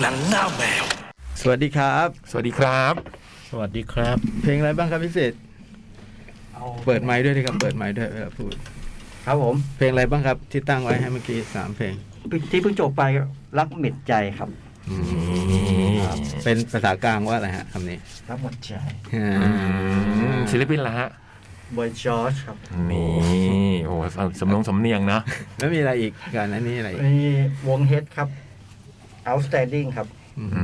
หนังหน้าแมว สวัสดีครับ สวัสดีครับ สวัสดีครับ เพลงอะไรบ้างครับพิเศษ เปิดไม้ด้วยดีครับ เปิดไม้ด้วยเวลาพูด ครับผม เพลงอะไรบ้างครับที่ตั้งไว้ให้เมื่อกี้สามเพลง ที่เพิ่งจบไปรักหมิดใจครับ เป็นภาษากลางว่าอะไรฮะคำนี้ รักหมดใจ อืมศิลปินละฮะ บอยจอร์จครับ นี่ โอ้โหสำนงสำเนียงนะ แล้วมีอะไรอีกการอันนี้อะไรอีก มีวงเฮดครับ outstanding ครับ อืม อื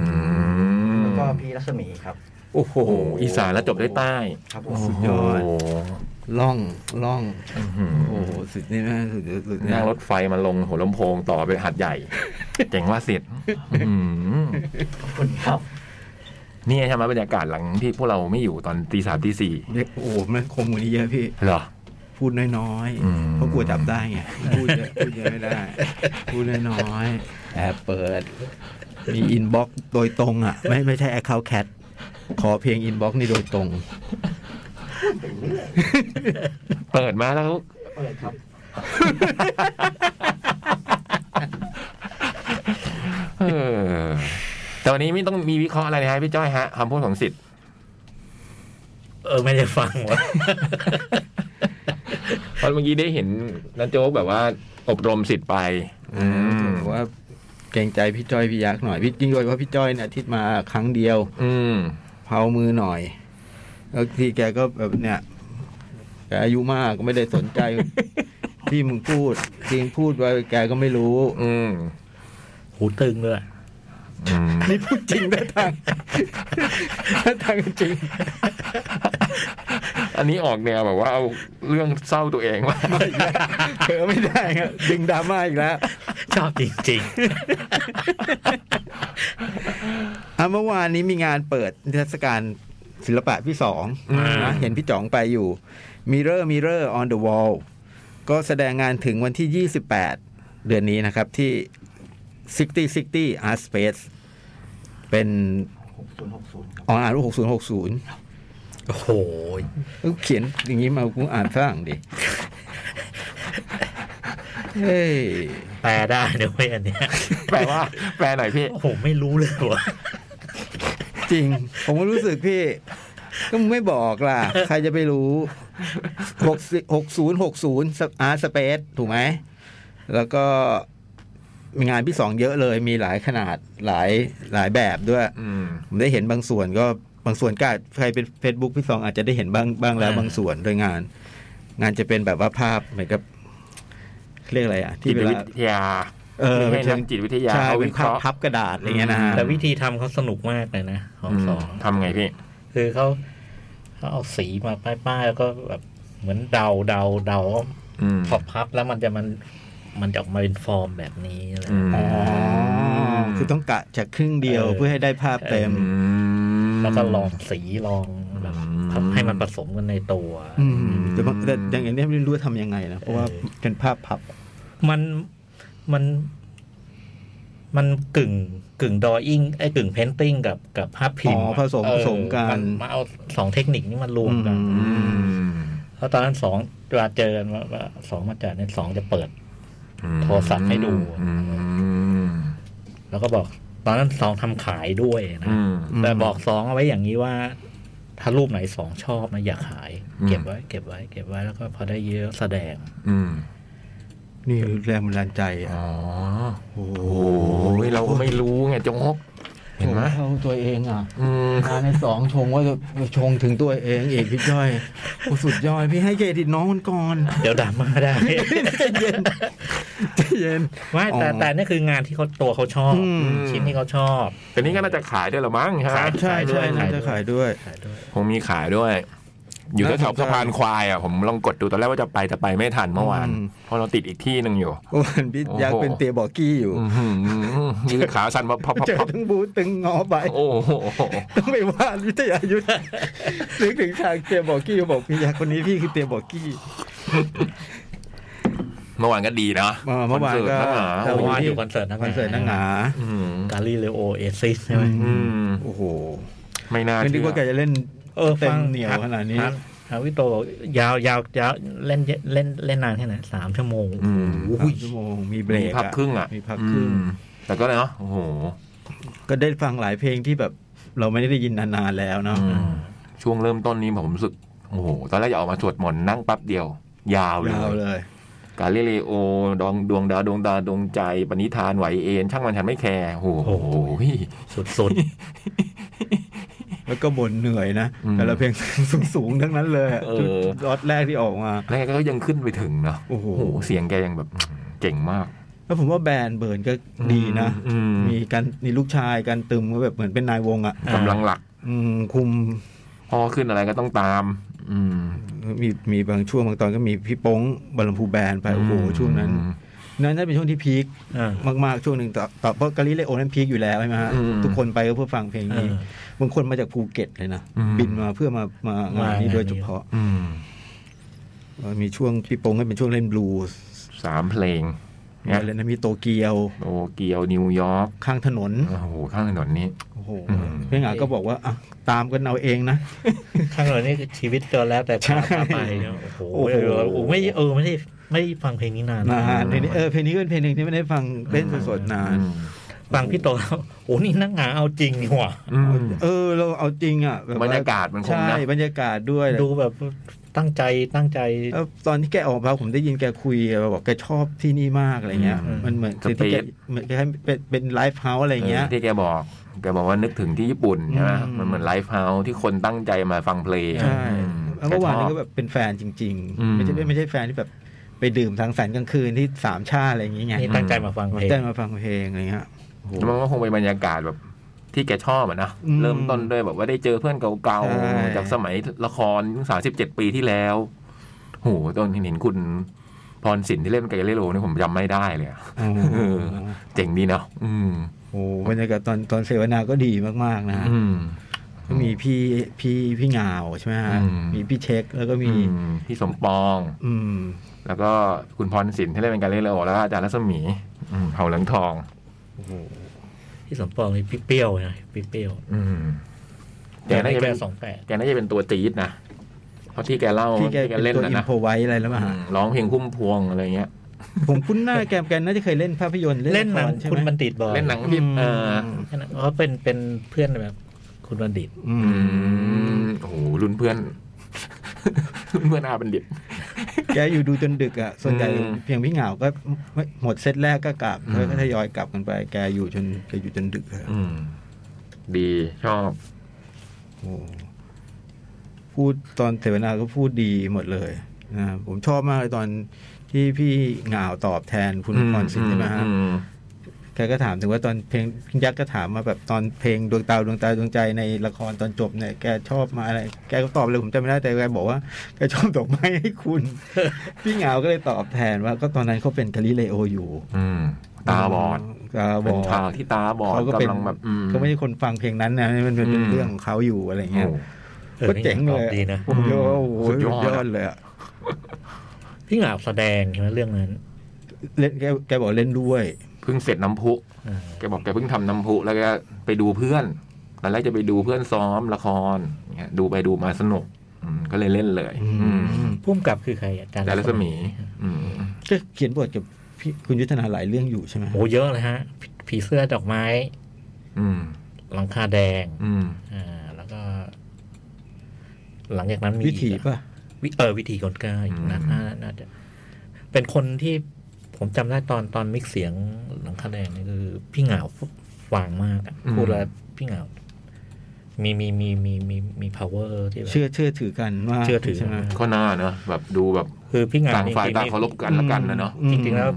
ม แล้วก็พี่รัศมีครับ โอ้โห อีสานแล้วจบด้วยใต้ ครับผ โอ้ ม โห ล่องล่อง อื้อ โอ้ หือ โหสุดนี่นะสุดยอดสุดยอด นั่งรถไฟมาลงหัวลำโพงต่อไปหัดใหญ่ เจ๋งว่าเสร็จอื้อหือ ขอบคุณครับ นี่ใช่ไหมบรรยากาศหลังที่พวกเราไม่อยู่ตอนตีสามตีสี่ เด็กโอ้โหมันคมกว่านี้เยอะพี่ เหรอ พูดน้อย อืม ๆเพราะกลัวจับได้ไงพูดเยอะพูดเยอะไม่ได้ พูดน้อยๆแอบเปิด มีอินบ็อกโดยตรงอ่ะ ไม่ไม่ใช่แอคเคาท์แคทขอเพียงอินบ็อกนี่โดยตรง เปิดมาแล้ว เปิดครับ เออแต่วันนี้ไม่ต้องมีวิเคราะห์อะไรนะฮะพี่จ้อยฮะคำพูดของสิทธิ์ เออไม่ได้ฟังวะ เพราะเมื่อกี้ได้เห็นนันโจ๊กแบบว่า อบรมสิทธิ์ไป อืม ถือว่าเกรงใจพี่จ้อยพี่ยักษ์หน่อยพี่ยิ่งโดยเฉพราะพี่จ้อยเนี่ยที่มาครั้งเดียว อืม เผามือหน่อยแล้วทีแกก็แบบเนี่ยแกอายุมากก็ไม่ได้สนใจ ที่มึงพูดที่มึงพูดไปแกก็ไม่รู้ อืม หูตึงด้วย อืม นี่พูดจริงได้ทาง ได้ทางจริง อันนี้ออกแนวแบบว่าเอาเรื่องเศร้าตัวเองว่า เผลอไม่ได้ครับดึงดราม่าอีกแล้ว ชอบจริง อ่ะเมื่อวานนี้มีงานเปิดนิทรรศการศิลปะพี่สองนะเห็นพี่จ๋องไปอยู่ Mirror Mirror on the Wall ก็แสดงงานถึงวันที่ 28 เดือนนี้นะครับที่ 60 60 Art Space เป็นอ6060 ครับอนอ่านรูป6060 ๆ โอ้โห เอาเขียนอย่างนี้มากูอ่านฝรั่ง ดิ เฮ้ย แปลได้นะเว้ยอันเนี้ย แปลว่า แปลหน่อยพี่ โอ้โหไม่รู้เลยวะ จริง ผมก็รู้สึกพี่ ก็มึงไม่บอกล่ะ ใครจะไปรู้หกสิหกศูนย์หกศูนย์อาร์สเปซถูกไหม แล้วก็มีงานพี่สองเยอะเลย มีหลายขนาดหลายหลายแบบด้วย อืม ผมได้เห็นบางส่วนก็บางส่วนก็อาจใครเป็น Facebook พี่สองอาจจะได้เห็นบ้างบ้างแล้วบางส่วนโดยงาน งานจะเป็นแบบว่าภาพเหมือนกับเรียกอะไรอ่ะ จิ ที่ ต เว วิ ลา ทยา เออ ไม่ เป็ ให้ นเชิ ทาง งจิตวิทยา ใช่ เอา เป็ วิ น เค ภาพ ราะห์ พับกระดาษอะไรเงี้ยนะฮะ แต่วิธีทำเขาสนุกมากเลยนะของสอง ทำไงพี่ คือเขาเขาเอาสีมาป้ายๆแล้วก็แบบเหมือนเดาเดาเดา อืม พอพับแล้วมันจะมันมันจะออกมาเป็นฟอร์มแบบนี้อะไร อืม อ๋อคือต้องกะจากครึ่งเดียว เออ เพื่อให้ได้ภาพเต็ม อืม แล้วก็ลองสีลองแบบ อืม ทำให้มันผสมกันในตัว อืมแต่บางแต่อย่างเงี้ยไม่รู้ทำยังไงนะ เพราะว่าเป็นภาพพับ มันมันมันกึ่งกึ่งดออิ่งไอ้กึ่งเพนติ้งกับกับภาพพิมพ์ อ๋อ อะ ผสม เออ ผสมกัน มาเอาสองเทคนิคนี้มารวม อื กัน ม ม เพราะตอนนั้นสองเวลาเจอกันว่าว่าสองมาจากเนี่ยสองจะเปิด อืม โทรศัพท์ให้ดู อืม แล้วก็บอก ตอนนั้นสองทำขายด้วยนะ อืม แต่บอกสองเอาไว้อย่างนี้ว่า ถ้ารูปไหนสองชอบนะอย่าขาย อืม เก็บไว้ เก็บไว้ เก็บไว้แล้วก็พอได้เยอะแสดง อืม นี่แรงบันดาลใจอ่ะ อ๋อ โอ้โห โอ้ยเราก็ไม่รู้ไงจงฮกเห็นไหม เท่าตัวเองอ่ะ อืม มาในสองชงว่าจะชงถึงตัวเองเอกพี่จ้อยโอ้สุดยอดพี่ให้เครดิตน้องมันก่อน เดี๋ยวดราม่าได้ ใจเย็นใจเย็น ไม่แต่ อ๋อ แต่นี่คืองานที่เขาตัวเขาชอบ อืม ชิ้นที่เขาชอบ แต่นี่ก็น่าจะขายได้วยเหรอมั้งใช่ไหม ขาย ใช่ใช่น่าจะขายด้วย ขายด้วย คงมีขายด้วย อยู่ น่าสนใจ แถวๆสะพานควายอ่ะผมลองกดดูตอนแรกว่าจะไปแต่ไปไม่ทันเมื่อวาน อืม เพราะเราติดอีกที่หนึ่งอยู่ โอ้ยพี่ยักษ์เป็นเตียบอกกี้ อยู่ อื้อหือยืดขาสั่นพับพับ เจอ พับ ทั้งบูธตึงงอใบ โอ้โห ต้องไปว่าวิทยายุทธ นึกถึงฉากเตียบอกกี้บอกพี่ยักษ์คนนี้พี่คือเตียบอกกี้ เมื่อวานก็ดีนะ เออเมื่อวานก็ คอเสิร์ตะ เมื่อวานอยู่ ที่ คอนเสิร์ตนัก คอนเสิร์ตนางหงา อืม กาลีเลโอเอซิสใช่ไหม อืม โอ้โห ไม่น่า ไม่นึ เชื่ ก อ ว่าแกจะเล่น เออ เต็ม ฟัง เหนียวขนาดนี้ ครับ ครับพี่โตบอกยาวยาวยาวเล่นเล่นเล่นนานแค่ไหนสามชั่วโมง อืม สามชั่วโมงมีเบร มี ก พักครึ่งอ่ะ มีพักครึ่ง อืมแต่ก็เลยเนาะโอ้โห ก็ได้ฟังหลายเพลงที่แบบเราไม่ได้ยินนานๆแล้วเนาะ อืมช่วงเริ่มต้นนี้ผมรู้สึกโอ้โหตอนแรกจะออกมาสวดมนต์นั่งแปั๊บเดียว ยาวเลย ยาวเลย กาลิเลโอดองดวงดาวดวงดาดวงใจ ปณิธานไหวเอ็นช่างมันฉันไม่แคร์โอ้โห สุด แล้วก็บ่นเหนื่อยนะ อืม แต่ละเพลง สูงๆ ทั้งนั้นเลยอะ เออ จุดล็อตแรกที่ออกมา แล้วแกก็ยังขึ้นไปถึงเนาะ โอ้โห เสียงแกยังแบบเจ๋งมาก แล้วผมว่าแบรนด์เบิร์นก็ดีนะ อืม มีการมีลูกชายการตึมก็แบบเหมือนเป็นนายวงอ่ะ กำลังหลัก อืมคุม พอขึ้นอะไรก็ต้องตาม อืม มีมีบางช่วงบางตอนก็มีพี่โป้งบัลลัมพูแบนไปโอ้โหช่วงนั้น นั่นน่าจะเป็นช่วงที่พีค ๆอ่า มากๆช่วงหนึ่งต่อต่อเพราะกาลิเลโอนั้นพีคอยู่แล้วใช่ไหมฮะทุกคนไปก็เพื่อฟังเพลงนี้ บางคนมาจากภูเก็ตเลยนะ อืม บินมาเพื่อมามางานมานี้งานนี้ โดยเฉพาะ อืม มีช่วงพี่โป้งก็เป็นช่วงเล่นบลูส สามเพลง มี เนี่ย อะไรนะมีโตเกียว โตเกียวนิวยอร์ก ข้างถนน โอ้โหข้างถนนนี้ โอ้โห อืม พี่หงาก็บอกว่าอ่ะตามกันเอาเองนะ ข้างหลังนี่คือชีวิตเจนแล้วแต่พาพาไปเนี่ยโอ้โห โอ้โห เออโอ้โหไม่เออไม่ได้ไม่ได้ฟังเพลงนี้นาน นานเพลงนี้เออเพลงนี้ก็เป็นเพลงหนึ่งที่ไม่ได้ฟังเล่นสดๆนาน อืม ฟังพี่โตแล้วโอ้นี่นักหนาเอาจริงนี่หว่า อืม เออเราเอาจริงอ่ะแบบว่ บรรยากาศมันคงนะ ใช่บรรยากาศด้วย ดูแบบตั้งใจตั้งใจ แล้วตอนที่แกออกมาผมได้ยินแกคุยแกบอกแกชอบที่นี่มากอะไรเงี้ย อืม มันเหมือน สเปซ ที่แกเหมือนแกให้เป็นเป็นไลฟ์เฮาส์อะไรเงี้ย ที่แกบอก แกบอกว่านึกถึงที่ญี่ปุ่นใช่ไหม อืม มันเหมือนไลฟ์เฮาส์ที่คนตั้งใจมาฟังเพลง ใช่แล้วเมื่อวานนี้ ชอบ ก็แบบเป็นแฟนจริง อื ๆ ม ไม่ใช่ไม่ใช่แฟนที่แบบไปดื่มสังสรรค์กลางคืนที่สามชาติอะไรอย่างเงี้ย นี่ตั้งใจมาฟังเพลง ได้มาฟังเพลงอะไรเงี้ยโอ้โห แล้วมันก็คงเป็นบรรยากาศแบบที่แกชอบอะนะ อืม เริ่มต้นด้วยแบบว่าได้เจอเพื่อนเก่า ใช่ ๆ จากสมัยละครสามสิบเจ็ดปีที่แล้วโหตอนเห็นคุณพรสินที่เล่นเป็นไกเรโลนี่ผมจำไม่ได้เลยอะ โอ้โห เออ เจ๋งดีเนาะอืม โอ้บรรยากาศตอนตอนเสวนาก็ดีมากๆนะฮะ อืม ก็มีพี่พี่พี่เหงาใช่ไหมฮะ อืม มีพี่เช็คแล้วก็มี อืมพี่สมปอง อืม แล้วก็คุณพรสินที่เล่นเป็นไกเรโลแล้วก็อาจารย์รัศมีอืมเผาเหลืองทอง ที่สมปองนี่พี่เปรี้ยวนะพี่เปรี้ยว อืมแก แต่ น่าจะ แก เป็น สองแปด แกน่าจะเป็นตัวจี๊ดนะเพราะที่แกเล่า พี่แก ที่แก เป็น เล่น ตัว น่ะ อิน นะ โพไว้อะไรแล้วมั้ง อื ฮะ มร้องเพลงพุ่มพวงอะไรเงี้ย ผมคุ้นหน้าแกมแกน่าจะเคยเล่นภาพยนตร์ เล่นหนัง ละรใช่ไห คุณ ม บัณฑิตบอก เล่นหนังพี่เออ เล่นหนังเขาเป็นเป็นเพื่อนแบบคุณบัณฑิต อื อ ม โอ้โหรุ่นเพื่อน รุ่นเพื่อนอาบัณฑิต แกอยู่ดูจนดึกอ่ะส่วนใหญ่ อืม เพียงพี่เหงาก็ไม่หมดเซตแรกก็กลับ อืม แล้วก็ทยอยกลับกันไป แกอยู่จนแกอยู่จนดึกอะ อืม ดีชอบ โอ้พูดตอนเสวนาก็พูดดีหมดเลยนะผมชอบมากเลยตอนที่พี่เหงาตอบแทนคุณพรสินใช่ไหมฮะ อืม แกก็ถามถึงว่าตอนเพลงยักษ์ก็ถามมาแบบตอนเพลงดวงตาดวงตาดวงใจในละครตอนจบเนี่ยแกชอบมาอะไร แกก็ตอบเลยผมจำไม่ได้แต่แกบอกว่าแกชอบดอกไม้ให้คุณ พี่เหงาก็เลยตอบแทนว่าก็ตอนนั้นเขาเป็นกาลิเลโออยู่ อืม ตาบอด ตาบ เป็ อน ด ชาวที่ตาบอด เขาก็เป็น กำลังแบบอื เขาไม่ใช่คนฟังเพลงนั้นนะมันเป็น อืม เรื่องของเขาอยู่อะไร โอ้โห เงี้ยก็เจ๋งเลอยอกดีนะ ผมก็ว่าโอ้โห สุดย ย อด อดเลยอะ พี่หงาบแสดงใช่ไหมเรื่องนั้น เล่นแกแกบอกเล่นด้วย เพิ่งเสร็จน้ำพุ อ่า แกบอกแกเพิ่งทำน้ำพุ แล้วแกไปดูเพื่อนตอนแรกจะไปดูเพื่อนซ้อมละครเงี้ยดูไปดูมาสนุก อืม ก็เลยเล่นเลย อืม พุ่มกับคือใครอาจารย์ แต่รัศมี อืม ก็เขียนบทกับพี่คุณยุทธนาหลายเรื่องอยู่ใช่ไหม โอ้เยอะเลยฮะ ผีเสื้อดอกไม้ อืม หลังคาแดง อืม อ่า แล้วก็ หลังจากนั้นมี วิถี อีกอะ ป่ะ วิเออวิธีคนกล้าอีกนะ อืม น่าน่าจะ เป็นคนที่ผมจำได้ตอนตอนมิกเสียงหลังคาแดงนี่คือ พี่เหงาฟังมากอะพูดแล้วพี่เหงามีมีมีมีมีมี power ที่แบบ เชื่อเชื่อถือกันว่า เชื่อถือ ใช่ไหม ก็น่าเนอะแบบดูแบบ คือพี่เหงา ต่างฝ่าย จริๆ ต่าง นี่ เคารพกันละกันนะเนาะ จริงๆแล้ว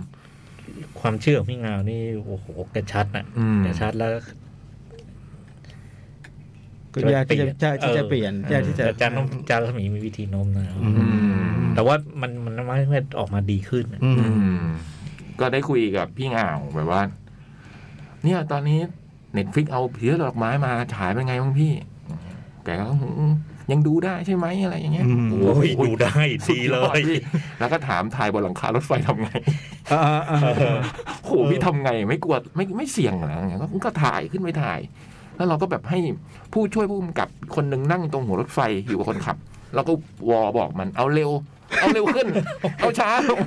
ความเชื่อของพี่งาวนี่โอ้โหแกชัดนะ อืม แกชัดแล้ว ก็ยากที่จะยากที่จะเปลี่ยนยากที่จะ อาจารย์ต้องอาจารย์รัศมีมีวิธีโน้มน้าว อืม อืม แต่ว่ามันมันไม่ออกมาดีขึ้นนะ อืม อืม ก็ได้คุยกับพี่เหงาแบบว่า เนี่ย ตอนนี้เน็ตฟิกเอาผีเสื้อดอกไม้มาฉายเป็นไงบ้างพี่แกก็อืมยังดูได้ใช่ไหมอะไรอย่างเงี้ย อืม โอ้ โอ้ย โห ดูได้ สุ ดี ย เล อด ย พี่ แล้วก็ถามทายบนหลังคารถไฟทำไง อ่าอ่าอ่า โอ้โหพี่ทำไงไม่กลัวไม่ไม่เสี่ยงเหรออย่างเงี้ยก็ก็ถ่ายขึ้นไปถ่าย แล้วเราก็แบบให้ผู้ช่วยผู้กำกับคนหนึ่งนั่งตรงหัวรถไฟอยู่กับคนขับ แล้วก็วอบอกมันเอาเร็ว เอาเร็ว ขึ้น เอาช้าลง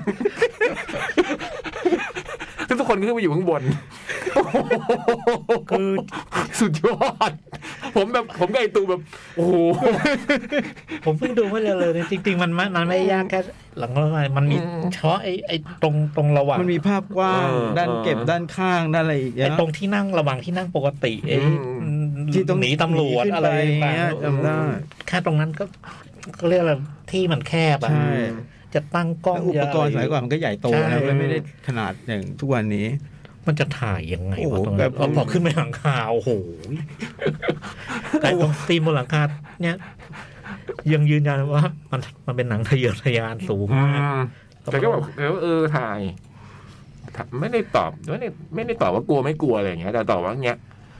แล้วทุกคนก็ขึ้นมาอยู่ข้างบน คือ สุดยอด ผมแบบผมกับไอตูแบบ โอ้โห ผมเพิ่งดูเมื่อเลยๆจริง ๆ มันมันมันไม่ยากแค่หลังอะไรมันมี อืม เฉพาะไอ้ไอ้ตรงตรงระหว่าง มันมีภาพกว้าง เออ ด้านเก็บ เออ ด้านข้างด้านอะไรอีกเย ไอ้ อะ ตรงที่นั่งระหว่างที่นั่งปกติไอ้ ที่ต้อง หนีตำรวจ หนีขึ้น อะไร ปย่าง ต่า เงี้ย ง จำได้ ๆแค่ตรงนั้นก็ก็เรียกอะไรที่มันแคบอ่ะ ใช่ จะตั้งกล้อง แล้วอุปกรณ์สมัยก่อนมันก็ใหญ่โต ใช่ นะมันไม่ได้ขนาดอย่างทุกวันนี้ มันจะถ่ายยังไง โอ้โห วะตรง แบ นั้ บ นเอาพอขึ้นไปหลังคาโอ้โหแต่ตรงตีมบนหลังคาเนี่ยยังยืนยันว่า มันมันเป็นหนังทะเยอทะยานสูงมาก แต่ก็แบบแล้วเออถ่ายถ่ายไม่ได้ตอบไม่ได้ไม่ได้ตอบว่ากลัวไม่กลัวอะไรอย่างเงี้ยแต่ตอบว่าเงี้ย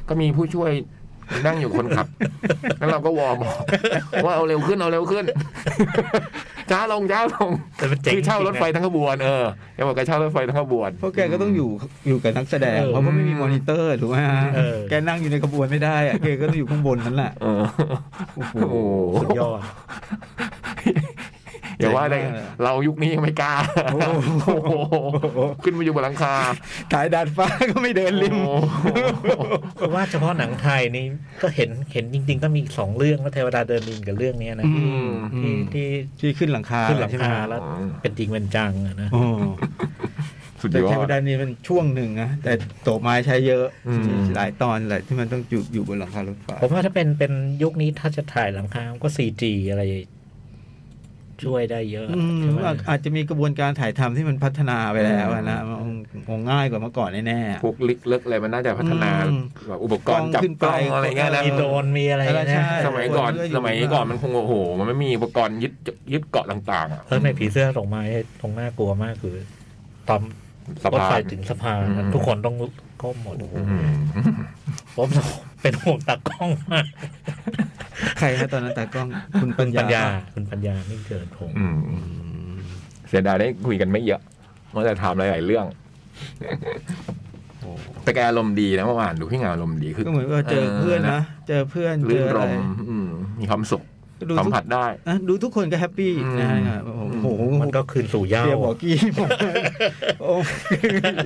ก็มีผู้ช่วยนั่งอยู่คนขับ แล้วเราก็วอร์มบอกว่าเอาเร็วขึ้นเอาเร็วขึ้น ช้าลงช้าลง แต่มันเจ๋ง คือเช่ารถไฟทั้งขบวนเออแกบอกแกเช่ารถไฟทั้งขบวน เพราะแกก็ต้องอยู่อยู่กับนักแสดง เออ เพราะว่าไม่มีมอนิเตอร์ถูกไหมฮะ เออ แกนั่งอยู่ในขบวนไม่ได้อะแกก็ต้องอยู่ข้างบนนั่นแหละ เออ โอ้โห โอ้โห สุดยอด อย่าว่า เจ๋ แต่ งมากเลย เรายุคนี้ยังไม่กล้า โอ้โห โอ้โหขึ้นมาอยู่บนหลังคา ถ่ายดาดฟ้าก็ไม่เดินริม โอ้โห เพราะว่าเฉพาะหนังไทยนี่ก็เห็นเห็นจริง ๆ ก็มีอีกสองเรื่องว่าเทวดาเดินดินกับเรื่องเนี้ยนะ อืม ที่ที่ ที่ขึ้นหลังคา ขึ้นหลัง ใช่ไม คาแล้ว อืม เป็นจริงเป็นจังอะนะ โอ้ สุด แต่ ยอ เทว ด ดานี่มันช่วงหนึ่งนะแต่โตไม้ใช้เยอะ อืม หลายตอนหลายที่มันต้องอยู่อยู่บนหลังคารถไฟ ผมว่าถ้าเป็นเป็นยุคนี้ถ้าจะถ่ายหลังคาก็ซีจีอะไร ช่วยได้เยอะ อืม ใช่ไหม อาจอาจจะมีกระบวนการถ่ายทำที่มันพัฒนาไปแล้วอะนะมันคงง่ายกว่าเมื่อก่อนแน่ๆอะ พวกลิกเลิกอะไรมันน่าจะพัฒนา อืม แบบอุปกรณ์จับ กล้องขึ้น ก ไป ล้องอะไรเงี้ยนะ มีโดรนมีอะไร อะไรใช่ นะ สมัยก่อน เออ สมัยก่อนมันคงโอ้โห มันไม่มีอุปกรณ์ยึดยึดเกาะต่างๆอะ เออในผีเสื้อส่งมาให้ตรงหน้ากลัวมากคือตอน สะ รถ พา ไฟ น ถึงสะพาน อืม ทุกคนต้องก้มหมดโอ้โห อืม ผมเป็นห่วงตากล้องมาก ใครฮะตอนนั้นแต่กล้ องคุณปัญ ปัญญา ญา คุณปัญญาไม่เกินผม อืมเสียดายได้คุยกันไม่เยอะเมื่อแต่ถามหลายๆเรื่องแต่แกอารมณ์ดีนะเมื่อวานดูพี่งานอารมณ์ดีคือ ก็เหมือนว่าเจอเพื่อนนะเจอเพื่อนเจ รื่น ออะ ร ไร มย์อืมมีความสุข ก็ดู สัม ทุก ผัสได้ อ่ะดูทุกคนก็แฮปปี้ อืม นะฮะโอ้โห มันก็คืนสู่เหย้า เตียบอกกี้ ผมโอ้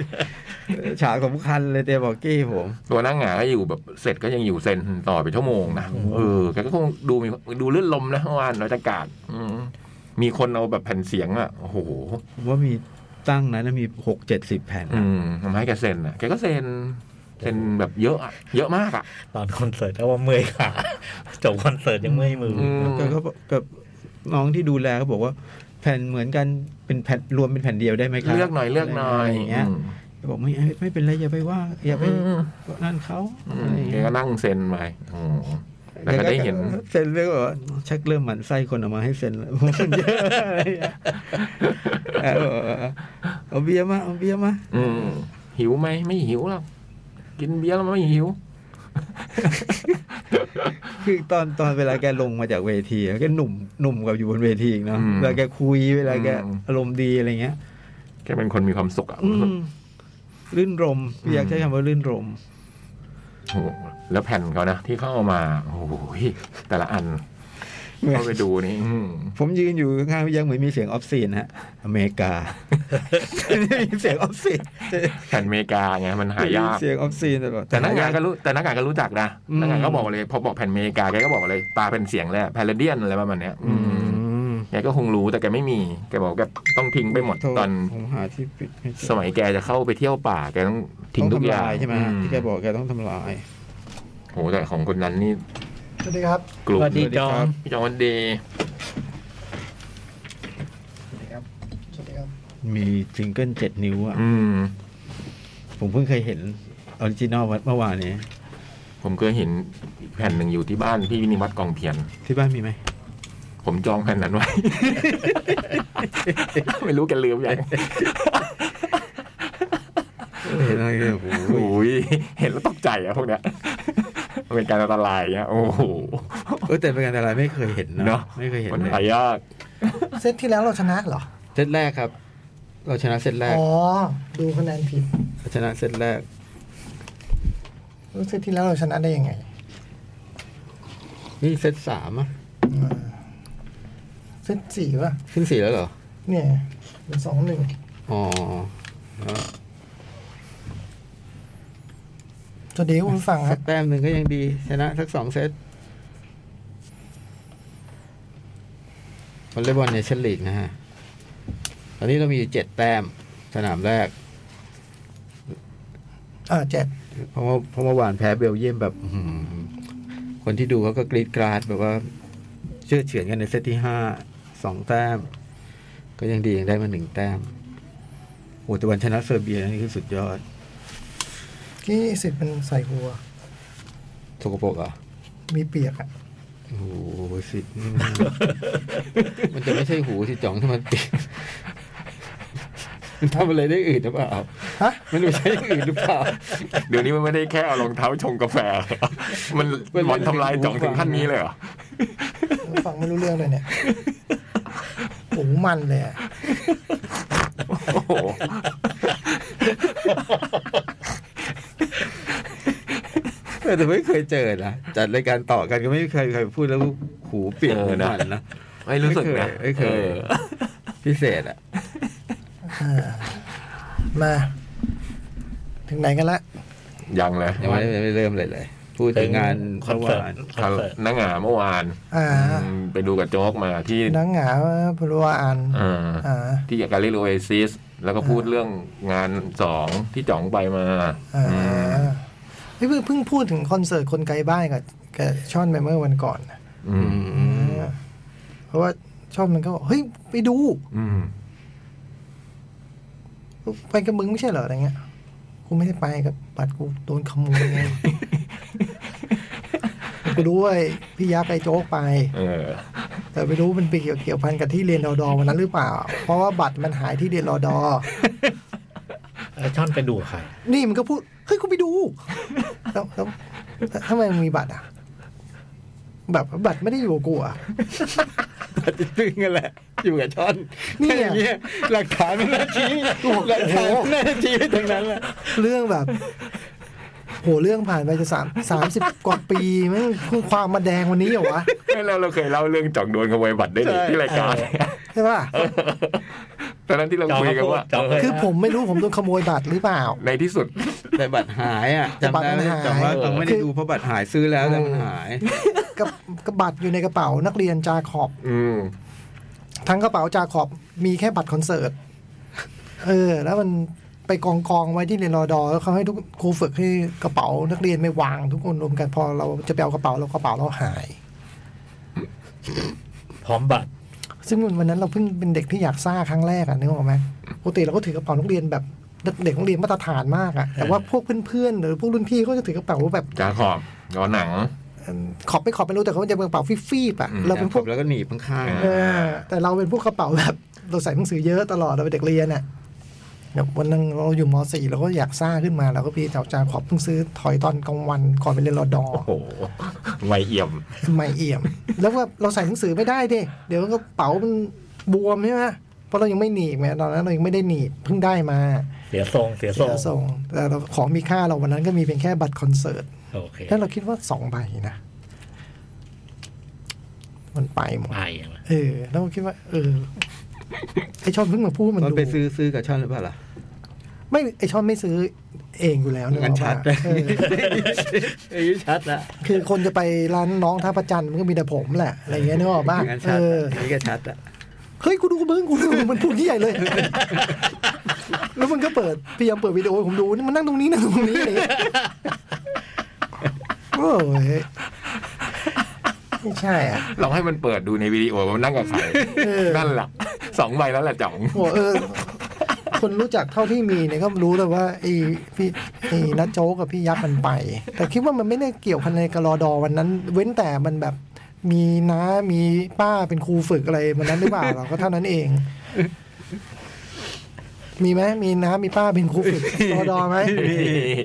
ฉากสำคัญเลยเตียบอกกี้ผม ตัวนั่งหงายก็อยู่แบบเสร็จก็ยังอยู่เซนต่อไปชั่วโมงนะเออแกก็คงดูมีดูเลื่อนลมนะเมื่อวานบรรยากาศอืมมีคนเอาแบบแผ่นเสียงอ่ะโอ้โห ผมว่ามีตั้งนั้นนะมีหกเจ็ดสิบแผ่น อื นะ มทำให้แกเซนอ่ะแกก็เซนเซนแบบเยอะอ่ะเยอะมากอ่ะ ตอนคอนเสิร์ตแล้วว่าเมื่อยขา จบคอนเสิร์ตยังเมื่อยมืออ ม แล้วก็กับน้องที่ดูแลเขาบอกว่า แผ่นเหมือนกันเป็นแผ่นรวมเป็นแผ่นเดียวได้ไหมครับ เลือกหน่อยเลือกหน่อย ะไรางเงี้ยบอกไม่ไม่เป็นไรอย่าไปว่า อย่าไป อืมอืม นั่นเขา อื อะ ม ไรอย่าง แก เงี้ย ก็นั่งเซนไปอืม แล้วก็ได้เห็น เซ็นเรื่องแบบว่าชักเริ่มหมันไส้คนเออกมาให้เซ็น แล้วมันเยอะอะไรอย่างเงี้ยเออเอาเบียร์มาเอาเบียร์มา อืมหิวไหมไม่หิวหรอกกินเบียร์แล้วไม่หิว คือตอนตอนเวลาแกลงมาจากเวทีแกหนุ่มหนุ่มกับอยู่บนเวทีอีกเนาะ อืม เวลาแกคุยเวลาแก อืม อารมณ์ดีอะไรเงี้ย แกเป็นคนมีความสุขอ่ะ อืมลื่นรม อืม อยากใช้คำว่าลื่นรม โอ้โหแล้วแผ่นเขานะที่เขาเอามา โอ้โหแต่ละอัน เหมือน เข้าไปดูนี่ อืม ผมยืนอยู่ข้างๆยังเหมือนมีเสียงออฟซีนฮะ อเมริกา มีเสียงออฟซีน แผ่นอเมริกาไงมันหายาก เสียงออฟซีนตลอด แต่นักงานก็รู้แต่นักงานก็รู้จักนะ อืม นักงานก็บอกเลย พอบอกแผ่นอเมริกาแกก็บอกเลยปลาเป็นเสียงแล้วแพลเดียนอะไรประมาณเนี้ย อืม แกก็คงรู้แต่แกไม่มีแกบอกแกต้องทิ้งไปหมด โทษ ตอน ผมหาที่ปิดไม่เจอ สมัยแกจะเข้าไปเที่ยวป่าแกต้องทิ้งทุกอย่า ต้ทำงลใช่ไหมฮะ อื ที่แกบอกแกต้องทำลาย โหแต่ของคนนั้นนี่ สวัสดีครับ กลุ่ม สวัสดี สวัสดี จอ ครั ม บ พี่จอห์นเดย์ สวัสดีครับ สวัสดีครับ มีซิงเกิลเจ็ดนิ้วอ่ะ อืม ผมเพิ่งเคยเห็นออริจินอลเมื่อวานนี้ ผมเคยเห็นอีกแผ่นหนึ่งอยู่ที่บ้านพี่วินิวัฒน์กองเพียร ที่บ้านมีไหม ผมจองแผ่นนั้นไว้ ไม่รู้แกันลืมยัง เห็นอะไรเนี่ยโอ้โห โอ้ยเห็นแล้วตกใจอะพวกเนี้ยมันเป็นการอันตรายเนี้ย โอ้โห เออแต่เป็นการอะไรไม่เคยเห็น เน เนาะ อะ ไม่เคยเห็น มัน เลย หายาก เซตที่แล้วเราชนะเหรอ เซตแรกครับ เราชนะเซตแรก อ๋อ ดูคะแนนผิด เราชนะเซตแรก แล้วเซตที่แล้วเราชนะได้ยังไง นี่เซตสามอะ เส้นสี่ป่ะ ขึ้นสี่แล้วเหรอ เนี่ยเป็นสองหนึ่ง อ๋อ สวัสดีคุณผู้ฟัง สั ฮะ กแต้มหนึ่งก็ยังดี ชนะสักสองเซตวอลเลย์บอลเนชั่นลีกนะฮะ ตอนนี้เรามีอยู่เจ็ดแต้มสนามแรก อ่าเจ็ด เพราะว่าเพราะเมื่อวานแพ้เบลเยียมแบบอื้อหือคนที่ดูเขาก็กรีดกราดแบบว่า เชื่อเฉือนกันในเซตที่ห้าสองแต้ม ก็ยังดียังได้มาหนึ่งแต้มโอ้แต่วันชนะเซอร์เบียนี่คือสุดยอด ที่สิบเป็นใส่หัว สกปรกเหรอ่ะ มีเปียกอ่ะ โอ้โหสินี่มัน มันจะไม่ใช่หูสิจ่องถ้ามันปิดมันทำอะไรได้อื่นหรือเปล่า ฮะ มันไม่ใช่อย่างอื่นหรือเปล่า เดี๋ยวนี้มันไม่ได้แค่เอารองเท้าชงกาแฟ มัน มัน มันทำลายจ่องถึงขั้นนี้เลยเหรอ คุณฟังไม่รู้เรื่องเลยเนี่ยโอ้โหมันเลยอะ โอ้โห แต่ไม่เคยเจอนะจัดรายการต่อกันก็ไม่เคยใครพูดแล้วหูเปลี่ยน เอ หู อนะ มันนะ ไม่รู้สึกนะ ไม่เคยไม่เคย ออ พิเศษอ่ะ อ่ามา ถึงไหนกันละ ยังเลย ยังไม่ยังไม่เริ่มเลยเลย พูดถึงงาน คอน เมื่อ เสิ วา ร์ต น คอนเสิร์ต นังหงาเมื่อวาน อ่า อืมไปดูกับโจ๊กมาที่ นังหงาพลวาน เออ อ่า ที่กาลิโอเอซิสแล้วก็พูดเรื่องงานสองที่จ่องไปมา อ่ อืมา เฮ้ยเพิ่งเพิ่งพูดถึงคอนเสิร์ตคนไกลบ้านกับกับชอนแมมเมอร์วันก่อนนะ อืม เพราะว่าชอนมันก็บอกเฮ้ยไปดู อืม ไปกับมึงไม่ใช่เหรออะไรเงี้ยกูไม่ได้ไปกับบัตรกูโดนขโมย ไงกูรู้ว่าพี่ยักษ์ไอ้โจ๊กไป เออ แต่ไม่รู้มันไปเกี่ยวเกี่ยวพันกับที่เรียนรอดอวันนั้นหรือเปล่า เพราะว่าบัตรมันหายที่เรียนรอดอ ไอ้ช่อนไปดูกับใคร นี่มันก็พูดเฮ้ยกูไปดูแล้วแล้วแล้วทำไมมึงมีบัตรอ่ะ แบบบัตรไม่ได้อยู่กับกูอ่ะ ปฏิตึงกันแหละ อยู่กับช่อน เนี่ย แค่อย่างเงี้ยหลักฐานมันน่าชี้หลักฐานมันน่าชี้ไปทางนั้นแหละ เรื่องแบบ โหเรื่องผ่านไปจะสามสามสิบกว่าปีมันเพิ่งความมาแดงวันนี้เหรอวะ เราเราเคยเล่าเรื่องจ่องโดนขโมยบัตรได้นี่ ใช่ ที่รายการ ใช่ป่ะ ตอนนั้นที่เราคุยกันว่า จองเลย คือผมไม่รู้ผมโดนขโมยบัตรหรือเปล่า ในที่สุด แต่บัตรหายอ่ะจำได้ไหม บัตรมันหาย จำว่าต้องไม่ได้ คือ ดูเพราะบัตรหายซื้อแล้วแต่มันหาย กับกับบัตรอยู่ในกระเป๋านักเรียนจาขอบ อืม ทั้งกระเป๋าจาขอบมีแค่บัตรคอนเสิร์ต เออ แล้วมันไปกองกองๆไว้ที่เรียนรอดอแล้วเขาให้ทุกครูฝึกให้กระเป๋านักเรียนไม่วางทุกคนรวมกันพอเราจะไปเอากระเป๋าเรากระเป๋าเราหาย พร้อมบัตร ซึ่งวันนั้นเราเพิ่งเป็นเด็กที่อยากซ่าครั้งแรกอะนึกออกไหมปกติเราก็ถือกระเป๋านักเรียนแบบเด็กนักเรียนมาตรฐานมากอะแต่ว่าพวกเพื่อนๆหรือพวกรุ่นพี่เขาจะถือกระเป๋าแบบ จาขอบกอหนัง เอิ่มขอบไม่ขอบไม่รู้แต่เขาจะเป็นกระเป๋าฟีบๆอะ อืม เราเป็นพวก แล้วก็หนีบข้างๆ เออแต่เราเป็นพวกกระเป๋าแบบ เราใส่หนังสือเยอะตลอดเราเป็นเด็กเรียนอ่ะแบบวันนึงเราอยู่มสี่เราก็อยากซ่าขึ้นมาเราก็พี่เจ้าจาขอบเพิ่งซื้อถอยตอนกลางวันก่อนไปเรียนรอดอ โอ้โหไวเอี่ยม ไม่เอี่ยม แล้วว่าเราใส่หนังสือไม่ได้ดิเดี๋ยวกระเป๋ามันบวมใช่ไหมเพราะเรายังไม่หนีบไงตอนนั้นเรายังไม่ได้หนีบเพิ่งได้มา เสียทรง เสียท เสี รง ยทรงแต่เราของมีค่าเราวันนั้นก็มีเป็นแค่บัตรคอนเสิร์ต โอเค แล้วเราคิดว่าสองใบนะมันไปหมด ไปอะนะ เออแล้วเราคิดว่า เออไอชอนเพิ่งมาพูดมัน มัน ดู ไปซื้อซื้อกับช่อนหรือเปล่าล่ะ ไม่ไอชอนไม่ซื้อเองอยู่แล้วเนก งั้ อะ นชัด ว่าเออ ไอ้นี่ชัดละ คือคนจะไปร้านน้องท่าประจันทร์มันก็มีแต่ผมแหละอะไรเงี้ยนึกออกปะ งั้นชัดเออ ละนี่ก็ชัดละ เฮ้ยกูดูมึงกูดูมึงมันพูดที่ใหญ่เลย แล้วมันก็เปิดพยายามเปิดวิดีโอให้ผมดูนี่มันนั่งตรงนี้นั่งตรงนี้อะไรเงี้ยโอ้ยไม่ใช่อ่ะ ลองให้มันเปิดดูในวิดีโอว่ามันนั่งกับใคร เออ นั่นแหละสองใบแล้วแหละจ่อง โหเออ คนรู้จักเท่าที่มีเนี่ยก็รู้เลยว่าไอ้พี่ไอ้นัทโจ๊กกับพี่ยักษ์มันไป แต่คิดว่ามันไม่ได้เกี่ยวพันในกบรอดอวันนั้น เว้นแต่มันแบบมีน้ามีป้าเป็นครูฝึกอะไรมันนั้นหรือเปล่า เราก็เท่านั้นเอง มีไหมมีน้ามีป้าเป็นครูฝึกรอดอไหม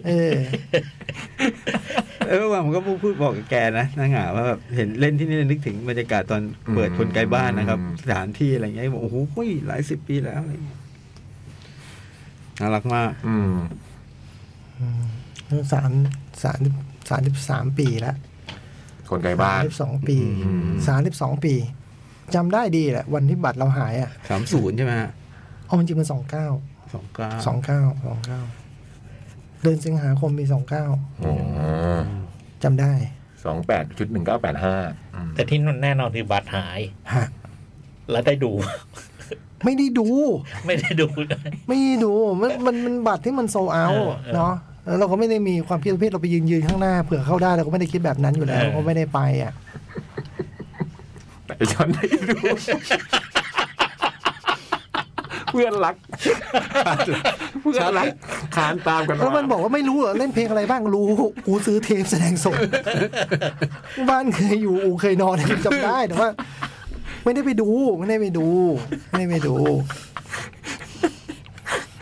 เออ เออว่าผมก็พูดบอกกับแกนะนางหงาว่าแบบเห็นเล่นที่นี่นึกถึงบรรยากาศตอนเปิดคนไกลบ้านนะครับ อืม สถานที่อะไรเงี้ยบอกโอ้โหหลายสิบปีแล้วอะไรเงี้ยน่ารักมาก อืม สามสามสามสิบสามปีแล้ว คนไกลบ้าน สิบสองปี อืม สามสิบสองปี จำได้ดีแหละวันที่บัตรเราหายอ่ะ สามศูนย์ใช่ไหมฮะ เอาจริงๆมันสองเก้า สองเก้า สองเก้าสองเก้าเดือนสิงหาคมปีสองเก้า โอ้ จำได้ สองแปดชุดหนึ่งเก้าแปดห้า แต่ที่แน่นอนคือบัตรหาย ฮะ แล้วได้ดู ไม่ได้ดู ไม่ได้ดู ไม่ได้ดูมันมันมันบัตรที่มันโซเอา เออเออ เนาะแล้วเราก็ไม่ได้มีความคิดประเภทเราไปยืนยืนข้างหน้าเผื่อเข้าได้เราก็ไม่ได้คิดแบบนั้นอยู่แล้วเราก็ไม่ได้ไปอ่ะ แต่ฉันได้ดู เพื่อนรัก เพื่อนรักคานตามกันมา แล้วมันบอกว่าไม่รู้เหรอเล่นเพลงอะไรบ้างรู้อูซื้อเทปแสดงสด บ้านเคยอยู่อูเคยนอนจำได้แต่ว่า ไม่ได้ไปดูไม่ได้ไปดู ไม่ได้ไปดู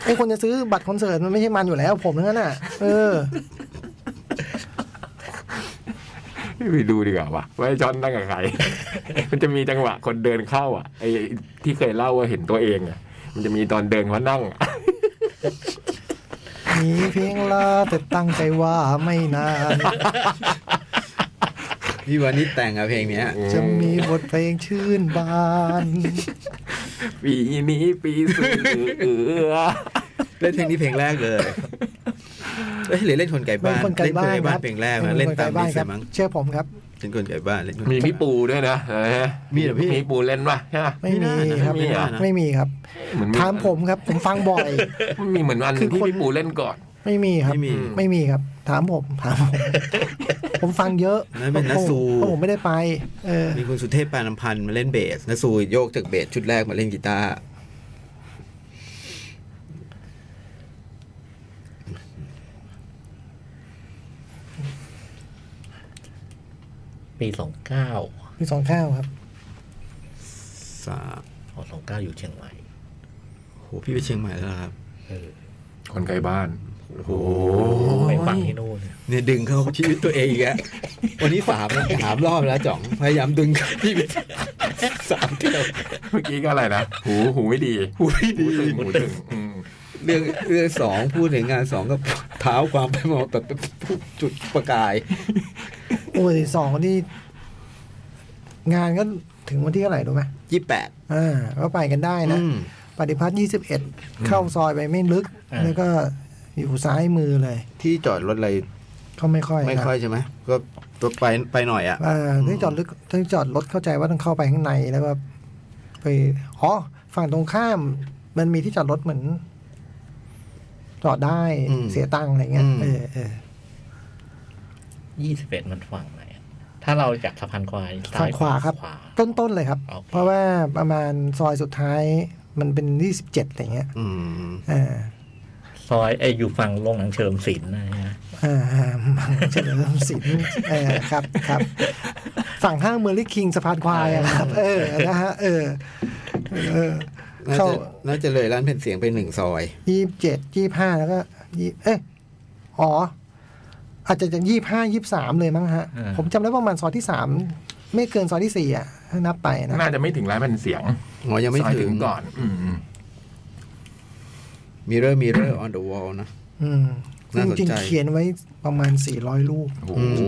ไอคนจะซื้อบัตรคอนเสิร์ตมันไม่ใช่มันอยู่แล้ว ผมทั้งนั้นน่ะ เออ ไปดูดีกว่าว่ะว่าไอ้จอนนั่งกับใคร มันจะมีจังหวะคนเดินเข้าอ่ะไอ้ที่เคยเล่าว่าเห็นตัวเองอ่ะ มันจะมีตอนเดินเขานั่งอะ มีเพลงลาแต่ตั้งใจว่าไม่นาน พี่วานิชแต่งอะเพลงเนี้ย จะมีบทเพลงชื่นบาน ปีนี้ปีสื่อเอือ เล่นเพลงนี้เพลงแรกเลยเอ้ยหรือเล่นคนไก่บ้าน เป็นคนไกลบ้าน เล่นคนไก่บ้านครับ เพลงแรกนะเล่นตาม บ้า นี้เสียมั้ง เชื่อผมครับ เป็นคนไก่บ้านเล่นคน มีพี่ปูด้วยนะเออ มีเหรอพี่ มีปูเล่นป่ะใช่ปะ ไม่มี ไม่น่านะครับ ไม่น่านะ ไม่มีครับ เหมือน ถามผมครับ ผมฟังบ่อย มันมีเหมือนอันหนึ่งที่พี่ปูเล่นก่อน ไม่มีครับ ไม่มี ไม่มีครับ ถามผมถาม ผม ผมฟังเยอะ นั่นเป็นนัสซู เพราะผมไม่ได้ไป เออ มีคุณสุเทพปานลำพันธ์มาเล่นเบสนะซูโยกจากเบสชุดแรกมาเล่นกีตาร์ ปีสองเก้า มีสองข้าวครับ สาม สองเก้าอยู่เชียงใหม่ โหพี่ไปเชียงใหม่แล้วเหรอครับ คนไกลบ้าน โอ้ ไปฟังที่นู่น เนี่ยดึงเข้าชีวิตตัวเองอีก แล้ววันนี้สามแล้วสามรอบแล้วจ่องพยายามดึงเข้าชีวิตสามเที่ยว เมื่อกี้ก็อะไรนะ หูหูไม่ดี หูยดี ตึงหูตึงอืม เรื่องเรื่องสองพูดถึงงานสองก็เท้าความไปหมดแบบจุดประกาย โอ้ยสองนี่งานก็ถึงวันที่เท่าไหร่รู้ไหม ยี่แปด อ่า ก็ไปกันได้นะ อืม ปฏิพัฒน์ยี่สิบเอ็ดเข้าซอยไปไม่ลึก แล้วก็อยู่ซ้ายมือเลย ที่จอดรถอะไร ก็ไม่ค่อย ไม่ นะ ค่อยใช่ไหมก็ตัวไปไปหน่อยอ่ะ อ่าที่จอดลึกที่จอดรถเข้าใจว่าต้องเข้าไปข้างในแล้วก็ไปอ๋อฝั่งตรงข้าม มันมีที่จอดรถเหมือน จอดได้ อืม เสียตังค์อะไรเงี้ย อืม เออเออ ยี่สิบเอ็ดมันฝั่งไหนอะถ้าเราจากสะพานควายซ้ย ฝั่งขวาครับ ขวา ต้นๆเลยครับ โอเค เพราะว่าประมาณซอยสุดท้าย มันเป็นยี่สิบเจ็ดอะไรเงี้ย อืม อ่า ซอยไอยอยู่ฝั่งโรงหนังเฉลิมศิลป์นะฮะ อ่าเฉลิมศิลป์เออครับครับ ฝั่งห้างเมอร์ลิคิงสะพานควายอะครับ เออนะฮะเออเออ น่า เข้า จะน่าจะเลยร้านเพนเสียงไปหนึ่งซอย ยี่สิบเจ็ดยี่ห้าแล้วก็ยี่เอ๊ะอ๋อ อาจจะจะยี่ห้ายี่สามเลยมั้งฮะ ผมจำได้ว่าประมาณซอยที่สามไม่เกินซอยที่สี่อ่ะถ้านับไปนะ น่าจะไม่ถึงร้านมันเสียง หมอยังไม่ ซอย ถึ ถึ ง งก่อน อืม มิเรอร์มิเรอร์ออนเดอะวอลนะ อืม น่าสนใจ จริงๆเขียนไว้ประมาณสี่ร้อยรูป โอ้โห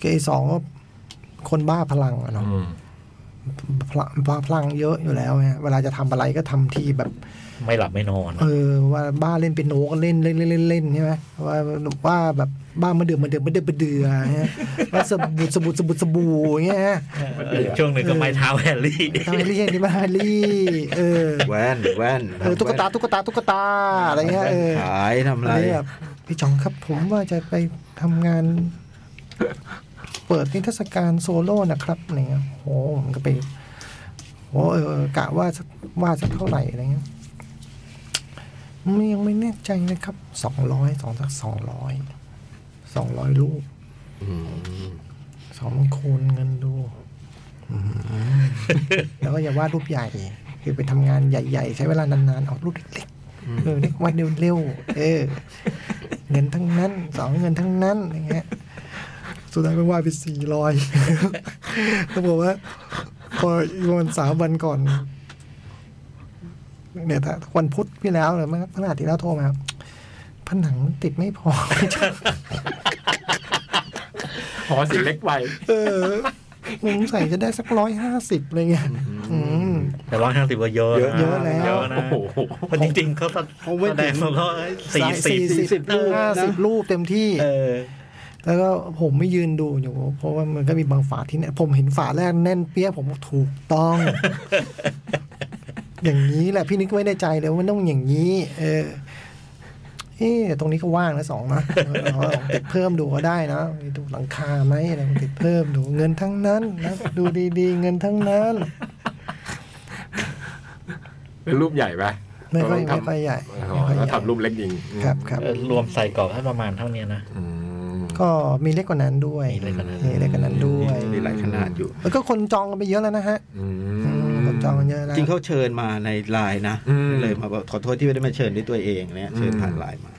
เกสองก็คนบ้าพลังอะเนาะ อืม พลังบ้าพลังเยอะอยู่แล้วฮะเวลาจะทำอะไรก็ทำทีแบบ ไม่หลับไม่นอน เออว่าบ้าเล่นเป็นโนก็เล่นเล่นเล่นเล่นเล่นใช่ไหมว่าว่าแบบบ้ามาเดือดมาเดือดมาเดือดมาเดือด ฮะว่าสบู่สบู่สบู่สบู่อย่างเงี้ยฮะ เออช่วงหนึ่งก็ไม่เท้าแฮร์รี่ ทำไมเรียกนี่มาลี่ เออ แว่นแว่น เออตุ๊กตาตุ๊กตาตุ๊กตาอะไรเงี้ยเออ ขายทำอะอะไร ไร แบบพี่จองครับผมว่าจะไปทำงาน เปิดนิทรรศการโซโล่นะครับอะไรเงี้ยโอ้โหผมก็ไปโอ้เออกะว่าสักว่าสักเท่าไหร่อะไรเงี้ยไม่ยังไม่แน่ใจนะครับสองร้อยสองสักสองร้อยสองร้อยลูก อืม สองคูณเงินดูอืมแล้วก็อย่าวาดรูปใหญ่ คือไปทำงานใหญ่ ๆ ใช้เวลานานๆเอารูปเล็กๆ เออเรียกวันเร็วๆเออ เงินทั้งนั้นสองเงินทั้งนั้นอย่างเงี้ยสุดท้ายเป็นว่าไปสี่ร้อยเขาบอกว่า พออีกวันสามวันก่อนเนี่ยถ้าวันพุธที่แล้วหรือไม่พฤหัสที่แล้วโทรมาผนังติดไม่พอ พอสิเล็กไป เออ สงสัยจะได้สักร้อยห้าสิบอะไรเงี้ยอืม แต่ร้อยห้าสิบก็เยอะน เยอะแล้ว เยอะนะ โอ้โห เพราะจริงๆเขา เขาไม่ แสดงมาร้อยสี่สิบ 40รูปนะ ห้าสิบรูปเต็มที่ เออ แล้วก็ผมไม่ยืนดูอยู่ เพราะว่ามันก็มีบางฝาที่เนี่ยผมเห็นฝาแรกแน่นเปี้ยผมบอกถูกต้อง อย่างนี้แหละพี่นึกไว้ในใจเลยว่ามันต้องอย่างนี้ เออเอ๊ะตรงนี้ก็ว่างนะสองนะเอาลองติดเพิ่มดูก็ได้นะดูหลังคาไหมอะไรลองติดเพิ่มดูเงินทั้งนั้นนะดูดีๆ เงินทั้งนั้น เป็นรูปใหญ่ปะ ไม่ค่อย ต้ ไม่ งทำ ค่อยใหญ่ อ๋อ ไม่ค่อยให แล้ว ญ่ ทำรูปเล็กยิง ครับครับ เออรวมใส่กรอบให้ประมาณเท่านี้นะ อืม ก็มีเล็กกว่านั้นด้วย มีเล็กกว่านั้น มีเล็กกว่านั้นด้วย มีหลายขนาดอยู่ แล้วก็คนจองกันไปเยอะแล้วนะฮะ อื อืม ม คนจองกันเยอะแล้ว จริงเขาเชิญมาในไลน์นะ อืม เลยมาบอกขอโทษที่ไม่ได้มาเชิญด้วยตัวเองเนี่ยเชิญ อืม ผ่านไลน์มา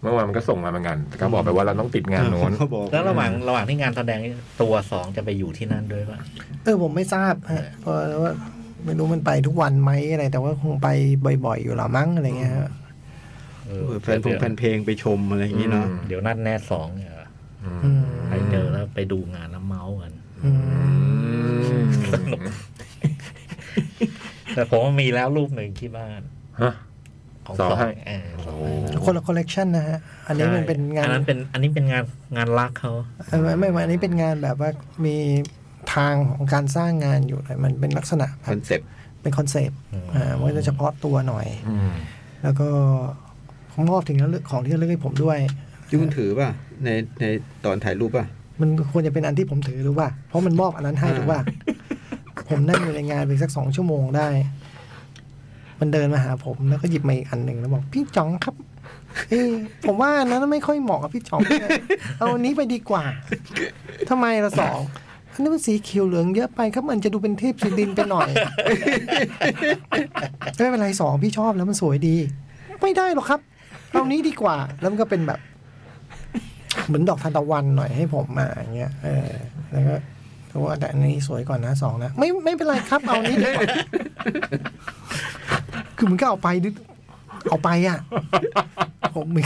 เมื่อวานมันก็ส่งมาเหมือนกันก็บอกไปว่าเราต้องติดงานโน้น เขาบอก แล้วระหว่างระหว่างที่งานแสดงนี่ตัวสองจะไปอยู่ที่นั่นด้วยป่ะ เออผมไม่ทราบฮะเพราะว่าไม่รู้มันไปทุกวันไหมอะไร แต่ว่าคงไปบ่อยๆอยู่ละมั้งอะไรเงี้ยฮะ เอ เอ อ อแฟนพงแฟนเพลงไปชมอะไรอย่างนี้เนาะ อืม เดี๋ยวนัดแน่สองเนี่ย อืม ไปเจอแล้วไปดูงานแล้วเมาส์กัน อืม สนุก แต่ผมว่ามีแล้วรูปหนึ่งที่บ้าน ฮะ ของ สองให้ เออ โอ้โห คนละคอลเลกชันนะฮะ อันนี้มันเป็นงา อั น นนั้นเป็นอันนี้เป็นงานงานรักเขา เออไม่ไม่ไม่อันนี้เป็นงานแบบว่ามีทางของการสร้างงานอยู่เลยมันเป็นลักษณะแบ ค บ อนเซ็ปต์ เป็นคอนเซปต์อ่ามันจะเฉพาะตัวหน่อย อืม แล้วก็ผมมอบถึงแล้วเลือกของที่ระลึกให้ผมด้วย ที่คุณถือป่ะในในตอนถ่ายรูปป่ะ มันควรจะเป็นอันที่ผมถือหรือว่า เพราะมันมอบอันนั้นให้หรือว่า ผมนั่งอยู่ในงานไปสักสองชั่วโมงได้ มันเดินมาหาผมแล้วก็หยิบมาอีกอันหนึ่งแล้วบอกพี่จ๋องครับ เอ้ผมว่าอันนั้นไม่ค่อยเหมาะกับพี่จ๋องเลยเอาอันนี้ไปดีกว่าทำไมละสองอันนี้มันสีเขียวเหลืองเยอะไปครับมันจะดูเป็นเทพสีดินไปหน่อย ไม่เป็นไรสองพี่ชอบแล้วมันสวยดี ไม่ได้หรอกครับเอานี้ดีกว่า แล้วมันก็เป็นแบบ เหมือนดอกทานตะวันหน่อยให้ผมมาอย่างเงี้ยเออ แล้วก็เขาบอกว่าแต่อันนี้สวยก่อนนะสองนะไม่ไม่เป็นไรครับเอานี้ดีกว่าคือมันก็เอาไปดิเอาไปอ่ะ ผมมี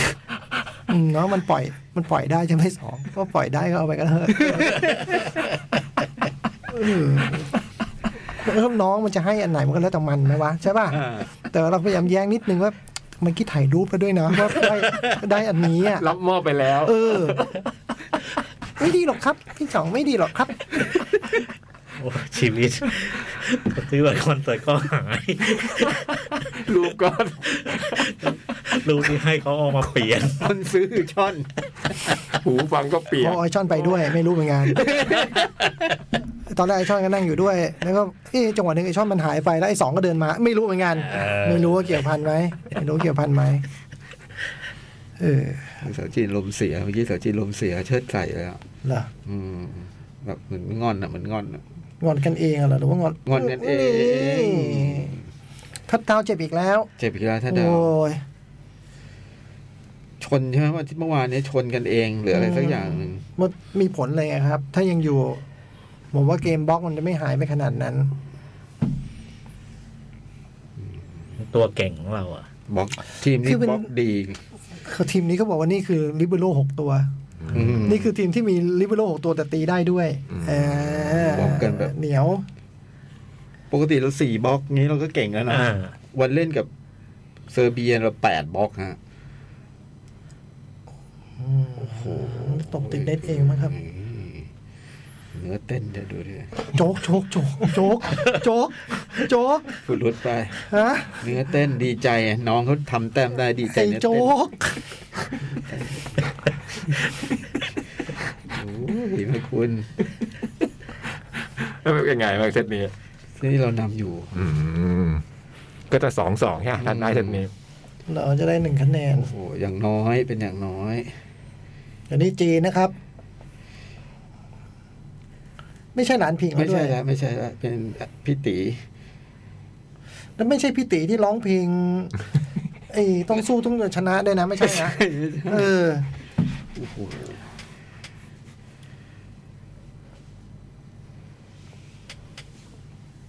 อืมเนาะมันปล่อย มันปล่อยได้ใช่ไหมสองก็ปล่อยได้ก็เอาไปก็เถอะเออเริ่มน้องมันจะให้อันไหนมันก็แล้วแต่มันนะวะใช่ป่ะ แต่ว่าเราพยายามแย้งนิดนึงว่า มันคิดถ่ายรูปแล้วด้วยนะ ว่าได้ได้อันนี้อ่ะ รับมอบไปแล้ว เออ ไม่ดีหรอกครับพี่สองไม่ดีหรอกครับ โอ้ชีวิตซื้อบัตรคอนเสิร์ตก็หาย รูปก็ รูปที่ให้เขาเอามาเปลี่ยน คนซื้อช่อน หูฟังก็เปีย พ ก อไอชอนไปด้วย ไม่รู้เหมือนกัน ตอนแรกไอชอนก็นั่งอยู่ด้วย แล้วก็เอ๊ะจังหวะหนึ่งไอชอนมันหายไปแล้วไอสองก็เดินมา ไม่รู้เหมือนกัน เออ ไม่รู้ว่าเกี่ยวพันไหมไม่รู้เกี่ยวพันไหมเออ สาวจีนลมเสียเมื่อกี้สาวจีนลมเสียเชิดใส่เลยอ่ะ เหรอ อืมแบบเหมือนงอนอ่ะเหมือนงอนอะ งอนกันเองเหรอหรือว่างอน งอนกันเอง ทัดเท้าเจ็บอีกแล้ว เจ็บอีกแล้วถ้าดาว โอ้ย ชนใช่ไหมว่าที่เมื่อวานเนี้ชนกันเองหรืออะไรสักอย่างหนึ่ง มันมีผลเลยไงครับ ถ้ายังอยู่ผมว่าเกมบล็อกมันจะไม่หายไปขนาดนั้น ตัวเก่งของเราอ่ะ บล็อกทีมนี้ คือมัน บล็อกดี คือทีมนี้เขาบอกว่านี่คือลิเบโร่หกตัว ม นี่คือทีมที่มีลิเบโร่หกตัวแต่ตีได้ด้วยเออ บอกกันแบบ เหนียว ปกติเราสี่บล็อกนี้เราก็เก่งแล้วนะ อ่า วันเล่นกับเซอร์เบียเราแปดบล็อกฮะโอ้โห ตบติดเน็ตเองมั้งครับ เนื้อเต้นเดี๋ยวดูดิ โจ๊กโจ๊กโจ๊กโจ๊กโจ๊กโจ๊ก คุณรุดไป ฮะ เนื้อเต้นดีใจอะน้องเขาทำแต้มได้ดีใจ ไอ้ เนื้อเต้น โจ๊ก โอ้ยพระคุณ แล้วเป็นยังไงบ้างเซตนี้ นี่เรานำอยู่ อืม ก็จะสองสองใช่ไหมท่านได้เซตนี้ เราจะได้หนึ่งคะแนน โอ้โหอย่างน้อยเป็นอย่างน้อย เดี๋ยวนี้จีนนะครับ ไม่ใช่หลานพิง ไม่ เขาด้ว ใช่ ย ละไม่ใช่ละเป็นพี่ตี แล้วไม่ใช่พี่ตีที่ร้อง เพลงไอ้ต้องสู้ต้องชนะด้วยนะไม่ใช่ นะเออ โอ้โห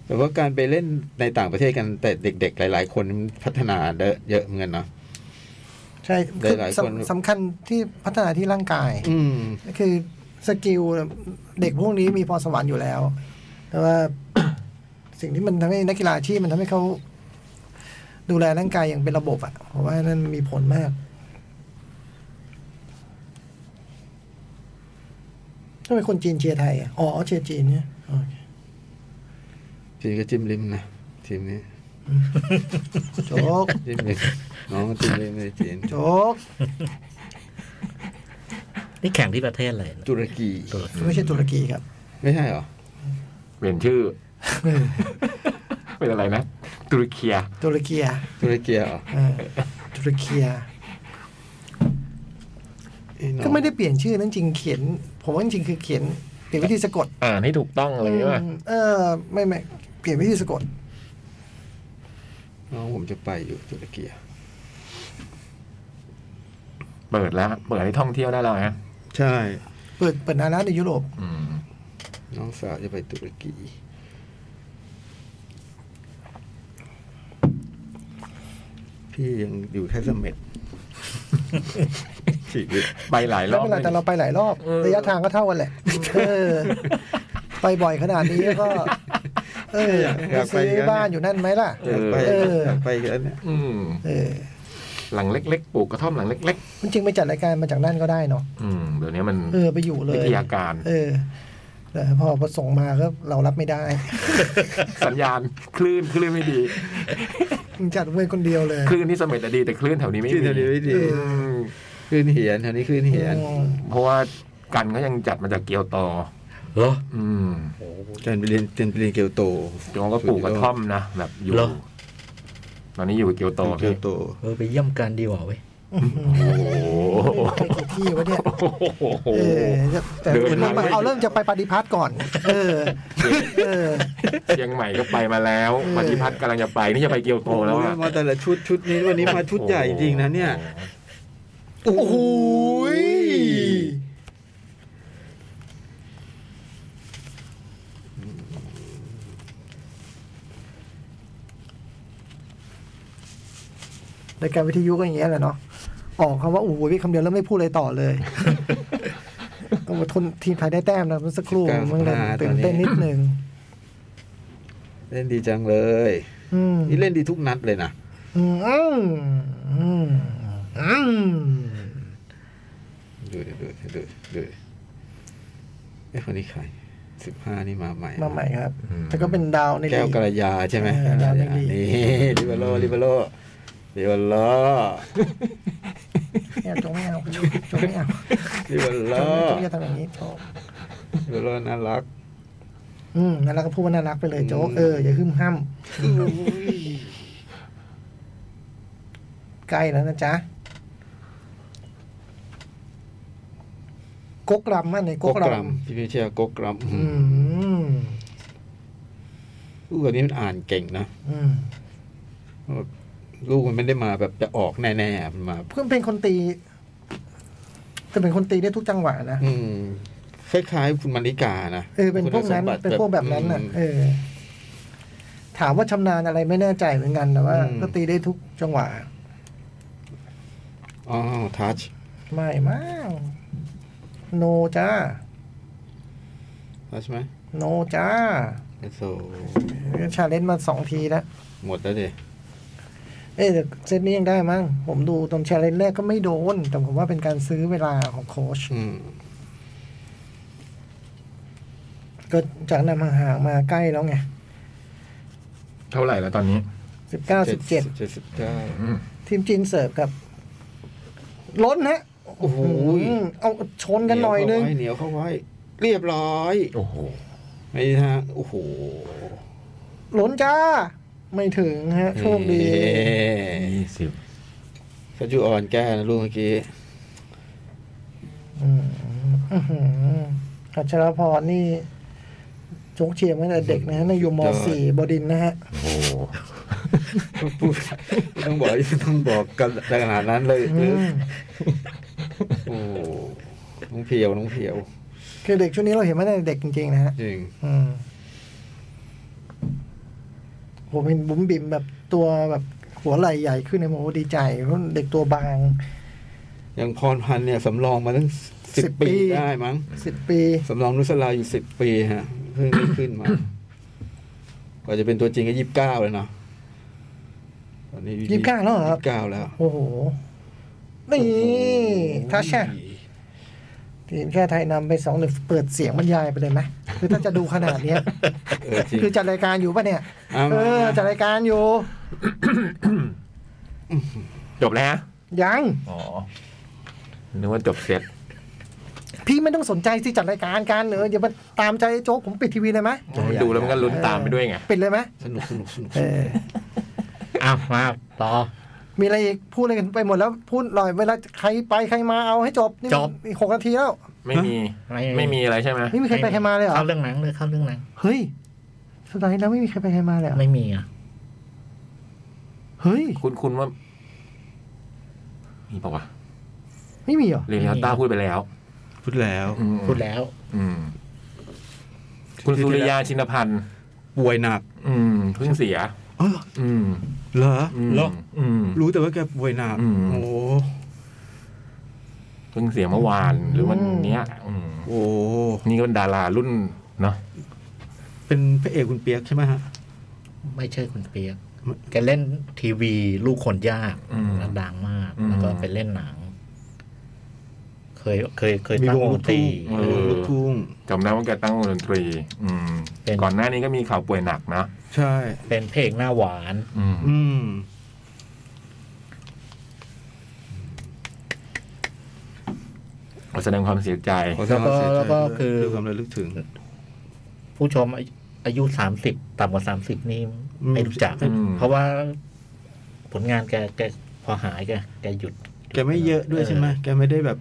แต่ว่าการไปเล่นในต่างประเทศกันแต่เด็ก ๆ หลาย ๆ คนมันพัฒนาเยอะเยอะเหมือนกันเนาะ ใช่ หลายๆ คือ คน สำสำคัญที่พัฒนาที่ร่างกาย อืม คือ สกิลเด็กพวกนี้มีพรสวรรค์อยู่แล้ว แต่ว่า สิ่งที่มันทำให้นักกีฬาอาชีพมันทำให้เขาดูแลร่างกายอย่างเป็นระบบอ่ะเพราะว่านั่นมีผลมากทำไมคนจีนเชียร์ไทยอะอ๋อเชียร์จีนเนี่ยโอเค จีนก็จิ้มลิ้มนะทีมนี้ โจก จิ้มลิ้มน้องก็จิ้มลิ้มในจีน โจก นี่แข่งที่ประเทศอะไรนะ ตุรกี ไม่ใช่ตุรกีครับ ไม่ใช่เหรอ เปลี่ยนชื่อ เป็นอะไรนะตุรเคีย ตุรกีอะ ตุรกีเหรอ เออตุรกีอะ เอ้ยน้อง ก็ไม่ได้เปลี่ยนชื่อนั่นจริงเขียน ผมว่าจริงๆคือเขียนเปลี่ยนวิธีสะกด อ่านให้ถูกต้องอะไรอย่างเงี้ยป่ะ อืมเออไม่ไม่เปลี่ยนวิธีสะกด น้องผมจะไปอยู่ตุรกีอะ เปิดแล้ว เปิดให้ท่องเที่ยวได้แล้วฮะ ใช่ เปิดเปิดอาณาในยุโรป อืม น้องสาวจะไปตุรกีพี่ยังอยู่แค่เสมเม็ดชีวิต ไปหลายร ไม่ อบ เป็นไรแต่เราไปหลายรอบ เออ ระยะทางก็เท่ากันแหละเออ ไปบ่อยขนาดนี้ก็ เออไปซื้อบ้านอยู่นั่นไหมล่ะ เออ ไป เออ ไปกันเนี่ย อืม เออ หลังเล็ก ๆปลูกกระท่อมหลังเล็ก มันจริงไปจัดรายการมาจากนั่นก็ได้เนาะ ๆ อืมเดี๋ยวนี้มัน เออไปอยู่เล วิ ย ทยาการ เออแต่พอประสงค์มาก็เรารับไม่ได้ สัญญาณ คลื่นคลื่นไม่ดี มันจัดเว้ยคนเดียวเลย คลื่นที่เสม็ดอะดีแต่คลื่นแถวนี้ไม่ ขึ้น มี ทางนี้ไม่ดี อืม ขึ้นเหียนทางนี้ขึ้นเหียน อืม เพราะว่ากันก็ยังจัดมาจากเกียวโต เหรอ อืม จนไปเรียนจนไปเรียนเกียวโต โจงก็ปลูกกระท่อมนะแบบอยู่ เหรอ ตอนนี้อยู่กับเกียวโต เกียว พี่ โต เออไปเยี่ยมกันดีกว่าเว้ย โอ้ ไปกี่ที่วะเนี่ย โห เออแต่ เดิน คุณต้ทาองงไม่ เอาเริ่มจะไปปฏิพัทธ์ก่อน เออ เออ เชียงใหม่ก็ไปมาแล้ว เออ ปฏิพัฒน์กำลังจะไปนี่จะไปเกียวโตแล้วอะ มาแต่ละชุดชุดนี้วันนี้มาชุดใหญ่จริงนะเนี่ย โอ้โหยรายการวิทยุก็อย่างเงี้ยแหละเนาะออกคำว่าโอ้โหพี่คำเดียวแล้วไม่พูดอะไรต่อเลยเอาทนทีมไทยได้แต้มนะเมื่อสักครู่มันเลยตื่นเต้นนิดนึง เล่นดีจังเลย อืม นี่เล่นดีทุกนัดเลยนะ อืมอืมอืม ดูดิดูดิดูดิดูดิไอ้คนนี้ใครสิบห้านี่มาใหม่นะ มาใหม่ครับ แต่ก็เป็นดาวใน แก้ ลี ว ก กระยาใช่ไหม เออดาวในลีก นี่ลิเบโรลิเบโรลิเบโร เนี่ยจงไม่เอาจงไม่เอา ลิเบโร จงอย่าทำอย่างนี้โจก ลิเบโรน่ารัก อืมน่ารักก็พูดว่าน่ารักไปเลยโจกเอออย่าหึ่มห้ำใกล้แล้วนะจ๊ะกกรำมากในก โก ก ก ร รัมพี่พิเชียร์โกกรัม ำอืม อู้อันนี้มันอ่านเก่งนะ อืม ลูกมันไม่ได้มาแบบจะออกแน่ๆมันมา เพื่อนเป็นคนตีจะเป็นคนตีได้ทุกจังหวะนะ อืมคล้ายๆคุณมาริกานะ เออเป็นพวกนั้น คุณสมติ เป็นพวกแบบนั้นน่ะ อืม เออ ถามว่าชำนาญอะไรไม่แน่ใจเหมือนกันแต่ว่า อืม ก็ตีได้ทุกจังหวะ อ๋อทัช ไม่มากโนจ้า ทัชไหม โนจ้า เอสโซ ชาเลนจ์มาสองทีแล้ว หมดแล้วดิ เอ๊ะแต่เซตนี้ยังได้มั้งผมดูตอนชาเลนจ์แรกก็ไม่โดน แต่ผมว่าเป็นการซื้อเวลาของโค้ช อืม ก็จากนำห่างๆมาใกล้แล้วไง เท่าไหร่แล้วตอนนี้ สิบเก้าสิบเจ็ด เจ็ดสิบเก้า อืม ทีมจีนเสิร์ฟครับ ล้นนะ โอ้โห มเอาชนกันหน่อยนึง เหนียวเข้าไว้ เรียบร้อย โอ้โห ไม่ทางโอ้โห ล้นจ้า ไม่ถึงฮะ โชคดี ยี่สิบ สจุอ่อนแก้นะลูกเมื่อกี้ อืมอื้อหืออัชรพรนี่โจกเชียร์มาตั้งแต่เด็กนะฮะในอยู่ม ยอด สี่บดินทร์นะฮะ โอ้โห ต้องบอกต้องบอกกันขนาดนั้นเลย อืม โอ้โหน้องเพียวน้องเพียว คือเด็กชุดนี้เราเห็นมาตั้งแต่เด็กจริง ๆ นะฮะ จริง อืมผมเห็นบุ๋มบิ่มแบบตัวแบบหัวไหล่ใหญ่ขึ้นในโมดีใจเพราะเด็กตัวบาง อย่างพรพันธ์เนี่ยสำรองมาตั้ง สิบ 10 ปีได้มั้ง สิบปี สำรองนุสลาอยู่สิบปีฮะเพิ่งได้ขึ้นมา กว่าจะเป็นตัวจริงก็ยี่สิบเก้าแล้วเนาะตอนนี้อ ยี่สิบเก้าแล้วเหรอครับ ยี่สิบเก้าแล้ว โอ้โหนี่ทัชแช่ทีมชาติไทยนำไปสองหนึ่งเปิดเสียงบรรยายไปเลยไหมคือถ้าจะดูขนาดเนี้ย เออจริง คือจัดรายการอยู่ปะเนี่ย เอามา เออจัดรายการอยู่ จบแล้วฮะ ยัง อ๋อนึกว่าจบเสร็จ พี่ไม่ต้องสนใจที่จัดรายการการเอออย่ามาตามใจโจ๊กผมปิดทีวีเลยไหม ดูแล้วมันก็ลุ้นตามไปด้วยไง ปิดเลยไหม สนุกสนุกสนุก เออ อ้าวมาต่อ มีอะไรอีกพูดอะไรกันไปหมดแล้วพูดหน่อยเวลาใครไปใครมาเอาให้จบนี่ จบ อีกหกนาทีแล้ว ไม่มี ไม่ ไม่มีอะไรใช่ไหม ไม่มีใครไปใครมาเลยเหรอ เข้าเรื่องหนังเลยเข้าเรื่องหนัง เฮ้ยสัปดาห์ที่แล้วไม่มีใครไปใครมาเลยเหรอ ไม่มีอ่ะ เฮ้ย คุณคุณว่า มีปะวะ ไม่มีเหรอ เรเนลต้าพูดไปแล้ว พูดแล้ว อืม พูดแล้ว อืมคุณสุริยาชินพันธ์ ป่วยหนัก อืมเพิ่งเสีย เออ อืม เหรอ ม เหรอ อืม รู้แต่ว่าแกป่วยหนัก อืม โอ้โห เพิ่งเสียเมื่อวานหรือวันเนี้ยอืม โอ้โห นี่ก็เป็นดารารุ่นเนาะ เป็นพระเอกคุณเปียกใช่ไหมฮะ ไม่ใช่คุณเปียกแกเล่นทีวี ลูกคนยาก อืม แล้วดังมาก อืม แล้วก็ไปเล่นหนัง เคยเคยเคย มี ตั้ง วง ว ลู ง ก ต ทุ่ รี ง เอมีอวงลูกทุ่ง จำได้ว่าแกตั้งวงดนตรี อืม เป็น ก่อนหน้านี้ก็มีข่าวป่วยหนักนะ ใช่ เป็นเพลงหน้าหวาน อืม อืม ขอแสดงความเสียใจ ขอสดงความเสียใจ แล้วก็ ด้วย คือ ด้วยความระลึกถึง ผู้ชมอายุอายุสามสิบต่ำกว่าสามสิบนี่ไม่ อืม รู้จัก อืม เพราะว่าผลงานแกแกพอหายแกแกหยุด แกไม่เยอะด้วยใช่ไหมแกไม่ได้แบบ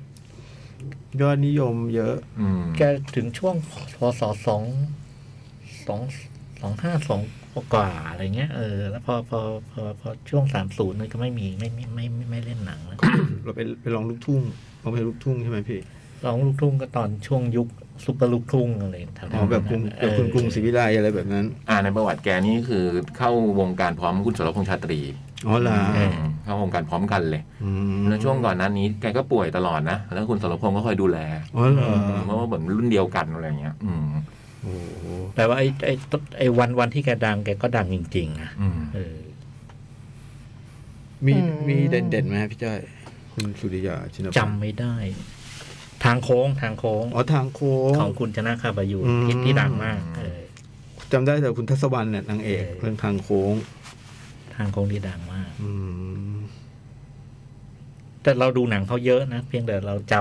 ยอดนิยมเยอะ อืม แกถึงช่วงพศสองสองสองห้าสองกว่าอะไรเงี้ยเออแล้วพอพอพอพอช่วงสามศูนย์นี่ก็ไม่มีไม่ไม่ไม่ไม่ไม่เล่นหนังแล้ว เราไปไปลองลูกทุ่งเราไปลูกทุ่งใช่ไหมพี่ ร้องลูกทุ่งก็ตอนช่วงยุคซุปเปอร์ลูกทุ่งอะไรทำ อ๋อแบบกรุงแบบคุณกรุงศรีวิไลอะไรแบบนั้น อ่าในประวัติแกนี่คือเข้าวงการพร้อมคุณสรพงษ์ชาตรี อ๋อเหรอ อืมเข้าวงการพร้อมกันเลย อืม แล้วช่วงก่อนหนั้นนี้แกก็ป่วยตลอดนะ แล้วคุณสรพงษ์ก็คอยดูแล อ๋อเหรอ เพราะว่าเหมือนรุ่นเดียวกันอะไรอย่างเงี้ย อืม โอ้โห แต่ว่าไอ้ไอ้ต้นไอ้วันวันที่แกดังแกก็ดังจริงๆนะ อืม เออ มีมีเด่นเด่นๆไหมฮะพี่จ้อยคุณสุริยาชินพันธ์ จำไม่ได้ ทางโค้งทางโค้ง อ๋อทางโค้ง ของคุณชนะคาบายู อืม ที่ที่ดังมากเออ จำได้แต่คุณทัศวรรณเนี่ยนางเอก เออ เรื่องทางโค้ง ทางโค้งที่ดังมาก อืม แต่เราดูหนังเขาเยอะนะ เพียงแต่เราจ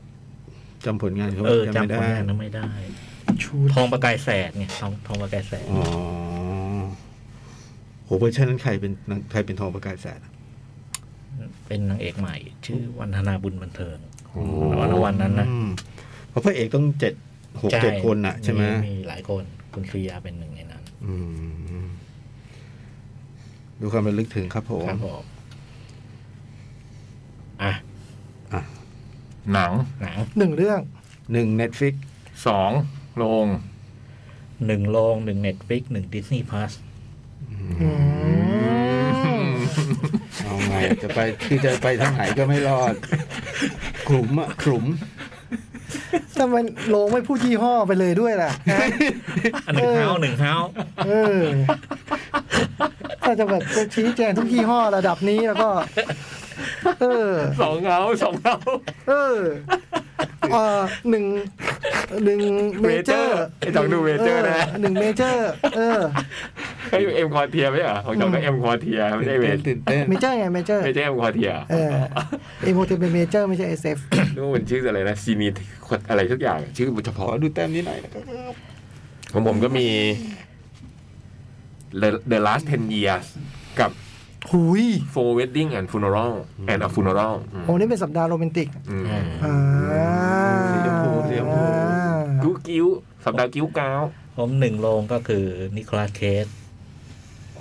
ำ จำผลงานเขา เออ จำไม่ จำผล ได้ งานนั้นไม่ได้ ชุด ทองประกายแสดเนี่ยทองทองประกายแสด อ๋อโหเวอร์ชันนั้นใครเป็นนางใครเป็นทองประกายแสดอะ เป็นนางเอกใหม่ ชื่อวันธนาบุญบันเทิง โอ้โห วันวันนั้นนะ อืมเพราะพระเอกต้องเจ็ดหก ใช่ เจ็ดคนน่ะ ใช่ไหม มีหลายคน คุณสุริยาเป็นหนึ่งในนั้น อืมดูความระลึกถึงครับผม ครับผมอ่ะ หนัง หนัง หนึ่งเรื่อง หนึ่งเน็ตฟิก สองโรง หนึ่งโรงหนึ่งเน็ตฟิกหนึ่งดิสนีย์พลส เอาไงจะไปคือจะไปทางไหนก็ไม่รอดขลุมอะขลุม ทำไมโรงไม่พูดยี่ห้อไปเลยด้วยล่ะฮะ อันหนึ่งเท้าหนึ่งเท้า เออถ้าจะแบบจะชี้แจงทุกยี่ห้อระดับนี้แล้วก็ เออ สองเงาสองเงา เออเอ่อหนึ่งหนึ่งเมเจ Major อร์ ไอ้จองดู Major นะ หนึ่งเมเจอร์ เออ ไอเอ็มคอเทียไม่เหรอของจองก็เอ็มคอเทียไม่ใช่เวท ตื่นเต้น เมเจอร์ไงเมเจอร์ ไม่ใช่เอ็มคอเทีย เออเอโมเทเป็นเมเจอร์ไม่ใช่เอสเอฟ นู่นมันชื่ออะไรนะซีนีอะไรทุกอย่างชื่อเฉ ขอ พาะ ดูแต้มนี้หน่อยนะครับ ของผมก็มี The- The Last 10 Years กับ หุย Four Wedding and Funeral and a Funeral อืม โอ้นี่เป็นสัปดาห์โรแมนติก อืม อ่า กิ้วกิ้วสัปดาห์กิ้วก้าว ผมหนึ่งโรงก็คือนิโคลัสเคส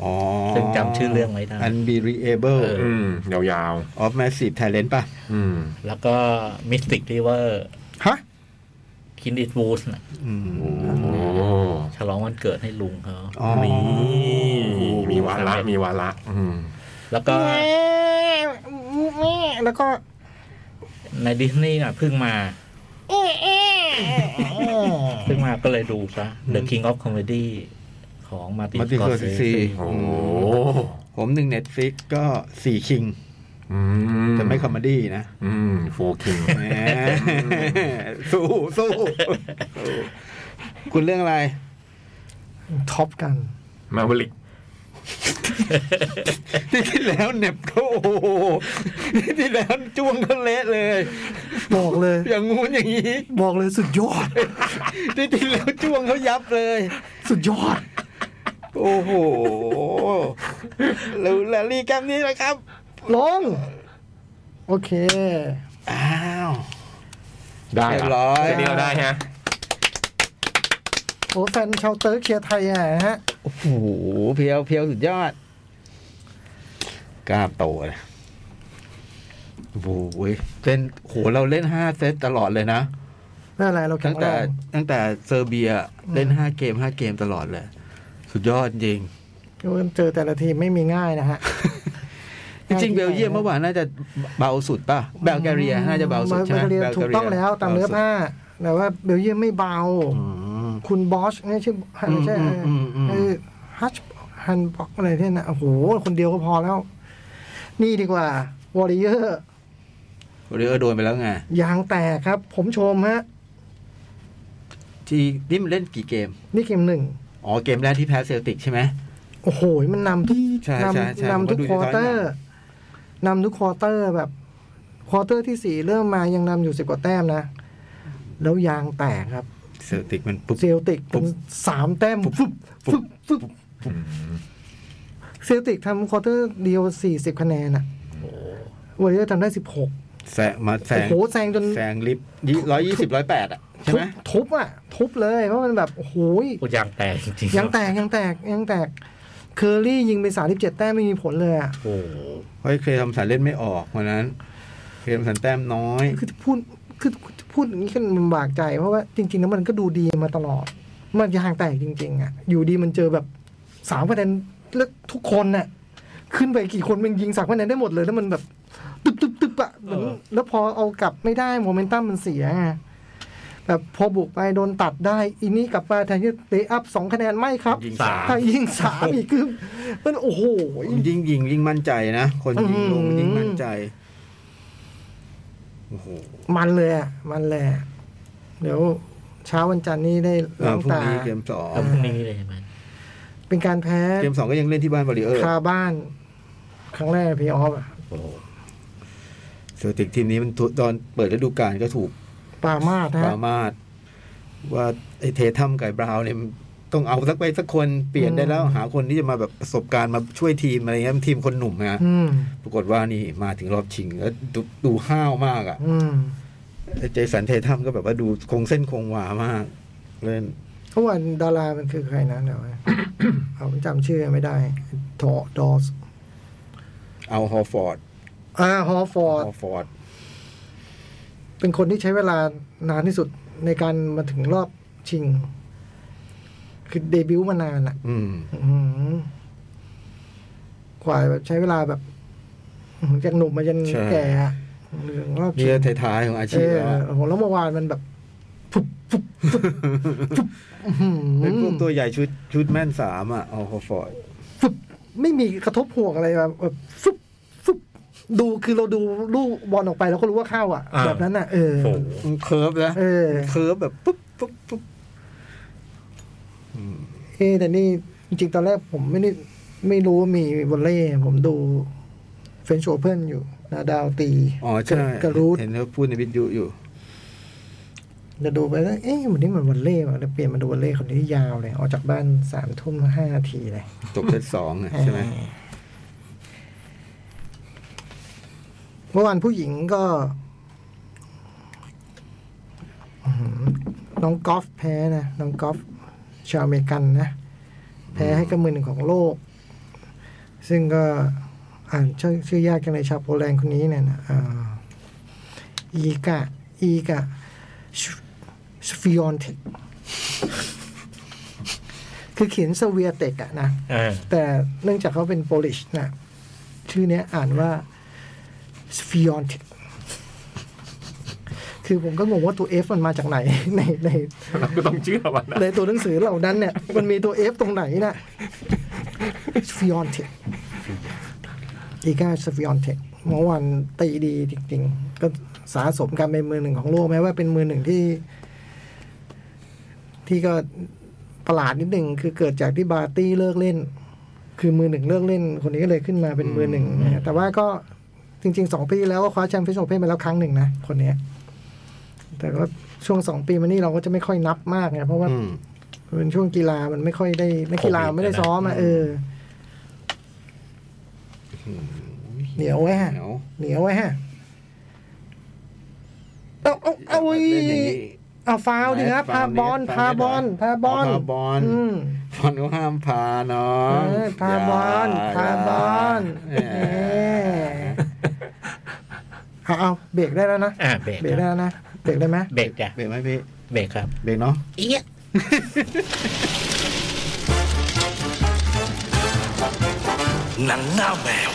อ๋อ ซึ่งจำชื่อเรื่องไม่ได้ อันบีรีเอเบิล เอ อืม ยาว ออฟแมสซีฟไทเลนป่ะ ๆ อืม แล้วก็มิสติกริเวอร์ ฮะ คินอิตวูสนะ อืม โอ้ ฉลองวันเกิดให้ลุงเขา อ๋อ นี่มีวาระมีวาระอืม แล้วก็ แล้วก็ ในดิสนีย์น่ะเพิ่งมา ซึ่งมาก็เลยดูซะ The King of Comedy ของมาติน Martin สกอร์เซ Scorsese โอ้โห ผมหนึ่งเน็ตฟิกก็สี่คิง อื แต่ไม่คอมเมดี้นะ อืมโฟคิง แหมสู้สู้คุณเรื่องอะไร ท็อปกัน มาวลิก ที่ที่แล้ว เหน็บเขาโอ้โหที่ที่แล้วจ้วงเขาเละเลย บอกเลย อย่างงู้นอย่างนี้ บอกเลยสุดยอด ที่ที่แล้วจ้วงเขายับเลย สุดยอด โอ้โหแล้วแลลี่แกรมนี้นะครับ ลง โอเค อ้าว ได้ เรียบร้อย เดี๋ยวได้ฮะ โอ้แฟนชาวเติร์กเชียร์ไทยอ่ะฮะ โอ้โหเพียวเพียวสุดยอดกล้ามโตนะโอ้โหเล่นโหเราเล่นห้าเซตตลอดเลยนะ ไม่เป็นไรเราแข็ ตั้ ง ง แร แต่ ง ตั้งแต่เซอร์เบียเล่นห้าเกมห้าเกมตลอดเลย สุดยอดจริง เจอแต่ละทีมไม่มีง่ายนะฮะ จริงๆเบลเยียมเมื่อวานน่าจะเบาสุดป่ะเบลแกเรียน่าจะเบาสุดใช่ไหม เบลแกเรีย เบลแก ถูก เรีย ต้องแล้วตามเนื้อผ้า แต่ว่าเบลเยียมไม่เบา อืม คุณบอชเนี่ยชื่อไม่ใช่ อืมอืมอืม เออฮัชฮันบอกอะไรเนี่ยนะโอ้โห คนเดียวก็พอแล้ว นี่ดีกว่าวอริเยอร์ เรือโดนไปแล้วไง ยางแตกครับ ผมชมฮะ ที่นี่มันเล่นกี่เกม นี่เกมหนึ่ง อ๋อเกมแรกที่แพ้เซลติกใช่ไหม โอ้โห มันนำทุก ใช่ น ใช่ใช่ ำนำทุก ผมก็ดู ควอ ย้อนหลัง เตอร์นำทุกควอเตอร์แบบ ควอเตอร์ที่สี่เริ่มมายังนำอยู่สิบกว่าแต้มนะ แล้วยางแตกครับ เซลติกมันปุ๊บ เซลติกเป็น ปุ๊บ สามแต้ม ปุ๊บ ฟึบ ปุ๊ ฟึ บ บฟึบเซลติกทำควอเตอร์เดียวสี่สิบคะแนนอะวอริเออร์ทำได้สิบหก แซงมาแซ โอ้ ง โหแซงจน แซงลิฟร้อยยี่สิบร้อยแปดอ่ะใช่ ทุ ไหม บทุบอะทุบเลย เพราะมันแบบ โอ้โหย โอ้ยางแตกจริง ยังแตกยังแตกยังแตก เคอรี่ยิงไปสามสิบเจ็ดแต้มไม่มีผลเลยอะ โอ้โห เฮ้ยเคยทำสารเล่นไม่ออกวันนั้น เคยทำสารแต้มน้อย คือพูดคือพูดอย่างนี้ก็ลำบากใจเพราะว่าจริงๆแล้วมันก็ดูดีมาตลอด มันยางแตกจริง ๆ อ่ะ อยู่ดีมันเจอแบบสามคะแนนแล้วทุกคนน่ะ ขึ้นไปกี่คนมันยิงสามคะแนนได้หมดเลย แล้วมันแบบตึบตึบตึบอ่ะเหมือนแล้วพอเอากลับไม่ได้โมเมนตัมมันเสียไงแบบพอบุกไปโดนตัดได้อีนี้กลับมาแทนที่เตะอัพสองคะแนนไม่ครับ ยิงสาม ถ้ายิงสามอีกคือมันโอ้โห ยิ่งยิงยิ่งมั่นใจนะ คนยิงลง อืม ยิ่งมั่นใจโอ้โห มันเลยอ่ะมันเลยอะเดี๋ยวเช้าวันจันทร์นี้ได้ เอ ล้า องพรุ่ง ตา นี้เกมสอง แล้วพรุ่งนี้เลยใช่ไหม เป็นการแพ้ เกมสองก็ยังเล่นที่บ้านบริเออร์ คาบ้าน ครั้งแรกในเพย์ออฟอะ โอ้โห เซลติกทีมนี้มันถูกตอนเปิดฤดูกาลก็ถูก ปรามาสนะ ป ฮะ รามาสว่าไอ้เททัมกับบราวน์เนี่ยมันต้องเอาสักไปสักคนเปลี่ยน อืม ได้แล้ว หาคนที่จะมาแบบประสบการณ์มาช่วยทีมอะไรเงี้ยทีมคนหนุ่มนะ อืม ปรากฏว่านี่มาถึงรอบชิงแล้วดูดูห้าวมากอะ อืม ่ะเจสันเททัมก็แบบว่าดูคงเส้นคงวามากเล่น ทุกวันดารามันคือใครนะเดี๋ยว นะ เอาผมจำชื่อไม่ได้ทอดอส เอาฮอร์ฟอร์ด อ่าฮอฟอร์ด ฮอร์ฟอร์ด เป็นคนที่ใช้เวลานานที่สุดในการมาถึงรอบชิง คือเดบิวต์มานานอะ อืม อื้อหือกว่าใช้เวลาแบบอื้อหือจากหนุ่มมาจน ใช่ แก่อะเหลืองรอบ นี่ก็ท้ายๆของอาชี เอ พ อ แล้วอะ โอ้โหแล้วเมื่อวานมันแบบฟุบฟุบฟุบฟุบอื้อหือ เป็นพวกตัวใหญ่ชุดชุดแม่นสามอ่ะเอาฮอร์ฟอร์ด ฟุบไม่มีกระทบห่วงอะไรแบบแบบฟุบฟุบดูคือเราดูลูกบอลออกไปเราก็รู้ว่าเข้าอ่ะ แบบนั้นอ่ะเออ โอ้โห มันเคิร์ฟนะ เออ เคิร์ฟแบบปุ๊บปุ๊บปุ๊บ เอะแต่นี่จริงๆตอนแรกผมไม่ได้ไม่รู้ว่ามีวอลเล่ผมดูเฟนช์โอเพ่นอยู่นาดาวตี อ๋อใช่ กระรูด เห็นเขาพูดในวิทยุอยู่ จะดูไปแล้วเอ๊ะวันนี้เหมือนวันเล่ห์ว่ะเราเปลี่ยนมาดูวันเล่ห์คนนี้ยาวเลย ออกจากบ้านสามทุ่มห้านาทีเลย จบเซตสองอะใช่ไหม เมื่อวานผู้หญิงก็อื้อหือน้องกอล์ฟแพ้นะ น้องกอล์ฟชาวอเมริกันนะ แพ้ให้กับมือหนึ่งของโลก ซึ่งก็อ่านชื่อชื่อยากจังเลยชาวโปแลนด์คนนี้เนี่ยนะอ่าอีกะ อีกะสฟิออนเทคคือเขียนสเวียเตกอะนะ อ่า แต่เนื่องจากเขาเป็นโปลิชนะชื่อเนี้ยอ่านว่าสฟิออนเทค คือผมก็งงว่าตัว F มันมาจากไหน ในใน เราก็ต้องเชื่อมันนะ ในตัวหนังสือเหล่านั้นเนี่ย มันมีตัว F ตรงไหนน่ะฟิออนเทคอีกาสฟิออนเทคเมื่อวานตีดีจริง ๆ ก็สะสมการเป็นมือหนึ่งของโลกแม้ว่าเป็นมือหนึ่งที่ ที่ก็ประหลาดนิดหนึ่งคือเกิดจากที่บาร์ตี้เลิกเล่น คือมือหนึ่งเลิกเล่น คนนี้ก็เลยขึ้นมาเป็นมือหนึ่งนะฮะแต่ว่าก็จริงๆสองปีแล้วก็คว้าแชมป์ฟิชโอเพ่นมาแล้วครั้งหนึ่งนะคนเนี้ย แต่ก็ช่วงสองปีมานี้เราก็จะไม่ค่อยนับมากไงเพราะว่า อืม เป็นช่วงกีฬามันไม่ค่อยได้นักกีฬาไม่ได้ซ้อมอ่ะเออเหนียวไว้ฮะ เหนียว เหนียวไว้ฮะเอาเอาเอา แบบ อี เล่นอย่างนี้ เอาฟาวล์ดิครับพาบอลพาบอลพาบอล พาบอล อืม พอนก็ห้ามพาน้อ เอง อพาบอล ย่ พาบอล เออเออเอาเอาเบรกได้แล้วนะ อ่าเบรก เบรกได้ นะ แล้วนะ เบรกได้ไหม เบรกจ้ะ เบรกไหมพี่ เบรกครับ เบรกเนาะ เอี้ย หนังหน้าแมว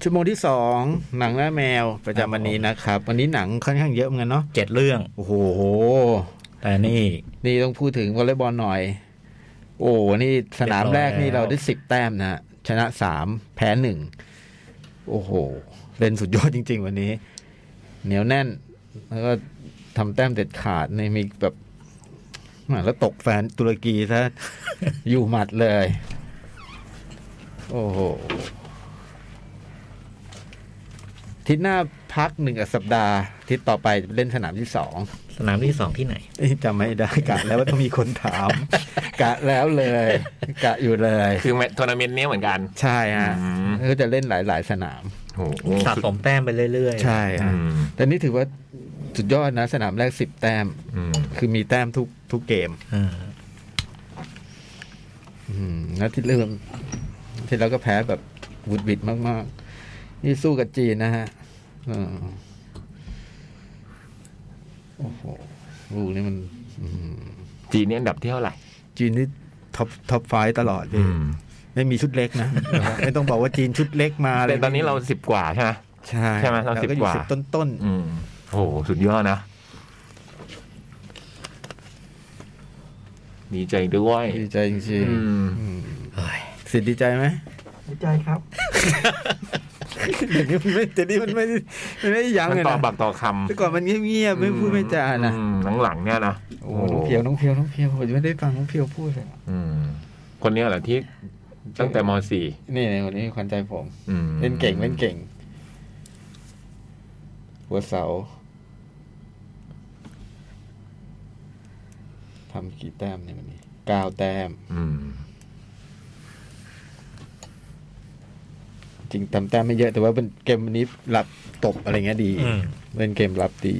ชั่วโมงที่สองหนังหน้าแมวประจำวันนี้นะครับ วันนี้หนังค่อนข้างเยอะเหมือนกันเนาะ เจ็ดเรื่อง โอ้โห แต่นี่ นี่ต้องพูดถึงวอลเลย์บอลหน่อย โอ้นี่สนามแรกนี่ เรียบร้ เรา อยแล้ว ได้สิบแต้มนะฮะชนะสามแพ้หนึ่งโอ้โห เล่นสุดยอดจริง ๆ วันนี้ เหนียวแน่น แล้วก็ทำแต้มเด็ดขาดในมีแบบแหม่แล้วตกแฟนตุรกีซะ อยู่หมัดเลย โอ้โหอาทิศหน้าพักหนึ่งสัปดาห์อาทิศต่อไปเล่นสนามที่สอง สนามที่สองที่ไหน เอ้ยจำไม่ได้กะแล้วว่าต้องมีคนถาม กะแล้วเลย กะอยู่เลย คือแมตช์ทัวร์นาเมนต์เนี้ยเหมือนกัน ใช่ฮะ อืม ก็จะเล่นหลาย ๆ สนาม โอ้โห สะสมแต้มไปเรื่อย ใช่ อื ฮะ ม แต่นี่ถือว่าสุดยอดนะ สนามแรกสิบแต้ม อืม คือมีแต้มทุกทุกเกม ๆอ่า อืมแล้วที่เริ่มที่เราก็แพ้แบบหวุดหวิดมาก ๆ นี่สู้กับจีนนะฮะเออโอ้โหลูกนี่มันอืม จีนเนี่ยอันดับที่เท่าไหร่ จีนนี่ท็อปท็อปไฟว์ตลอดพี่ ไม่มีชุดเล็กนะ ไม่ต้องบอกว่าจีนชุดเล็กมาะไ แต่ตอนนี้เราสิบกว่าใช่ไหม ใช่ ใช่ไหมเรา ก็อ 10ก ยู่ ว่า สิบต้นต้น อืมโอ้โหสุดยอดนะดีใจด้วย ๆดีใจจริง อืม เฮ้ย ๆสิทธิ์ดีใจไหม ดีใจครับ เดี๋ยวนี้มันไม่เดี๋ยวนี้มันไม่มันไม่ยั้ง มัน เลย ต่อ นะ บักต่อค แต่ก่อนมันเงียบ ำ ๆไม่พูดไม่จานะ อืมหลังๆเนี่ยนะ โอ้โหน้องเพียวน้องเพียวน้องเพียวผมยังไม่ได้ฟังน้องเพียวพูดเลย อืมคนเนี้ยเหรอที่ตั้งแต่มสี่ นี่ในวันนี้ขวัญใจผม อืม เล่นเก่งเล่นเก่ง หัวเสาทำกี่แต้มในวันนี้เก้าแต้ม อืม จริงทำแต้มไม่เยอะแต่ว่าเป็นเกมวันนี้รับตบอะไรเงี้ยดี อืม เล่นเกมรับดี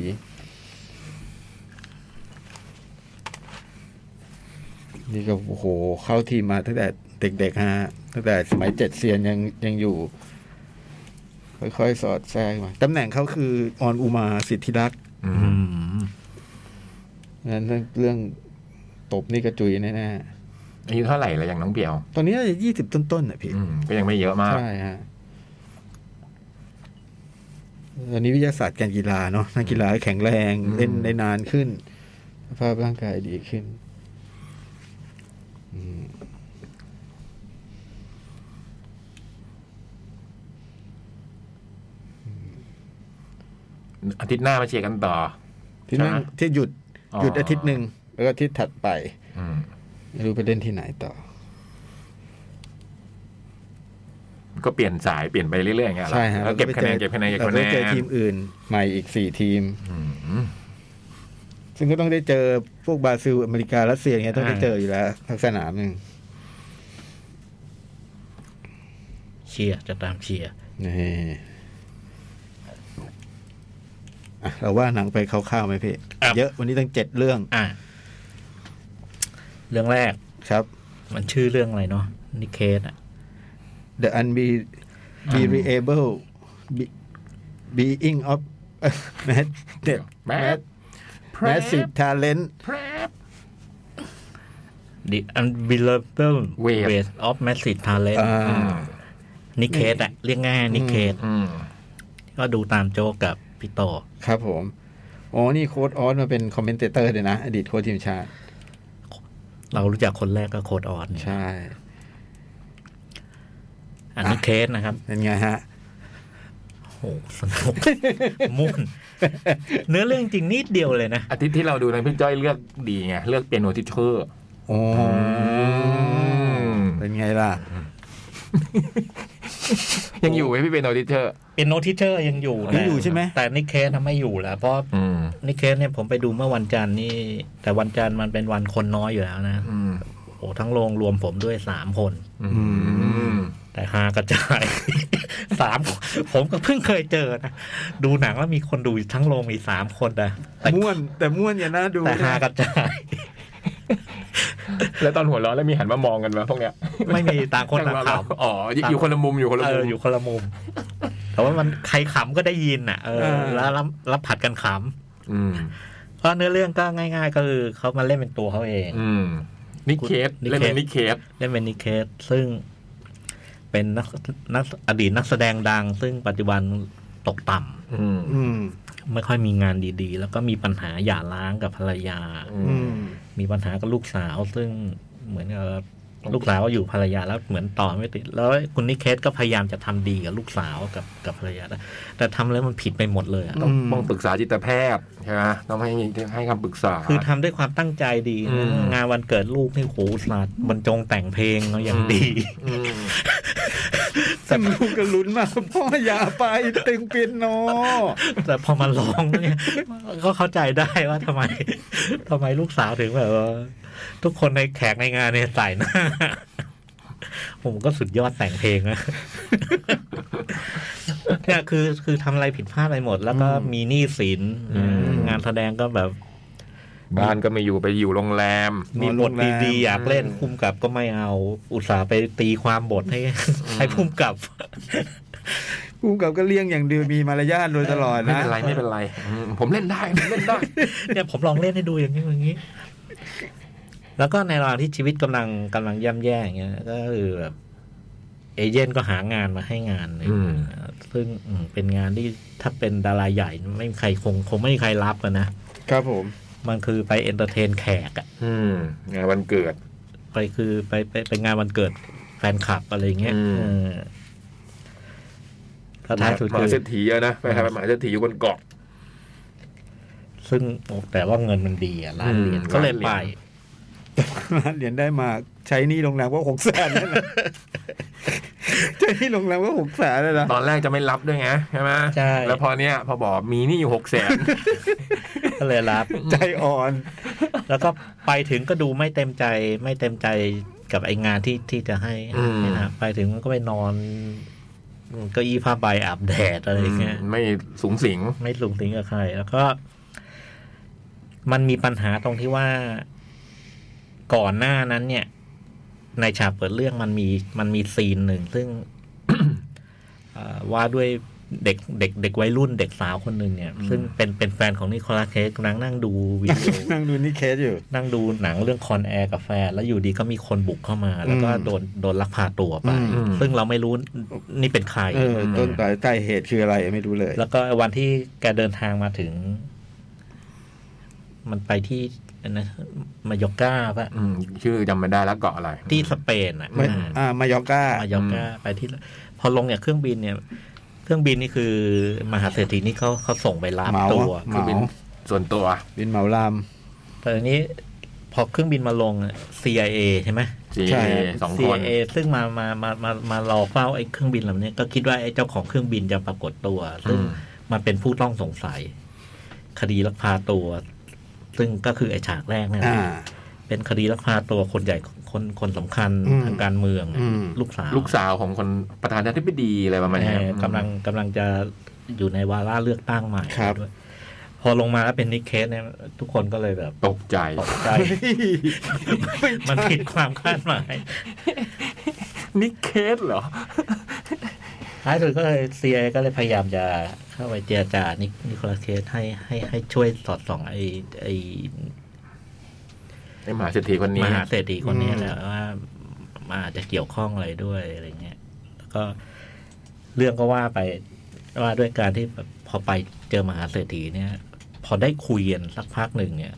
นี่ก็โอ้โห เข้าทีมมาตั้งแต่เด็กๆฮะตั้งแต่สมัยเจ็ดเซียนยังยังอยู่ ค่อยๆ สอดแทรกมาตำแหน่งเขาคือออนอุมาสิทธิรักษ์ อื อื ม ม งั้นเรื่องเรื่องตบนี่กระจุยแน่ อายุเท่าไหร่แล้วอย่างน้องเปียว ๆ ตอนนี้น่าจะยี่สิบต้นๆน่ะพี่ อืมก็ยังไม่เยอะมาก ใช่ฮะตอนนี้วิทยาศาสตร์การกีฬาเนาะนักกีฬาแข็งแรง อืม เล่นได้นานขึ้นสภาพร่างกายดีขึ้นอืม อาทิตย์หน้ามาเชียร์กันต่อ ที่นั่ง ใช่ไหม ที่หยุด อ๋อ หยุดอาทิตย์หนึ่งแล้วก็อาทิตย์ถัดไป อืม ไม่รู้ไปเล่นที่ไหนต่อ ก็เปลี่ยนสายเปลี่ยนไปเรื่อยๆอย่างเงี้ยเหรอ ใช่ฮะ แล้วเก็บคะแนนเก็บคะแนนเก็บ เรา คะ ไป แน เจอน ทีมอื่นใหม่อีกสี่ทีม อืม ซึ่งก็ต้องได้เจอพวกบราซิลอเมริการัสเซียอย่างเงี้ยต้องได้เจออยู่แล้วทักสนามหนึ่ง เชียร์จะตามเชียร์ นี่อ่ะเราว่าหนังไปคร่าวๆไหมพี่ ครับ เยอะวันนี้ตั้งเจ็ดเรื่อง อ่ะเรื่องแรก ครับ มันชื่อเรื่องอะไรเนาะนิเคสอ่ะ The unbe unbereable Be- being of mad mad Mad massive talent The Unbelievable Wave Weight of Massive Talent อ่า อืม นิเคสอ่ะ เรียกง่ายนิเคส อืม ก็ดูตามโจกกับ พี่ต่อ ครับผม อ๋อ นี่โค้ดออสมาเป็นคอมเมนเตเตอร์เลยนะ อดีตโค้ชทีมชาติ เรารู้จักคนแรกก็โคดออสเนี่ย ใช่ อันนี้เคสนะครับ เป็นไงฮะ โอ้โหสนุก มุ่น เนื้อเรื่องจริงนิดเดียวเลยนะ อาทิตย์ที่เราดูนั้นพี่จ้อยเลือกดีไงเลือกเปียโนทิชเชอร์ โอ้ ม เป็นไงล่ะ ยังอยู่ไหมพี่เปียโนทิชเชอร์ เป็นโนทิเชอร์ยังอยู่ ยั แต่ งอยู่ใช่ไหม แต่นิเคสน่ะไม่อยู่แล้ว เพราะ อืม นิเคสเนี่ยผมไปดูเมื่อวันจันทร์นี่ แต่วันจันทร์มันเป็นวันคนน้อยอยู่แล้วนะ อืม โอ้โหทั้งโรงรวมผมด้วยสามคน อืม แต่ฮากระจาย สามคนผมก็เพิ่งเคยเจอนะ ดูหนังแล้วมีคนดูทั้งโรงมีสามคนนะแต่ ม่วน แต่ม่วนอย่าน่าดู แต่ฮา นะ กระจาย แล้วตอนหัวเร้อนแล้วมีหันมามองกันไหมพวกเนี้ย ไม่มีต่างคนต่างขำ อ๋ออยู่คนละมุมอยู่คนละ เอ มุ อ ม อยู่คนละมุม แต่ว่ามันใครขำก็ได้ยินอ่ะเออ เออ แล้วรับรับผัดกันข อืม ำเพราะเนื้อเรื่องก็ง่ายๆ ก็คือเขามาเล่นเป็นตัวเขาเอง อืมนิกเคส นิกเคส เล่นเป็นนิกเคส เล่นเป็นนิเคสซึ่งเป็นนักนักอดีตนักแสดงดัง ซึ่งปัจจุบันตกต่ำ อืม อืม ไม่ค่อยมีงานดีๆ แล้วก็มีปัญหาหย่าร้างกับภรรยา อืม มีปัญหากับลูกสาว ซึ่งเหมือนกับลูกสาวอยู่ภรรยาแล้วเหมือนต่อไม่ติด แล้วคุณนิเคสก็พยายามจะทำดีกับลูกสาวกับกับภรรยานะแต่ทำแล้วมันผิดไปหมดเลยอะ ต้อง อืม ต้องปรึกษาจิตแพทย์ใช่ไหมต้องให้ให้คำปรึกษา คือทำด้วยความตั้งใจดี อืม นะงานวันเกิดลูกนี่โหสาดบรรจงแต่งเพลงเอาอย่างดี อืม แต่ลูกก็ลุ้นมากพ่ออย่าไปเต็งเปีย โน แต่พอมาร้องเนี่ย ก็เข้าใจได้ว่าทำไม ทำไมลูกสาวถึงแบบว่าทุกคนในแขกในงานเนี่ยใส่หน้า ผมก็สุดยอดแต่งเพลงนะ เนี่ยคือคือทำอะไรผิดพลาดไปหมด แล้วก็มีหนี้สินงานแสดงก็แบบ บ้านก็ไม่อยู่ไปอยู่โรงแรม มีบท โรงแร ดี ม ๆอยากเล่นคุ้มกับก็ไม่เอา อุตส่าห์ไปตีความบทให้ ให้พุ่มกับ ผู้กำกับก็เลี่ยงอย่างดีมีมารยาทโดยตลอด ไม่ นะ เป็นไรไม่เป็นไรอืมผมเล่นได้ผมเล่นได้ เนี่ยผมลองเล่นให้ดูอย่างนี้อย่างนี้ แล้วก็ในระหว่างที่ชีวิตกำลังกำลังย่ำแย่อย่างเงี้ยก็คือแบบเอเจนต์ก็หางานมาให้งานเลย อืม ซึ่งอืมเป็นงานที่ถ้าเป็นดาราใหญ่ไม่มีใครคงคงไม่มีใครรับอะนะ ครับผม มันคือไปเอนเตอร์เทนแขกอะ อืมงานวันเกิด ไปคือไปไปไปงานวันเกิดแฟนคลับอะไรอย่างเงี้ย อืม เออแล้วท้ายสุด มหา คือ เศรษฐีอะนะไปทำมหาเศรษฐีอยู่บนเกาะ ซึ่งโอ้แต่ว่าเงินมันดีอะล้านเหรียญ อืม ก็เลยไป ล้านเหรียญ เหรียญได้มาใช้หนี่โรงแรมว่าหกแสนนั่นแหละใช้หนี่โรงแรมว่าหกแสนเลยนะ ตอนแรกจะไม่รับด้วยไงใช่ไหม ใช่ แล้วพอเนี้ยพอบอกมีหนี่อยู่หกแสน ก็เลยรับ ใจอ่อน แล้วก็ไปถึงก็ดูไม่เต็มใจ ไม่เต็มใจกับไองานที่ที่จะให้ อืม ให้นะไปถึงก็ไปนอนเก็อี้ผ้าใบอาบแดดอะไรอย่างเงี้ย ไม่สูงสิง ไม่สูงสิงกับใคร แล้วก็ มันมีปัญหาตรงที่ว่าก่อนหน้านั้น เนี่ย ในฉากเปิดเรื่องมันมีมันมีซีนหนึ่ง ซึ่ง เอ่อว่าด้วยเด็กเด็กเด็กวัยรุ่นเด็กสาวคนหนึ่งเนี่ย ซึ่งเป็นเป็นแฟนของนิโคลัสเคสกำลังนั่งดูวิดีโอ นั่งดูนี่เคสอยู่ นั่งดูหนังเรื่องคอนแอร์กับแฟน แล้วอยู่ดีก็มีคนบุกเข้ามา แล้วก็ อืม โดนโดนลักพาตัวไป อืม ซึ่งเราไม่รู้นี่เป็นใคร เออต้นสายใต้เหตุคืออะไรไม่รู้เลย แล้วก็วันที่แกเดินทางมาถึง มันไปที่อันนะมายอร์ก้าปะ อืมชื่อจำไม่ได้แล้วเกาะอะไร ที่สเปนอ่ะ ไม่อ่ามายอร์ก้าม ายอร์ก้าไปที่ พอลงจากเครื่องบินเนี่ย เครื่องบินนี่คือ มหาเศรษฐีนี่เขาเขาส่งไปรับ เหมา ตัว เห คือ มา บินส่วนตัว บินเหมาล แต่อันนี้พอเครื่องบินมาลงอะ CIA ใช่ไหม ใช่ CIA สองคน CIA ซึ่งมามามามามารอเฝ้าไอ้เครื่องบินลำเนี้ยก็คิดว่าไอ้เจ้าของเครื่องบินจะปรากฏตัว ซึ่ง อืม มันเป็นผู้ต้องสงสัย คดีลักพาตัว ซึ่งก็คือไอ้ฉากแรกเนี่ย ำอ่า เป็นคดีลักพาตัวคนใหญ่คนคนสำคัญ อืม ทางการเมือง อืม ลูกสาว ลูกสาวของคนประธานาธิบดีอะไรประมาณเนี้ย เอ่อกำลังกำลังจะอยู่ในวาระเลือกตั้งใหม่ ครับ ด้วยพอลงมาแล้วเป็นนิกเคสเนี่ย ทุกคนก็เลยแบบ ตกใจ ตกใจ มันผิดความคาดหมาย นิกเคสเหรอ ท้ายสุดก็เลยเซียก็เลยพยายามจะเข้าไปเจรจานินิโคลัสเคสให้ให้ให้ช่วยสอดส่องไอ้ไอ้ ไอ้มหาเศรษฐีคนนี้ มหาเศรษฐีคนเนี้ย อืม แหละว่ามาอาจจะเกี่ยวข้องอะไรด้วยอะไรเงี้ยแล้วก็เรื่องก็ว่าไป ว่าด้วยการที่แบบพอไปเจอมหาเศรษฐีเนี่ย พอได้คุยกันสักพักหนึ่งเนี่ย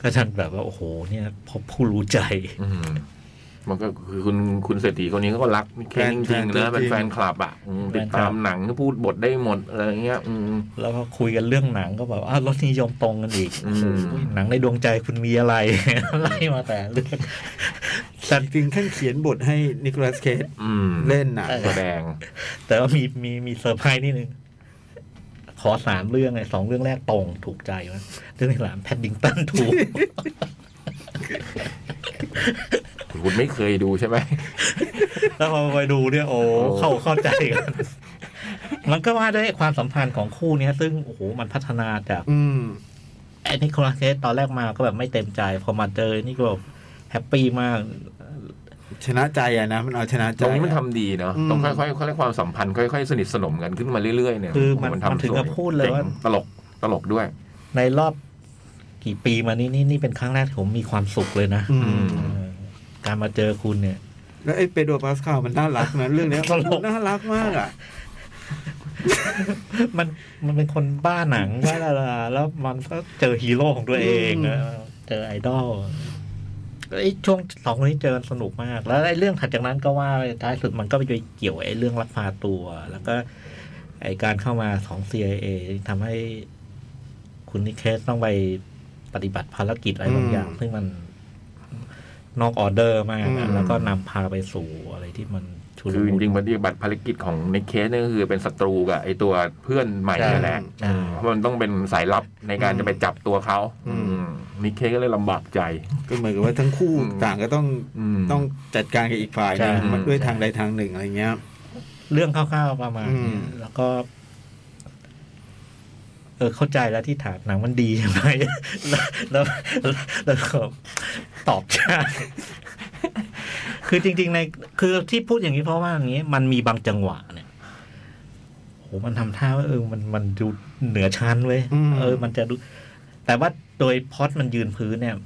ก็ฉันแบบว่าโอ้โห เนี่ยพบผู้รู้ใจ อืมมันก็คือคุณคุณเศรษฐีคนนี้เขาก็รักแค่จริงๆนะเป็นแฟนคลับอ่ะอืมติดตามหนังพูดบทได้หมดอะไรเงี้ย อืม แล้วก็คุยกันเรื่องหนังก็แบบอ้าวรสนิยมตรงกันอีก อืม โอ้ยหนังในดวงใจคุณมีอะไร ไล่มาแต่เรื่องฉัน ถึงขั้นเขียนบทให้นิโคลัสเคส อืม เล่นน่ะ ใช่ แสดง แต่ว่ามีมีมีเซอร์ไพรส์นิดนึง ขอสามเรื่องไงสองเรื่องแรกตรงถูกใจวะเรื่องที่สามแพดดิงตันถู ก คุณไม่เคยดูใช่ไหม แล้วพอไปดูเนี่ยโอ้ โอ้ เข้าเข้าใจกัน มันก็ว่าด้วยความสัมพันธ์ของคู่เนี้ย ซึ่งโอ้โหมันพัฒนาจาก อืม ไอ้นิโคลัสเคสตอนแรกมาก็แบบไม่เต็มใจ พอมาเจอนี่ก็แบบแฮปปี้มาก ชนะใจอะนะ มันเอาชนะใจ ตรงนี้มัน อะ ทำดีเนาะ อืม ตรงค่อยๆค่อยๆความสัมพันธ์ค่อยๆสนิทสนมกันขึ้นมาเรื่อยๆเนี่ย คือมัน โโห มันถึงกับ สว พูดเลยว่า จ๋งตลกตลกด้วย ในรอบกี่ปีมานี้นี่นี่เป็นครั้งแรกที่ผมมีความสุขเลยนะ อื อื ม ม เออการมาเจอคุณเนี่ย แล้วไอ้เปโดรปาสคาลมันน่ารักนะ เรื่องเนี้ย ตลก น่ารักมากอ่ะ มันมันเป็นคนบ้าหนังบ้าดาราแล้วมันก็เจอฮีโร่ของตัวเอง อืม เออเจอไอดอลไอ้ช่วงสองคนนี้เจอสนุกมาก แล้วไอ้เรื่องถัดจากนั้นก็ว่าไปท้ายสุดมันก็ไปเกี่ยวไอ้เรื่องลักพาตัว แล้วก็ไอ้การเข้ามาของ CIA ทำให้คุณนิเคสต้องไปปฏิบัติภารกิจอะไรบางอย่าง อืม ซึ่งมันนอกออเดอร์มาก อื อะ ม แล้วก็นำพาไปสู่อะไรที่มันชุล คือจ มุน ริงๆปฏิบัติภารกิจของในเคสเนี่ยก็คือเป็นศัตรูกับไอ้ตัวเพื่อนใหม่นั่นแหละ ใช่ อืมเพราะมันต้องเป็นสายลับในการจะไปจับตัวเขา อืม อืมนิเคสก็เลยลำบากใจ ก็เหมือนกับว่าทั้งคู่ อืม ต่างก็ต้อง อืม ต้องจัดการกับอีกฝ่ายหนึง ใช่ มันด้วยทางใดทางหนึ่งอะไรเงี้ย เรื่องคร่าวๆประมาณ อืม นี้แล้วก็ เออเข้าใจแล้วที่ถามหนังมันดีใช่ไหม แล้วแล้วแล้วก็ตอบช้าคือจริง ๆ ใน คือที่พูดอย่างนี้เพราะว่าอย่างนี้ มันมีบางจังหวะเนี่ยโหมันทำท่าว่าเออมันมันดูเหนือชั้นเว้ย อืม เออ มันจะดู แต่ว่าโดยพล็อดมันยืนพื้นเนี่ย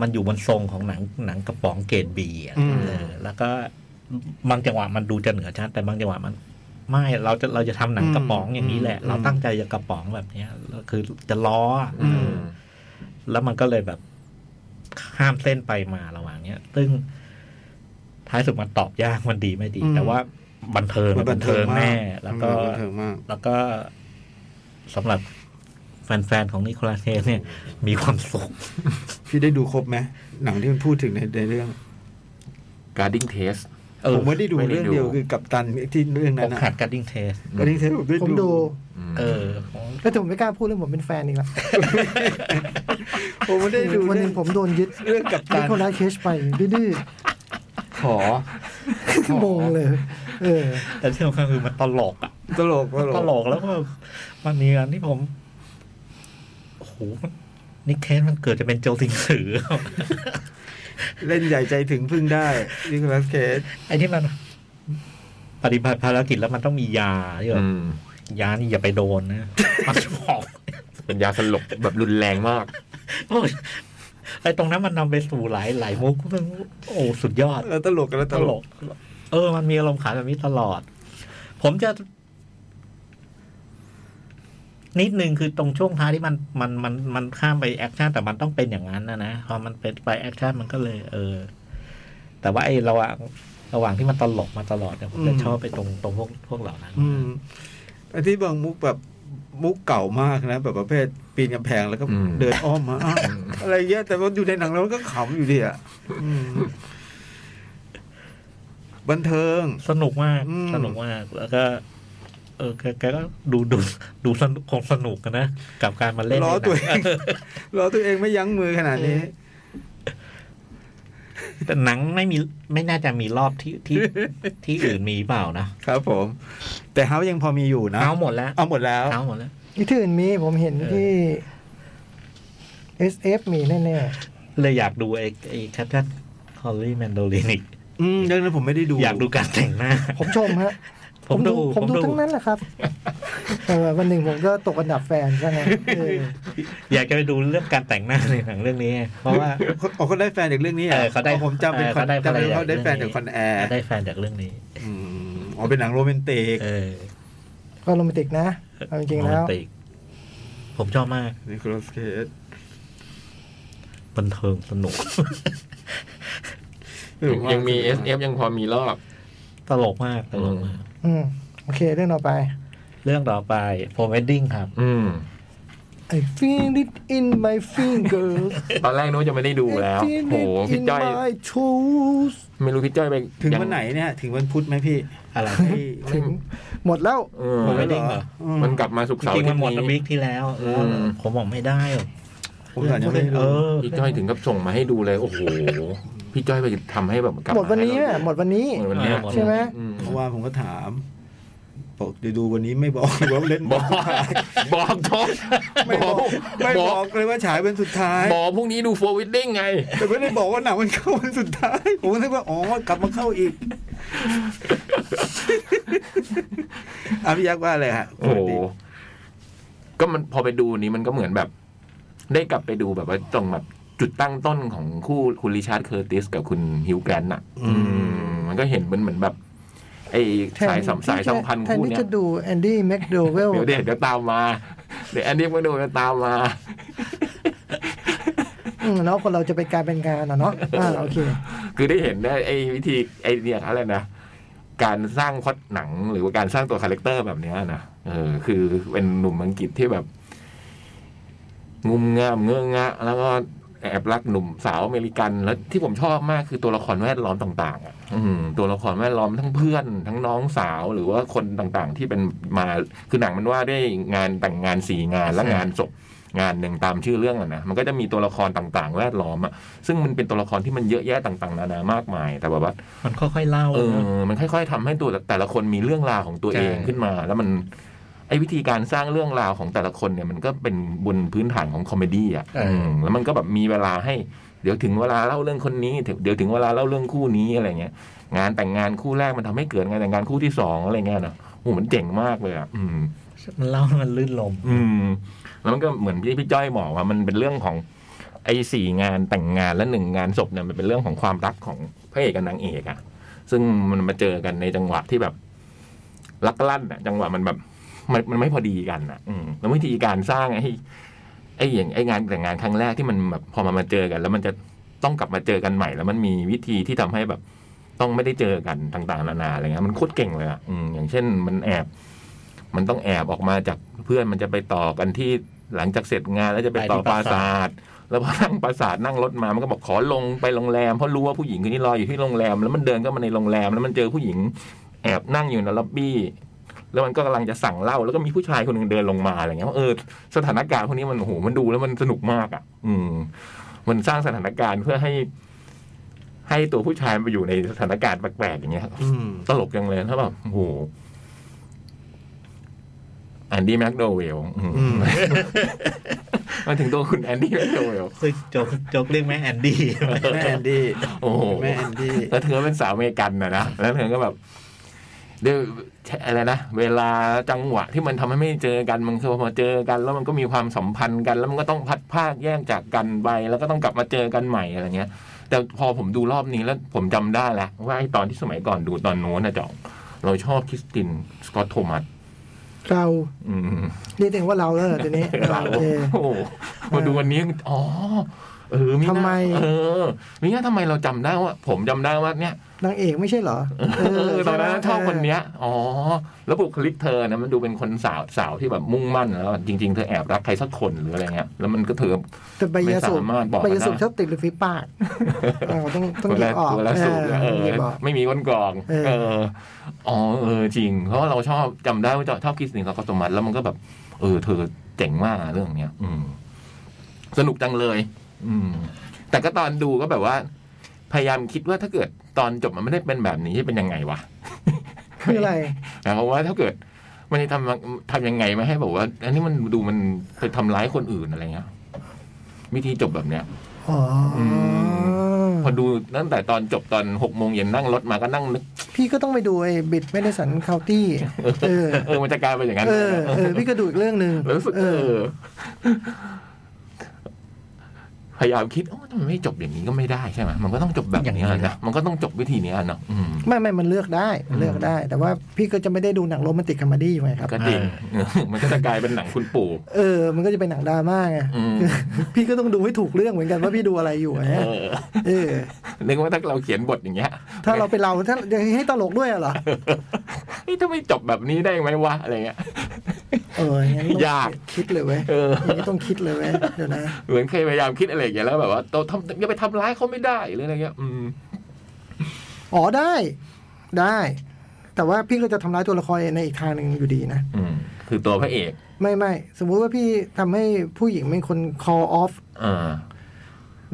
มันอยู่บนทรงของหนังหนังกระป๋องเกรดบีอ่ะ อืม เออ แล้วก็บางจังหวะมันดูจะเหนือชั้นแต่บางจังหวะมัน ไม่เราจะเราจะทำหนังกระป๋องอย่างนี้แหละ อืม เราตั้งใจจะกระป๋องแบบเนี้ยแล้วคือจะล้ออ่ะ อืม แล้วมันก็เลยแบบข้ามเส้นไปมาระหว่างเนี้ยซึ่งท้ายสุดมันตอบยากมันดีไม่ดี อืม แต่ว่าบันเทิง มันบันเทิงมาก แน่แล้วก็ มันบันเทิงมาก แล้วก็สำหรับแฟนๆของนิโคลัสเคสเนี่ย มีความสุข พี่ได้ดูครบไหมหนังที่มันพูดถึงในในเรื่อง guarding test เออ ผมไม่ได้ดู ไม่ได้ เรื่องเดียว ดู คือกัปตันที่เรื่อง ผ นั้น ม นะ ขาดการดิ้งเทส ก็นี่เทปผมได้ ผมดู ดู เออผม แล้วแต่ผมไม่กล้าพูดเรื่องผมเป็นแฟนอีกละ ผมไม่ได้ดู วันห เรื่ นึ อง งผมโดนยึด เรื่องกัป นิ ตัน โคลัสเคชไปดื้อ ขอ ๆงงเลย เออ แต่ที่สำคัญคือมันตลกอ่ะ ตลก ตลกแล้วก็มันมีอันที่ผมโอ้โหนิเคสมันเกิดจะเป็นโจสิงสือ เล่นใหญ่ใจถึงพึ่งได้นิโคลัสเคส ไอ้ที่มัน ปฏิบัติภารกิจแล้วมันต้องมียาที่แบบ อืม ยานี่อย่าไปโดนนะ มันจะบอก เป็นยาสลบแบบรุนแรงมาก โอ้ยไอ้ตรงนั้นมันนำไปสู่หลายหลายมุกซึ่งโอ้สุดยอด แล้วตลกกันแล้ว ต ต ล ล ก ก เออ มันมีอารมณ์ขันแบบนี้ตลอด ผมจะ นิดนึงคือตรงช่วงท้ายที่มันมันมันมันข้ามไปแอคชั่นแต่มันต้องเป็นอย่างนั้นนะนะพอมันเป็นไปแอคชั่นมันก็เลย เออ แต่ว่าไอ้ระหว่างระหว่างที่มันตลกมาตลอดเนี่ยผมจะ อืม ชอบไปตรงตรงพวกพวกเหล่านั้น อืมไอ้ที่บางมุกแบบมุกเก่ามากนะ แบบประเภทปีนกำแพงแล้วก็ อืม เดินอ้อมมาอ้าวอะไรเงี้ยแต่ว่าอยู่ในหนังแล้วมันก็ขำอยู่ดีอ่ะอืมบันเทิง สนุกมาก อืม สนุกมากแล้วก็ เออแกแกก็ดูดูดูสนุกคงสนุกกันนะกับการมาเล่น ล้อ ในหนัง ตัวเอง ล้อตัวเองไม่ยั้งมือขนาดนี้ แต่หนังไม่มีไม่น่าจะมีรอบที่ที่ ที่อื่นมีเปล่านะครับ ผม แต่เฮายังพอมีอยู่นะ เอาหมดแล้ว เอาหมดแล้ว เอาหมดแล้ว ที่อื่นมีผมเห็นที่ SF มีแน่ เลยอยากดูไอ้ไอ้แคทแคทคอลลี่แมนโดลินิก อืมเรื่องนั้นผมไม่ได้ดู อยากดูการแต่งหน้า ๆ ผมชมฮะ ผมดู ผมดูทั้งนั้นแหละ ครับเออวันหนึ่งผมก็ตกอันดับแฟนซะ ไงเออ อยากจะไปดูเรื่องการแต่งหน้าในหนังเรื่องนี้ เพราะว่า เขาเขาเขาได้แฟนจากเรื่องนี้หร เออเขาได้ ผมจำเป็น เออ คอน เขาได้ภรจำเป็นรยา เขาได้ เรื่องนี้ แฟนจากคอนแอร์ ได้แฟนจากเรื่องนี้ อืมอ๋อเป็นหนังโรแมนติก เออ ก็โรแมนติกนะเอาจริงๆแล้ว โมเมนติกผมชอบมาก นิโคลัสเคส บันเทิงสนุก ยังยังมีเอสเอฟยังพอมีรอบ ตลกมาก ตลกมาก อืมโอเคเรื่องต่อไป เรื่องต่อไปโฟมเวดดิ้งครับ อืม I feel it in my fingers ตอนแรกนู้นจะไม่ได้ดู I แล้ว feel โห it พี่ in จ้อย my toes ไม่รู้พี่จ้อยไป ถึง ยัง วันไหนเนี่ย ถึงวันพุธไหมพี่ อะไร ที่ ถึง หมดแล้ว เออ โฟมเวดดิ้งเหรอ อืม มันกลับมาสุกร์ จ เสาร์ ริงๆมั ที่ นหมด นี้ วิกที่แล้ว อื แล้ว ม ผมบอกไม่ได้หรอก ผมก่อนยังไม่ได้ เอ ดู อ พี่จ้อยถึงกับส่งมาให้ดูเลย โอ้โห พี่จ้อยไปทำให้แบบกลับา หมดวันนี้ ใเรา อะหมดวันนี้ หมดวันเนี้ย เออ ใช่ไหม อืม เมื่อวานผมก็ถามบอกเดี๋ยวดูวันนี้ไม่บอก ว่าเล่น บอกบอกทบ ไม่ บบอ อกกไม่ บบ อ อกกเลยว่าฉายเป็นสุดท้าย บอกพรุ่งนี้ดูโฟวิดดิ้งไง แต่ไม่ได้บอกว่าหนังมันเข้าวันสุดท้าย ผมก็นึกว่า อ๋อ กลับมาเข้าอีกอาพี่ยักษ์ว่าอะไรฮะ โอ้โหก็มันพอไปดูนี้มันก็เหมือนแบบ ได้กลับไปดูแบบว่าตรงแบบจุดตั้งต้นของคู่คุณริชาร์ดเคอร์ติสกับคุณฮิวแกรนต์น่ะ อืม มันก็เห็นมันเหมือนแบบ ไอ้ แท สาย น สัมสายสัมพันธ์ แทน คู่ ที่ เนี้ จะ ย ดูแอนดี้แม็กโดเวล เดี๋ยวเดี๋ยวเดี๋ยว ตามมา เดี๋ยวอันนี้มาดูจะตามมา เนาะคนเราจะไปการเป็นงานอ่ะเนาะอ่าโอเค คือได้เห็นได้ไอ้วิธีไอ้เนี่ยอะไรนะการสร้างพล็อดหนังหรือว่าการสร้างตัวคาแรคเตอร์แบบเนี้ยนะเออ คือเป็นหนุ่มอังกฤษที่แบบ งุมงามเงอะงะ แล้วก็แอบรักหนุ่มสาวอเมริกัน แล้วที่ผมชอบมากคือตัวละครแวดล้อมต่างๆอ่ะอืมตัวละครแวดล้อมทั้งเพื่อน ทั้งน้องสาวหรือว่าคนต่างๆ ที่เป็นมาคือหนังมันว่าด้วยงานแต่งงานสี่งานและงานศพงานหนึ่งตามชื่อเรื่องอ่ะนะมันก็จะมีตัวละครต่างๆ แวดล้อมอ่ะ ซึ่งมันเป็นตัวละครที่มันเยอะแยะต่างๆนานามากมาย แต่แบบว่า มันค่อยๆเล่า เอ นะ อมันค่อยๆทำให้ตัวแต่ละคนมีเรื่องราวของตัวเอง ใช่ ขึ้นมา แล้วมัน ไอ้วิธีการสร้างเรื่องราวของแต่ละคนเนี่ย มันก็เป็นบนพื้นฐานของคอมเมดี้อ่ะมแล้วมันก็แบบมีเวลาให้ เดี๋ยวถึงเวลาเล่าเรื่องคนนี้เดี๋ยวถึงเวลาเล่าเรื่องคู่นี้อะไรเงี้ยงานแต่งงานคู่แรกมันทำให้เกิดงานแต่งงานคู่ที่สองอะไรเงี้ยนะโอ้โหมันเจ๋งมากเลยอ่ะอืม มันเล่ามันลื่นลม อืมแล้วมันก็เหมือนที่พี่จ้อยบอกว่ามันเป็นเรื่องของไอ้สี่งานแต่งงานและหนึ่งงานศพเนี่ยมันเป็นเรื่องของความรักของพระเอกกับนางเอกอะซึ่งมันมาเจอกันในจังหวะที่แบบลักลั่นอะจังหวะมันแบบมันมันไม่พอดีกันอะอืมแล้ววิธีการสร้างไอ้ไอ้อย่างไอ้งานแต่งงานครั้งแรกที่มันแบบพอมันมาเจอกัน แล้วมันจะต้องกลับมาเจอกันใหม่ แล้วมันมีวิธีที่ทำให้แบบต้องไม่ได้เจอกันต่างๆนานาอะไรเงี้ยมันโคตรเก่งเลยอะอืมอย่างเช่นมันแอบ มันต้องแอบออกมาจากเพื่อนมันจะไปต่อกันที่หลังจากเสร็จงานแล้วจะไปต่อ ไปที่ ป ป รา รา สา สา ท ท แล้วพอนั่งปราสาทนั่งรถมามันก็บอกขอลงไปโรงแรมเพราะรู้ว่าผู้หญิงคนนี้รออยู่ที่โรงแรม แล้วมันเดินเข้ามาในโรงแรม แล้วมันเจอผู้หญิง แอบนั่งอยู่ในล็อบบี้ แล้วมันก็กำลังจะสั่งเหล้าแล้วก็มีผู้ชายคนหนึ่งเดินลงมาอะไรเงี้ยว่าเออสถานการณ์พวกนี้มันโอ้โหมันดูแล้วมันสนุกมากอ่ะ อืม มันสร้างสถานการณ์เพื่อให้ ให้ตัวผู้ชายไปอยู่ในสถานการณ์แปลกๆอย่างเงี้ย อืม ตลกจังเลยถ้าแบบโอ้โหแอนดี้แม็กโดเวลอืม อืม มาถึงตัวคุณแอนดี้แม็กโดเวล ซึ่งโจกโจกเรียกแม่แอนดี้ แม่แอนดี้ โอ้โห แม่แอนดี้ แล้วเธอเป็นสาวอเมริกันนะนะแล้วเธอก็แบบด้วยอะไรนะเวลาจังหวะที่มันทำให้ไม่เจอกันมันคือพอเจอกัน แล้วมันก็มีความสัมพันธ์กัน แล้วมันก็ต้องพัดภาคแยกจากกันไปแล้วก็ต้องกลับมาเจอกันใหม่อะไรเงี้ย แต่พอผมดูรอบนี้แล้วผมจำได้แล้วว่าไอ้ตอนที่สมัยก่อนดูตอนโน้นนะจ่องเราชอบคริสตินสกอตโทมัส เรา อืม เรียกตัวเองว่าเราแล้วเหรอที นี้โอเค โอ้โหมาดูวันนี้ อ๋อ เออน่า ทำไม เออมิน่าทำไมเราจำได้ว่า ผมจำได้ว่าเนี่ย นางเอกไม่ใช่เหรอ เออตอนนั้นชอบคน ย เนี้ย อ๋อ แล้วบุคลิกเธอนะมันดูเป็นคนสาวสาวที่แบบมุ่งมั่นแล้วจริง ๆ เธอแอบรักใครสักคนหรืออะไรเงี้ย แล้วมันก็เธอ แต่ใบยาสูบ ไม่สามารถบอก ใบยาสูบ ได้ ชอบติดริมฝีปากเออต้องต้อง ตัว หยิ ละ บออก ตัวละสูบ เอ เอ อ อ หยิบออก ไม่มีก้นกรอง เออ เออ อ๋อ เออ จริง เพราะว่าเราชอบจำได้ว่าชอบคิดสินกับคอสมัสแล้วมันก็แบบ เออ เธอเจ๋งมากเรื่องเนี้ย อืม สนุกจังเลย อืม แต่ก็ตอนดูก็แบบว่า พยายามคิดว่าถ้าเกิดตอนจบมันไม่ได้เป็นแบบนี้จะเป็นยังไงวะ คืออะไร หมายความว่าถ้าเกิดมันจะทำทำยังไงไม่ให้แบบว่า อันนี้มันดูมันไปทำร้ายคนอื่นอะไรเงี้ยวิธีจบแบบเนี้ย อ๋ออ ม พอดูตั้งแต่ตอนจบตอนหกโมงเย็นนั่งรถมาก็นั่งนึก พี่ก็ต้องไปดูไอ้บิดไม่ได้สันคาวตี้เออ เออมันจะกลายเป็นอย่างนั้น เออ เออ พี่ก็ดูอีกเรื่องหนึ่ง แล้วรู้สึก เอ เอ อ อ พยายามคิดโอ้ทำไมไม่จบอย่างนี้ก็ไม่ได้ใช่ไหมมันก็ต้องจบแบบ อย่างนี้ นี้นะมันก็ต้องจบวิธีนี้เนาะอืม ไม่ไม่มันเลือกได้มันเลือกได้ แต่ว่าพี่ก็จะไม่ได้ดูหนังโรแมนติกคอมเมดี้ไงครับ ก็จริง มันก็จะกลายเป็นหนังคุณปู่ เออ มันก็จะเป็นหนังดราม่าไง อืม คือ พี่ก็ต้องดูให้ถูกเรื่องเหมือนกันว่าพี่ดูอะไรอยู่อะ เอ ฮะ อ เออ นึกว่าถ้าเราเขียนบทอย่างเงี้ย ถ้าเราเป็นเราถ้าจะให้ตลกด้วยอะเหรอ เฮ้ยถ้าไม่จบแบบนี้ได้ไหมวะอะไรเงี้ย เอออย่างนั้นต้อง ยาก คิดเลยเว้ย เออ อย่างนี้ต้องคิดเลยเว้ยเดี๋ยวนะ เหมือนเคยพยายามคิดอะไรอย่างเงี้ยแล้วแบบว่าเราทำอย่าไปทำร้ายเขาไม่ได้หรืออะไรเงี้ยอืม อ๋อได้ได้ แต่ว่าพี่ก็จะทำร้ายตัวละครในอีกทางหนึ่งอยู่ดีนะ อืมคือตัวพระเอก ไม่ไม่สมมุติว่าพี่ทำให้ผู้หญิงเป็นคน call off อ่า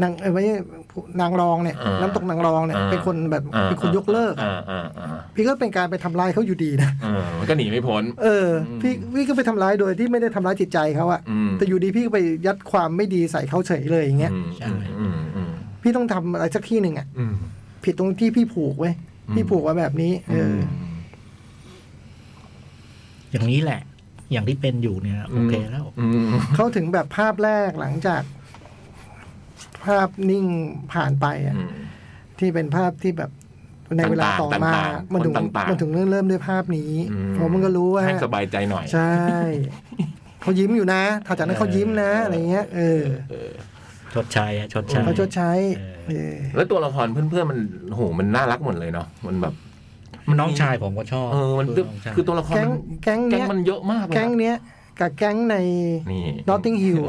นางเอ้ยไม่ใช่ผู้นางรองเนี่ย อ่า น้ำตกนางรองเนี่ย อ่า เป็นคนแบบ อ่า เป็นคนยกเลิกอะ อ่าอ่าอ่า พี่ก็เป็นการไปทำร้ายเขาอยู่ดีนะ อ่ามันก็หนีไม่พ้น เอออพี่พี่ก็ไปทำร้ายโดยที่ไม่ได้ทำร้ายจิตใจเขาอะ อืม แต่อยู่ดีพี่ก็ไปยัดความไม่ดีใส่เขาเฉยเลยอย่างเงี้ย อืมอืมอืม พี่ต้องทำอะไรสักที่หนึ่งอะ อืม ผิดตรงที่พี่ผูกเว้ย อืม พี่ผูกไว้แบบนี้เอออ อย่างนี้แหละ อย่างที่เป็นอยู่เนี่ยโอเคแล้ว อืม เข้าถึงแบบภาพแรกหลังจาก ภาพนิ่งผ่านไปอะ อืม ที่เป็นภาพที่แบบในเวลาต่อมา ต่างๆ มันถึง คนต่างๆ มันถึงเริ่มเริ่มด้วยภาพนี้ อื เพราะมันก็รู้ว่า ให้สบายใจหน่อย ใช่ เขายิ้มอยู่นะถ้าจากนั้นเขายิ้มนะอะไรเงี้ย เออ ชดใช้อะชดใช้ เขาชดใช้ เอ เออ แล้วตัวละครเพื่อนๆมันโหมันน่ารักหมดเลยเนาะมันแบบ มันน้องชายผมก็ชอบ เออมัน คือน้องชาย คือตัวละคร แก๊ง มัน แก๊ง แก๊ง เนี้ย มันเยอะมากเลย แก๊งเนี้ยกับแก๊งใน นี่ n อ t ติงฮิ l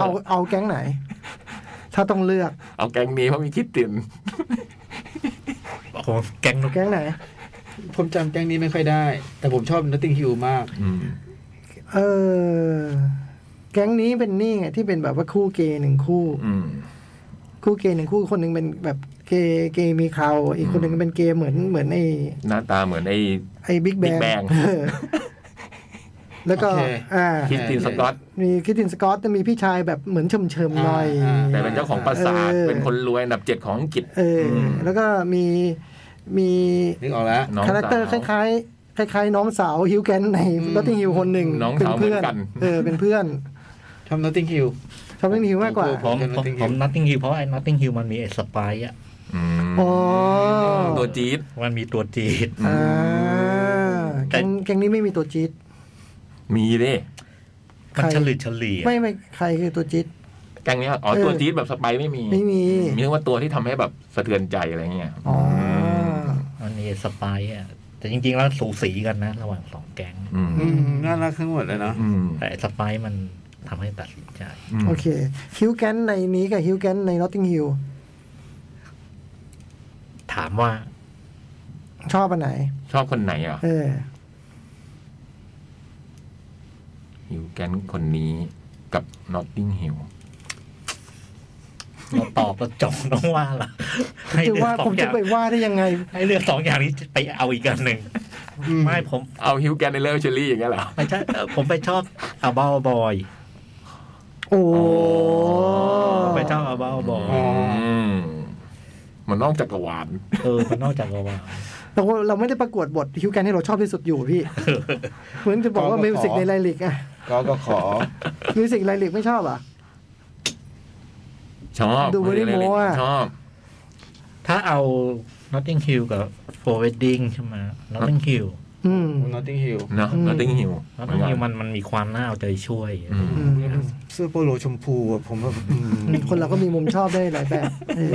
เอาเอาแก๊งไหน ถ้าต้องเลือก เอาแก๊งนี้เพราะมีคิดติน โอ้โหแก๊งนก แก๊งไหน ผมจำแก๊งนี้ไม่ค่อยได้ แต่ผมชอบนัตติงฮิวมาก อืม เออ แก๊งนี้เป็นนี่ไงที่เป็นแบบว่าคู่เกย์หนึ่งคู่ อืม คู่เกย์หนึ่งคู่คนหนึ่งเป็นแบบเกย์เกย์มีเขาอีกคนหนึ่งเป็นเกย์เหมือนเหมือนไอ หน้าตาเหมือนไอ้ ไอบิ๊กแบ Big ง Bang แล้วก็ โอเค อ่า คิดตินสกอต มีคิดตินสกอตจะมีพี่ชายแบบเหมือนเฉิมเฉิมๆหน่อย อ่า แต่เป็นเจ้าของปราสาท เออ เป็นคนรวยอันดับเจ็ดของอังกฤษ เอออ ม แล้วก็มีมี นึกออกแล้ว น้อง คาแรคเตอร์ค สาว ล้ายๆคล้ายๆ น้องสาวฮิวแกนใน อืม ลอตติงฮิวคนหนึ่ง น้อง เป็ สาน ว เพื่เหอมือนกัน เออเป็นเพื่อน ทำนัตติงฮิว ชอบลอตติงฮิวมากกว่า ถูก ผมผม Notting Hill ผมนัตติงฮิลเพราะไอ้นัตติงฮิลมันมีไอ้สปายอะ อืม อ๋อ ตัวจี๊ด มันมีตัวจีด อ่าแก๊งแก๊งนี้ไม่มีตัวจี๊ด มีดิ มัน ใคร ฉลืดเฉลี่ย ไม่ไม่ใครคือตัวจี๊ด แก๊งเนี้ยอ๋อ เออ ตัวจี๊ดแบบสไปร์ไม่มี ไม่มี มีแต่ว่าตัวที่ทำให้แบบสะเทือนใจอะไรเงี้ย อ๋อ มันมีไอ้สปายอะแต่จริง ๆ แล้วสูสีกันนะ ระหว่างสองแก๊ง อืม อืมน่ารักทั้งหมดเลยเนาะ อืม แต่ไอ้สปายมันทำให้ตัดสินใจ ม โอเค ฮิวแกนในนี้กับฮิวแกนในลอตติงฮิว ถามว่า ชอบอันไหน ชอบคนไหนอ่ะ เออ ฮิวแกนคนนี้กับนอตติงฮิล เราตอบเราจองน้องว่าล่ะให้ จะ เลือก ว่า สอ ผ งอมจะ ย่าง ไปว่าได้ยังไง ให้เลือกสองอย่างนี้ไปเอาอีกอันหนึ่งไม่ผม เอาฮิวแกนในเลอร์เชอรี่อย่างเงี้ยเหรอ ไม่ใช่เอ่อผมไปชอบอาบ้าบอย โอ้ ผมไปชอบอาบ้าบอย อืมมันนอกจักรวาล เออมันนอกจากอาบ้า เราเราไม่ได้ประกวดบทฮิวแกนที่เราชอบที่สุดอยู่พี่ เหมือนจะบอกว่า ก็ขอ มิวสิกในไลลิกอะ ก็ก็ขอ มิวสิกไลลิกไม่ชอบอ่ะ ชอบ ดู Barrymore อะ ชอบ ถ้าเอา Notting Hill กับ For Wedding ใช่ไหม Notting Hill อืม นัตติงฮิว เนอะ อืม นอตติงฮิล Notting Hill มันมันมีความน่าเอาใจช่วย อืม อืม เสื้อโปโลชมพูอะผมแบบอืม คนเราก็มีมุมชอบได้หลายแบบเออ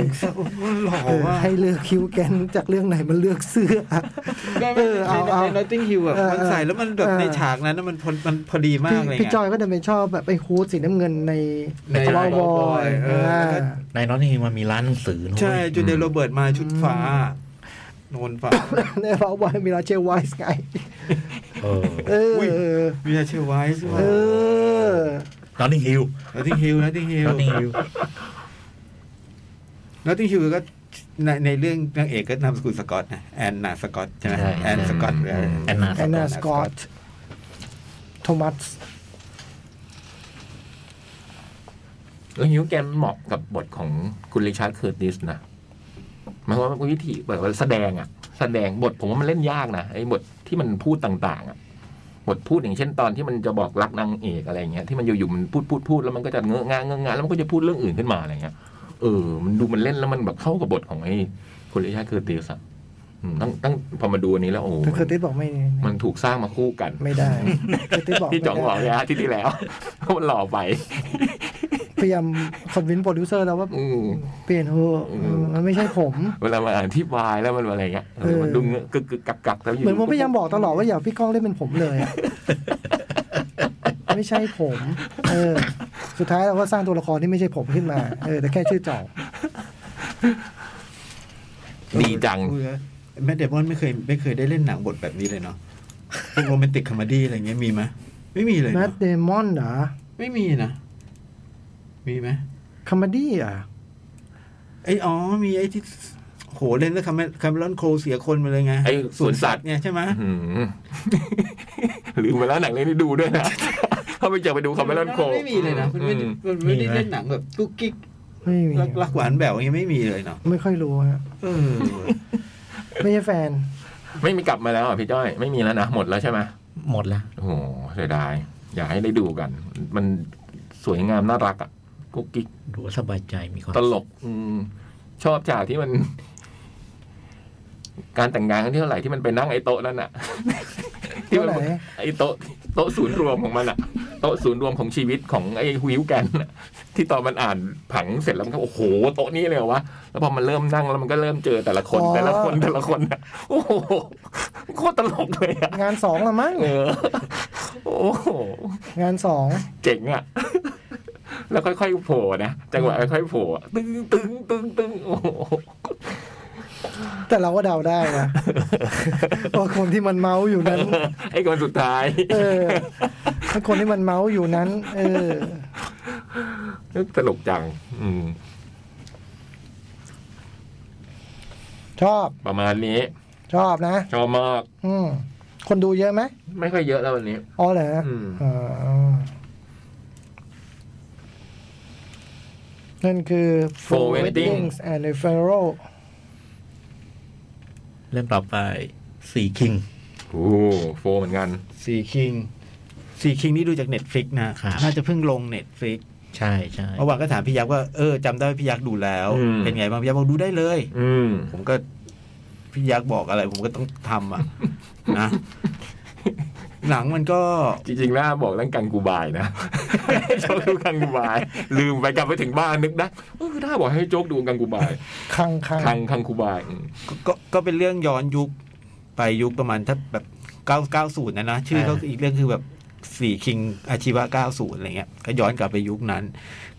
หล่อ เออ ว่ะ ให้เลือกฮิวแกนจากเรื่องไหนมันเลือกเสื้อ เออเอาเอา นัตติงฮิวอะ เออ มันใส่แล้วมันแบบ เออ ในฉากนั้นนะมันพอมันพอดีมากเลย พี่ ไง พี่จอยก็จะไปชอบแบบไอ้ฮูดสีน้ำเงินใน ใน วอลบอ ว ย ยเออแล้วก็ ใน Notting Hill มันมีร้านหนังสือนะเว้ย ใช่จูเดนโรเบิร์ตมาชุดฟ้าโนนฟ้า ในวอลบอยมีราเชลไวส์ไง เออ เออ อุ้ย มีอาเชลไวส์ด้ว เอย อ Notting Hill นัตติงฮิวนัตติงฮิว Notting Hill แล้วที่ฮิวก็ในในเรื่องนางเอกก็นามสกุลสกอตนะแอนนาสกอตใช่ไหม ใช่ แอนสกอตหรืออะไร แอนนา แอนนาสกอตโทมัส แล้วฮิวแกนเหมาะกับบทของคุณริชาร์ดเคอร์ติสนะหมายความว่าวิธีแบบว่าแสดงอะแสดงบทผมว่ามันเล่นยากนะไอ้บทที่มันพูดต่าง ๆอะบทพูดอย่างเช่นตอนที่มันจะบอกรักนางเอกอะไรอย่างเงี้ยที่มันอยู่ๆมันพูดพูดพูดแล้วมันก็จะเงอะงะเงอะงะแล้วมันก็จะพูดเรื่องอื่นขึ้นมาอะไรเงี้ย เออ มันดูมันเล่นแล้วมันแบบเข้ากับบทของไอ้คุณลิชาเคอร์ติสอะอืมตั้งตั้งพอมาดูอันนี้แล้วโอ้โห แต่เคอร์ติสบอกไม่ มันถูกสร้างมาคู่กัน ไม่ ได้เคอร์ติสบอก พี่จ๋อง ไม่ บ ได้ อกเลยฮะที่ที่แล้ว เพราะมันหล่อไป พยายามคอนวินโปรดิวเซอร์แล้วว่า อืม เปลี่ยนเถอะ อืม เออมันไม่ใช่ผม เวลามาอธิบายแล้วมันอะไรเงี้ยเออมันดูเงอะกึกกึกกักกักแล้วอยู่ เหมือนผมพยายามบอกตลอดว่าอย่าพี่ก้องเล่นเป็นผมเลยอะไม่ใช่ผม เออ สุดท้ายเราก็สร้างตัวละครที่ไม่ใช่ผมขึ้นมา เออแต่แค่ชื่อจ่อง ดีจัง แมดเดมอนไม่เคยไม่เคยได้เล่นหนังบทแบบนี้เลยเนาะพวกโรแมนติกคอมดี้อะไรเงี้ยมีไหมยไม่มีเลย แม เน ด อะ เดมอนเหรอ ไม่มีนะ มีไหมย คอมเมดี้เหรอ่ะ ไอ้อ๋อมีไอ้ที่โหเล่นแล้วคาเมคาเมลอนโคลเสียคนไปเลยไง ไอ้ส ส ว วนน สั สั ต ต ว์ ว์เนี่ยใช่ไหมย อืมลืมไปแล้วหนังเรื่องนี้ดูด้วยนะเขาไปเจอไปดูคาเมลอนโค ไม่มีเลยนะคุณไม่ได้ อืม คุณไม่ มีไหมได้เล่นหนังแบบกุ๊กกิ๊ก ไม่มี รักรักหวานแหววอย่างเงี้ยไม่มีเลยเนาะ ไม่ค่อยรู้ฮะ เออ ไม่ใช่แฟน ไม่มีกลับมาแล้วอ่ะพี่จ้อยไม่มีแล้วนะหมดแล้วใช่ไหม หมดละ โอ้โหเสียดายอยากให้ได้ดูกัน มันสวยงามน่ารักอ่ะกุ๊กกิ๊ก ดูแล้วสบายใจมีความ ตลก อืมชอบฉากที่มัน การแต่งงานครั้งที่เท่าไหร่ที่มันไปนั่งไอ้โต๊ะ นั่นอ่ะ ที่มัน โต๊ะไหน ไอ้โต๊ะโต๊ะศูนย์รวมของมันอ่ะโต๊ะศูนย์รวมของชีวิตของไอ้ฮิวแกนน่ะที่ตอนมันอ่านผังเสร็จแล้วมันก็โอ้โหโต๊ะนี้เลยเหรอวะแล้วพอมันเริ่มนั่งแล้วมันก็เริ่มเจอแต่ละคน อ๋อ แต่ละคนแต่ละคนน่ะโอ้โหโคตรตลกเลยอ่ะ งานสองละมั้ง เออโอ้โห งานสอง เจ๋ง อะ แล้วค่อยๆโผล่นะ จังหวะค่อยๆโผล่อะตึงตึงตึง ตึงโอ้โห แต่เราก็เดาได้ นะว่าคนที่มันเมาอยู่นั้น ไอ้คนสุดท้าย เออถ้าคนที่มันเมาอยู่นั้น เออ ตลกจัง อืม ชอบ ประมาณนี้ ชอบนะ ชอบมาก อืมคนดูเยอะไหม ไม่ค่อยเยอะแล้ววันนี้ อ๋อเหรอ อืม อ๋อนั่นคือ Four Weddings and a Funeral เล่มต่อไปสี่คิง โอ้โฟเหมือนกัน สีคิง สีคิงนี่ดูจากเน็ตฟลิกนะ ครับ น่าจะเพิ่งลงเน็ตฟลิก ใช่ใช่ เมื่อวานก็ถามพี่ยักษ์ว่า เออจำได้ว่าพี่ยักษ์ดูแล้ว อืม เป็นไงบ้างพี่ยักษ์บอกดูได้เลย อืม ผมก็พี่ยักษ์บอกอะไร ผมก็ต้องทำอ่ะ นะ หนังมันก็ จริงๆ น่าบอกเรื่องกังกูบายนะ โจ๊กดูกังกูบาย ลืมไปกลับไปถึงบ้านนึกได้เออน่าบอกให้โจ๊กดูกังกูบาย คังคัง คังคังกูบายอืม ก็ก็ก็เป็นเรื่องย้อนยุคไปยุคประมาณถ้าแบบเก้าเก้าศูนย์นะนะชื่อก็คืออีกเรื่องคือแบบสี่คิงอาชีวะเก้าศูนย์อะไรเงี้ยก็ย้อนกลับไปยุคนั้น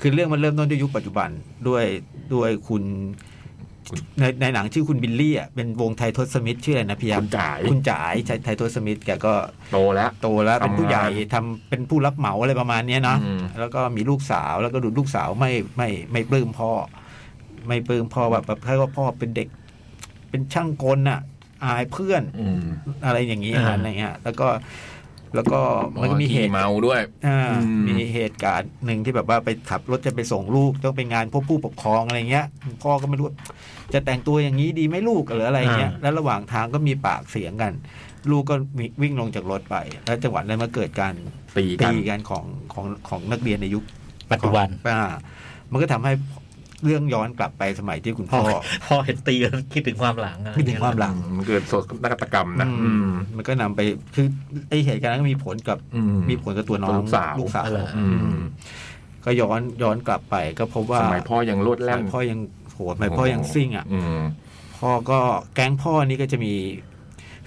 คือเรื่องมันเริ่มต้นด้วยยุคปัจจุบันด้วยด้วยคุณ คุณ ในในหนังชื่อคุณบิลลี่อ่ะเป็นวงไททอสมิธชื่ออะไรนะพี่ยัก คุณ ษ์ จ่าย คุณจ๋ายไททอสมิธแกก็ โตแล้ว โตแล้วเป็นผู้ใหญ่ททำงานำเป็นผู้รับเหมาอะไรประมาณเนี้ยเนาะ อืม แล้วก็มีลูกสาวแล้วก็ดูลูกสาวไม่ไม่ไม่ปลื้มพ่อ ไม่ปลื้มพ่อแบบแบบใครว่าพ่อเป็นเด็ก เป็นช่างกลน่ะ อายเพื่อน อืม อะไรอย่างนี้อะไรเงี้ยแล้วก็แล้วก็มันก็มีเหตุ เมาด้วย อ่า อืม มีเหตุการณ์หนึ่งที่แบบว่าไปขับรถจะไปส่งลูกต้องไปงานพบผู้ปกครองอะไรเงี้ย พ่อก็ไม่รู้ว่าจะแต่งตัวอย่างนี้ดีไหมลูกหรืออะไรเงี้ยแล้วระหว่างทางก็มีปากเสียงกัน ลูกก็วิ่งลงจากรถไปแล้วจังหวะนั้นมาเกิดการ ตีกั ตี น กันของของของนักเรียนในยุค ปัจจุบัน อ่ามันก็ทำให้เรื่องย้อนกลับไปสมัยที่คุณ พ่ พ่ อ อ พ่อเห็นตีแล้วคิดถึงความหลังอะไร คิดถึงความหลัง มันเกิดโศกนาฏกรรมนะ อืมมันก็นำไปคือไอเหตุการณ์นั้นก็มีผลกับ อื มีผลกับตัวน้อง ลูกสาว ลูกสาว อะไร อืม ก็ย้อนย้อนกลับไปก็พบว่า สมัยพ่อยังโลด ส แล่ มัน ยพ่อยังโหดสมัยพ่อยังซิ่งอ่ะ อืม พ่อก็แก๊งพ่อนี่ก็จะมี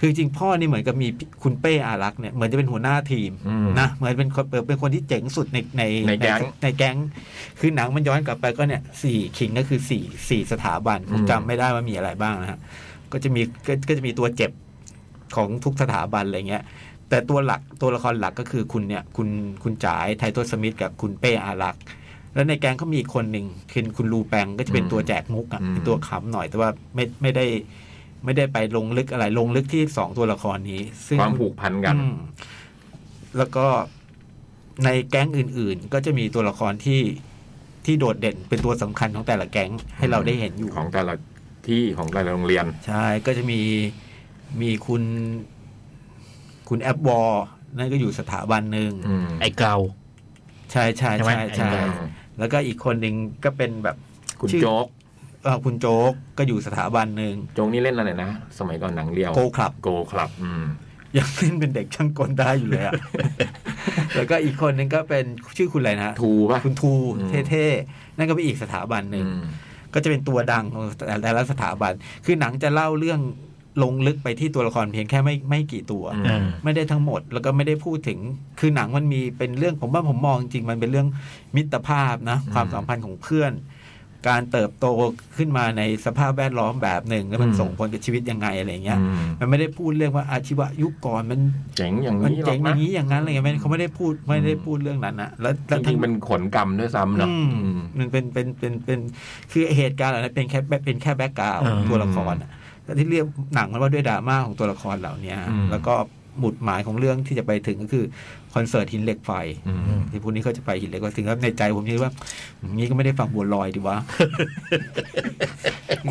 คือจริงพ่อนี่เหมือนกับมีคุณเป้อารักษ์เนี่ยเหมือนจะเป็นหัวหน้าทีม อืม นะเหมือนเป็นคนเป็นคนที่เจ๋งสุดในใน ในแก๊ง ในแก๊ง คือหนังมันย้อนกลับไปก็เนี่ยสี่คิงก็คือสี่สี่สถาบันผม อืม จำไม่ได้ว่ามีอะไรบ้างนะฮะก็จะมีก็ก็จะมีตัวเจ็บของทุกสถาบันอะไรเงี้ย แต่ตัวหลักตัวละครหลักก็คือคุณเนี่ยคุณคุณจ๋ายไททัสมิธกับคุณเป้อารักษ์แล้วในแก๊งเขามีอีกคนหนึ่งคือคุณลูแปงก็จะเป็นตัวแจกมุกอ่ะ อืม เป็นตัวขำหน่อยแต่ว่าไม่ไม่ได้ ไม่ได้ไปลงลึกอะไรลงลึกที่สองตัวละครนี้ซึ่ง ความผูกพันกัน อืมแล้วก็ในแก๊งอื่น ๆ ก็จะมีตัวละครที่ที่โดดเด่นเป็นตัวสำคัญของแต่ละแก๊งให้เราได้เห็นอยู่ ของแต่ละที่ของแต่ละโรงเรียน ใช่ ก็จะมีมีคุณคุณแอปวอลนั่นก็อยู่สถาบันหนึ่ง อืม ไอ้เกา ใช่ใช่ ใช่ไหม ใช่ใช่ ไอ้เก่า แล้วก็อีกคนหนึ่งก็เป็นแบบ คุณ ชื่อ โจ๊ก เอ่อคุณโจ๊กก็อยู่สถาบันหนึ่ง โจ๊กนี่เล่นอะไรนะ สมัยก่อนหนังเรียว โกคลับ โกคลับ อืม ยังเล่นเป็นเด็กช่างกลได้อยู่ เลยอะ แล้วก็อีกคนนึงก็เป็นชื่อคุณอะไรนะ ทูป่ะ คุณทู อืม เท่ๆ นั่นก็เป็นอีกสถาบันห อื นึ่ง ม ก็จะเป็นตัวดังของแต่ละสถาบัน คือหนังจะเล่าเรื่องลงลึกไปที่ตัวละครเพียงแค่ไม่ไม่กี่ตัว อื อ่า ไม่ได้ทั้งหมดแล้วก็ไม่ได้พูดถึง คือหนังมันมีเป็นเรื่องผมว่าผมมองจริงๆมันเป็นเรื่องมิตรภาพนะ ความสัมพันธ์ของเพื่อน การเติบโตขึ้นมาในสภาพแวดล้อมแบบหนึ่งแล้วมัน อืม ส่งผลกับชีวิตยังไงอะไรเงี้ย อืม มันไม่ได้พูดเรื่องว่าอาชีวะยุคก่อนมัน เจ๋งอย่าง มัน นี้หร เจ๋ อก งอย่า นะ งนี้อย่างนั้นอะไรเงี้ยไม่เขาไม่ได้พูดไม่ได้พูดเรื่องนั้นนะแล้ว จ แล้ว ริ ทั้ งๆเป็นขนกรรมด้วยซ้ำเนาะ อืม อืม มันเป็นเป็นเป็นเป็นคือเหตุการณ์เหล่านั้นเป็นแค่เป็นแค่แบ็กกราว อ่า ตัวละครน่ะแต่ที่เรียกหนังมันว่าด้วยดราม่าของตัวละครเหล่านี้ อืม แล้วก็หมุดหมายของเรื่องที่จะไปถึงก็คือคอนเสิร์ตหินเหล็กไฟ อืม ที่พวกนี้เขาจะไปหินเหล็กไฟถึงแล้วในใจผมคิดว่าอืมงี้ก็ไม่ได้ฟังบัวลอยดีวะ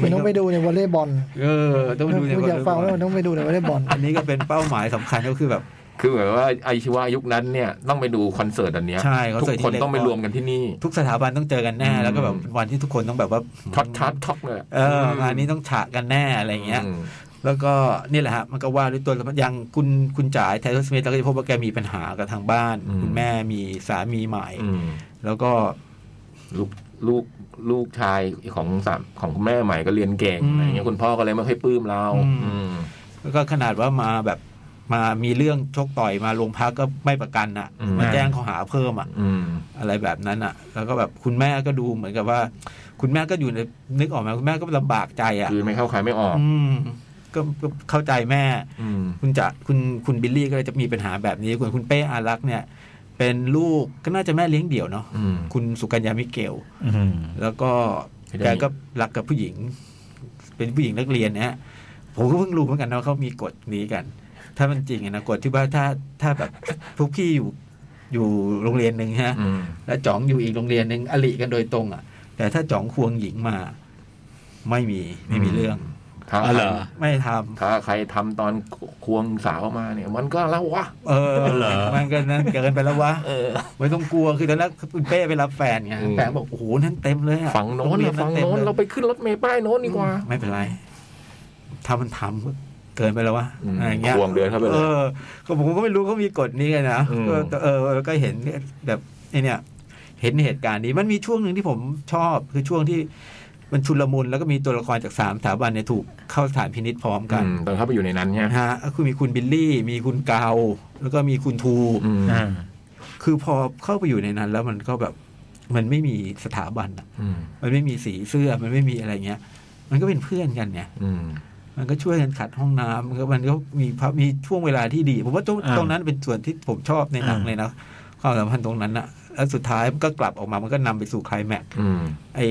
คุณต้องไปดูในวอลเลย์บอล เออต้องไปดูใน คุณอยากฟังแล้วมันต้องไปดูในวอลเลย์บอล อันนี้ก็เป็นเป้าหมายสำคัญก็คือแบบ คือแบบว่าไอชีวายุคนั้นเนี่ยต้องไปดูคอนเสิร์ตอันเนี้ย ใช่คอน ทุก เสิร์ต คน ที่เล็ก ต้องไปรวมกันที่นี่ ทุกสถาบันต้องเจอกันแน่ แล้วก็แบบเป็นวันที่ทุกคนต้องแบบว่า ช็อตช็อตช็อกเลย เอองานนี้ต้องฉะกันแน่อะไรอย่างเงี้ย อืม แล้วก็นี่แหละฮะมันก็ว่าด้วยตัวอย่างคุณคุณจ๋ายไททัสมิธเราก็จะพบว่าแกมีปัญหากับทางบ้าน อืม คุณแม่มีสามีใหม่ อืม แล้วก็ ลูกลูกลูกชายของสามของคุณแม่ใหม่ก็เรียนเก่งอะไรเงี้ยคุณพ่อก็เลยไม่ค่อยปลื้มเราอืม แล้วก็ขนาดว่ามาแบบมามีเรื่องชกต่อยมาโรงพักก็ไม่ประกันอ่ะ อืม มาแจ้งข้อหาเพิ่มอ่ะ อืม อะไรแบบนั้นอ่ะ แล้วก็แบบคุณแม่ก็ดูเหมือนกับว่า คุณแม่ก็อยู่ในนึกออกไหมคุณแม่ก็ลำบากใจอ่ะ คือไม่เข้าใครไม่ออก อืมก็ก็เข้าใจแม่ อืม คุณจะคุณคุณบิลลี่ก็เลยจะมีปัญหาแบบนี้ส่วนคุณเป้อารักษ์เนี่ย เป็นลูกก็น่าจะแม่เลี้ยงเดี่ยวเนาะ อืม คุณสุกัญญามิเกล อืม แล้วก็ ไม่ได้ แกก็รักกับผู้หญิง เป็นผู้หญิงนักเรียนนะฮะผมก็เพิ่งรู้เหมือนกันนะว่าเขามีกฎนี้กัน ถ้ามันจริงอะนะกฎที่ว่าถ้าถ้าแบบพวกพี่อยู่อยู่โรงเรียนหนึ่งฮะ อืม แล้วจ๋องอยู่อีกโรงเรียนหนึ่งอลิกันโดยตรงอ่ะ แต่ถ้าจ๋องควงหญิงมา ไม่มีไม่มีเรื่อง ถ้า อ๋อเหรอ ไม่ทำ ถ้าใครทำตอนควงสาวมาเนี่ย มันก็แล้ววะ เออ เหรอ มันก็นั่นเกินไปแล้ววะไม่ต้องกลัวคือตอนแรกคุณเป้ไปรับแฟนไง อืม แฟนบอกโอ้โหนั่นเต็มเลยอะ ฝั่งโน้น โรเรีย อะฝั่งโน้ต็นมลย เราไปขึ้นรถเมล์ป้ายโน้นดีกว่า ไม่เป็นไร ถ้ามันทำก็เกินไปแล้ววะ อืม อะไรเงี้ย ควงเดินเข้าไปเลย เออก็ผมก็ไม่รู้เขามีกฎนี้กันนะ อืม ก็เออแล้วก็เห็นแบบไอเนี่ย เห็นเหตุการณ์นี้มันมีช่วงหนึ่งที่ผมชอบ คือช่วงที่มันชุลมุนแล้วก็มีตัวละครจากสามสถาบันเนี่ยถูกเข้าสถานพินิษพร้อมกัน อืมตอนเข้าไปอยู่ในนั้นเนี่ย นะฮะก็คือมีคุณบิลลี่ มีคุณเกาแล้วก็มีคุณทู อืม อ่า คือพอเข้าไปอยู่ในนั้น แล้วมันก็แบบมันไม่มีสถาบันอะ อืม มันไม่มีสีเสื้อมันไม่มีอะไรเงี้ย มันก็เป็นเพื่อนกันเนี่ย อืม มันก็ช่วยกันขัดห้องน้ำมันก็มันก็มีภาพมีช่วงเวลาที่ดี ผมว่าตรง อ่า ตรงนั้นเป็นส่วนที่ผมชอบในหนัง อ่า เลยนะความสัมพันธ์ตรงนั้นอะแล้วสุดท้ายมันก็กลับออกมามันก็นำไปสู่ไคลแม็กซ์ อืม ไอ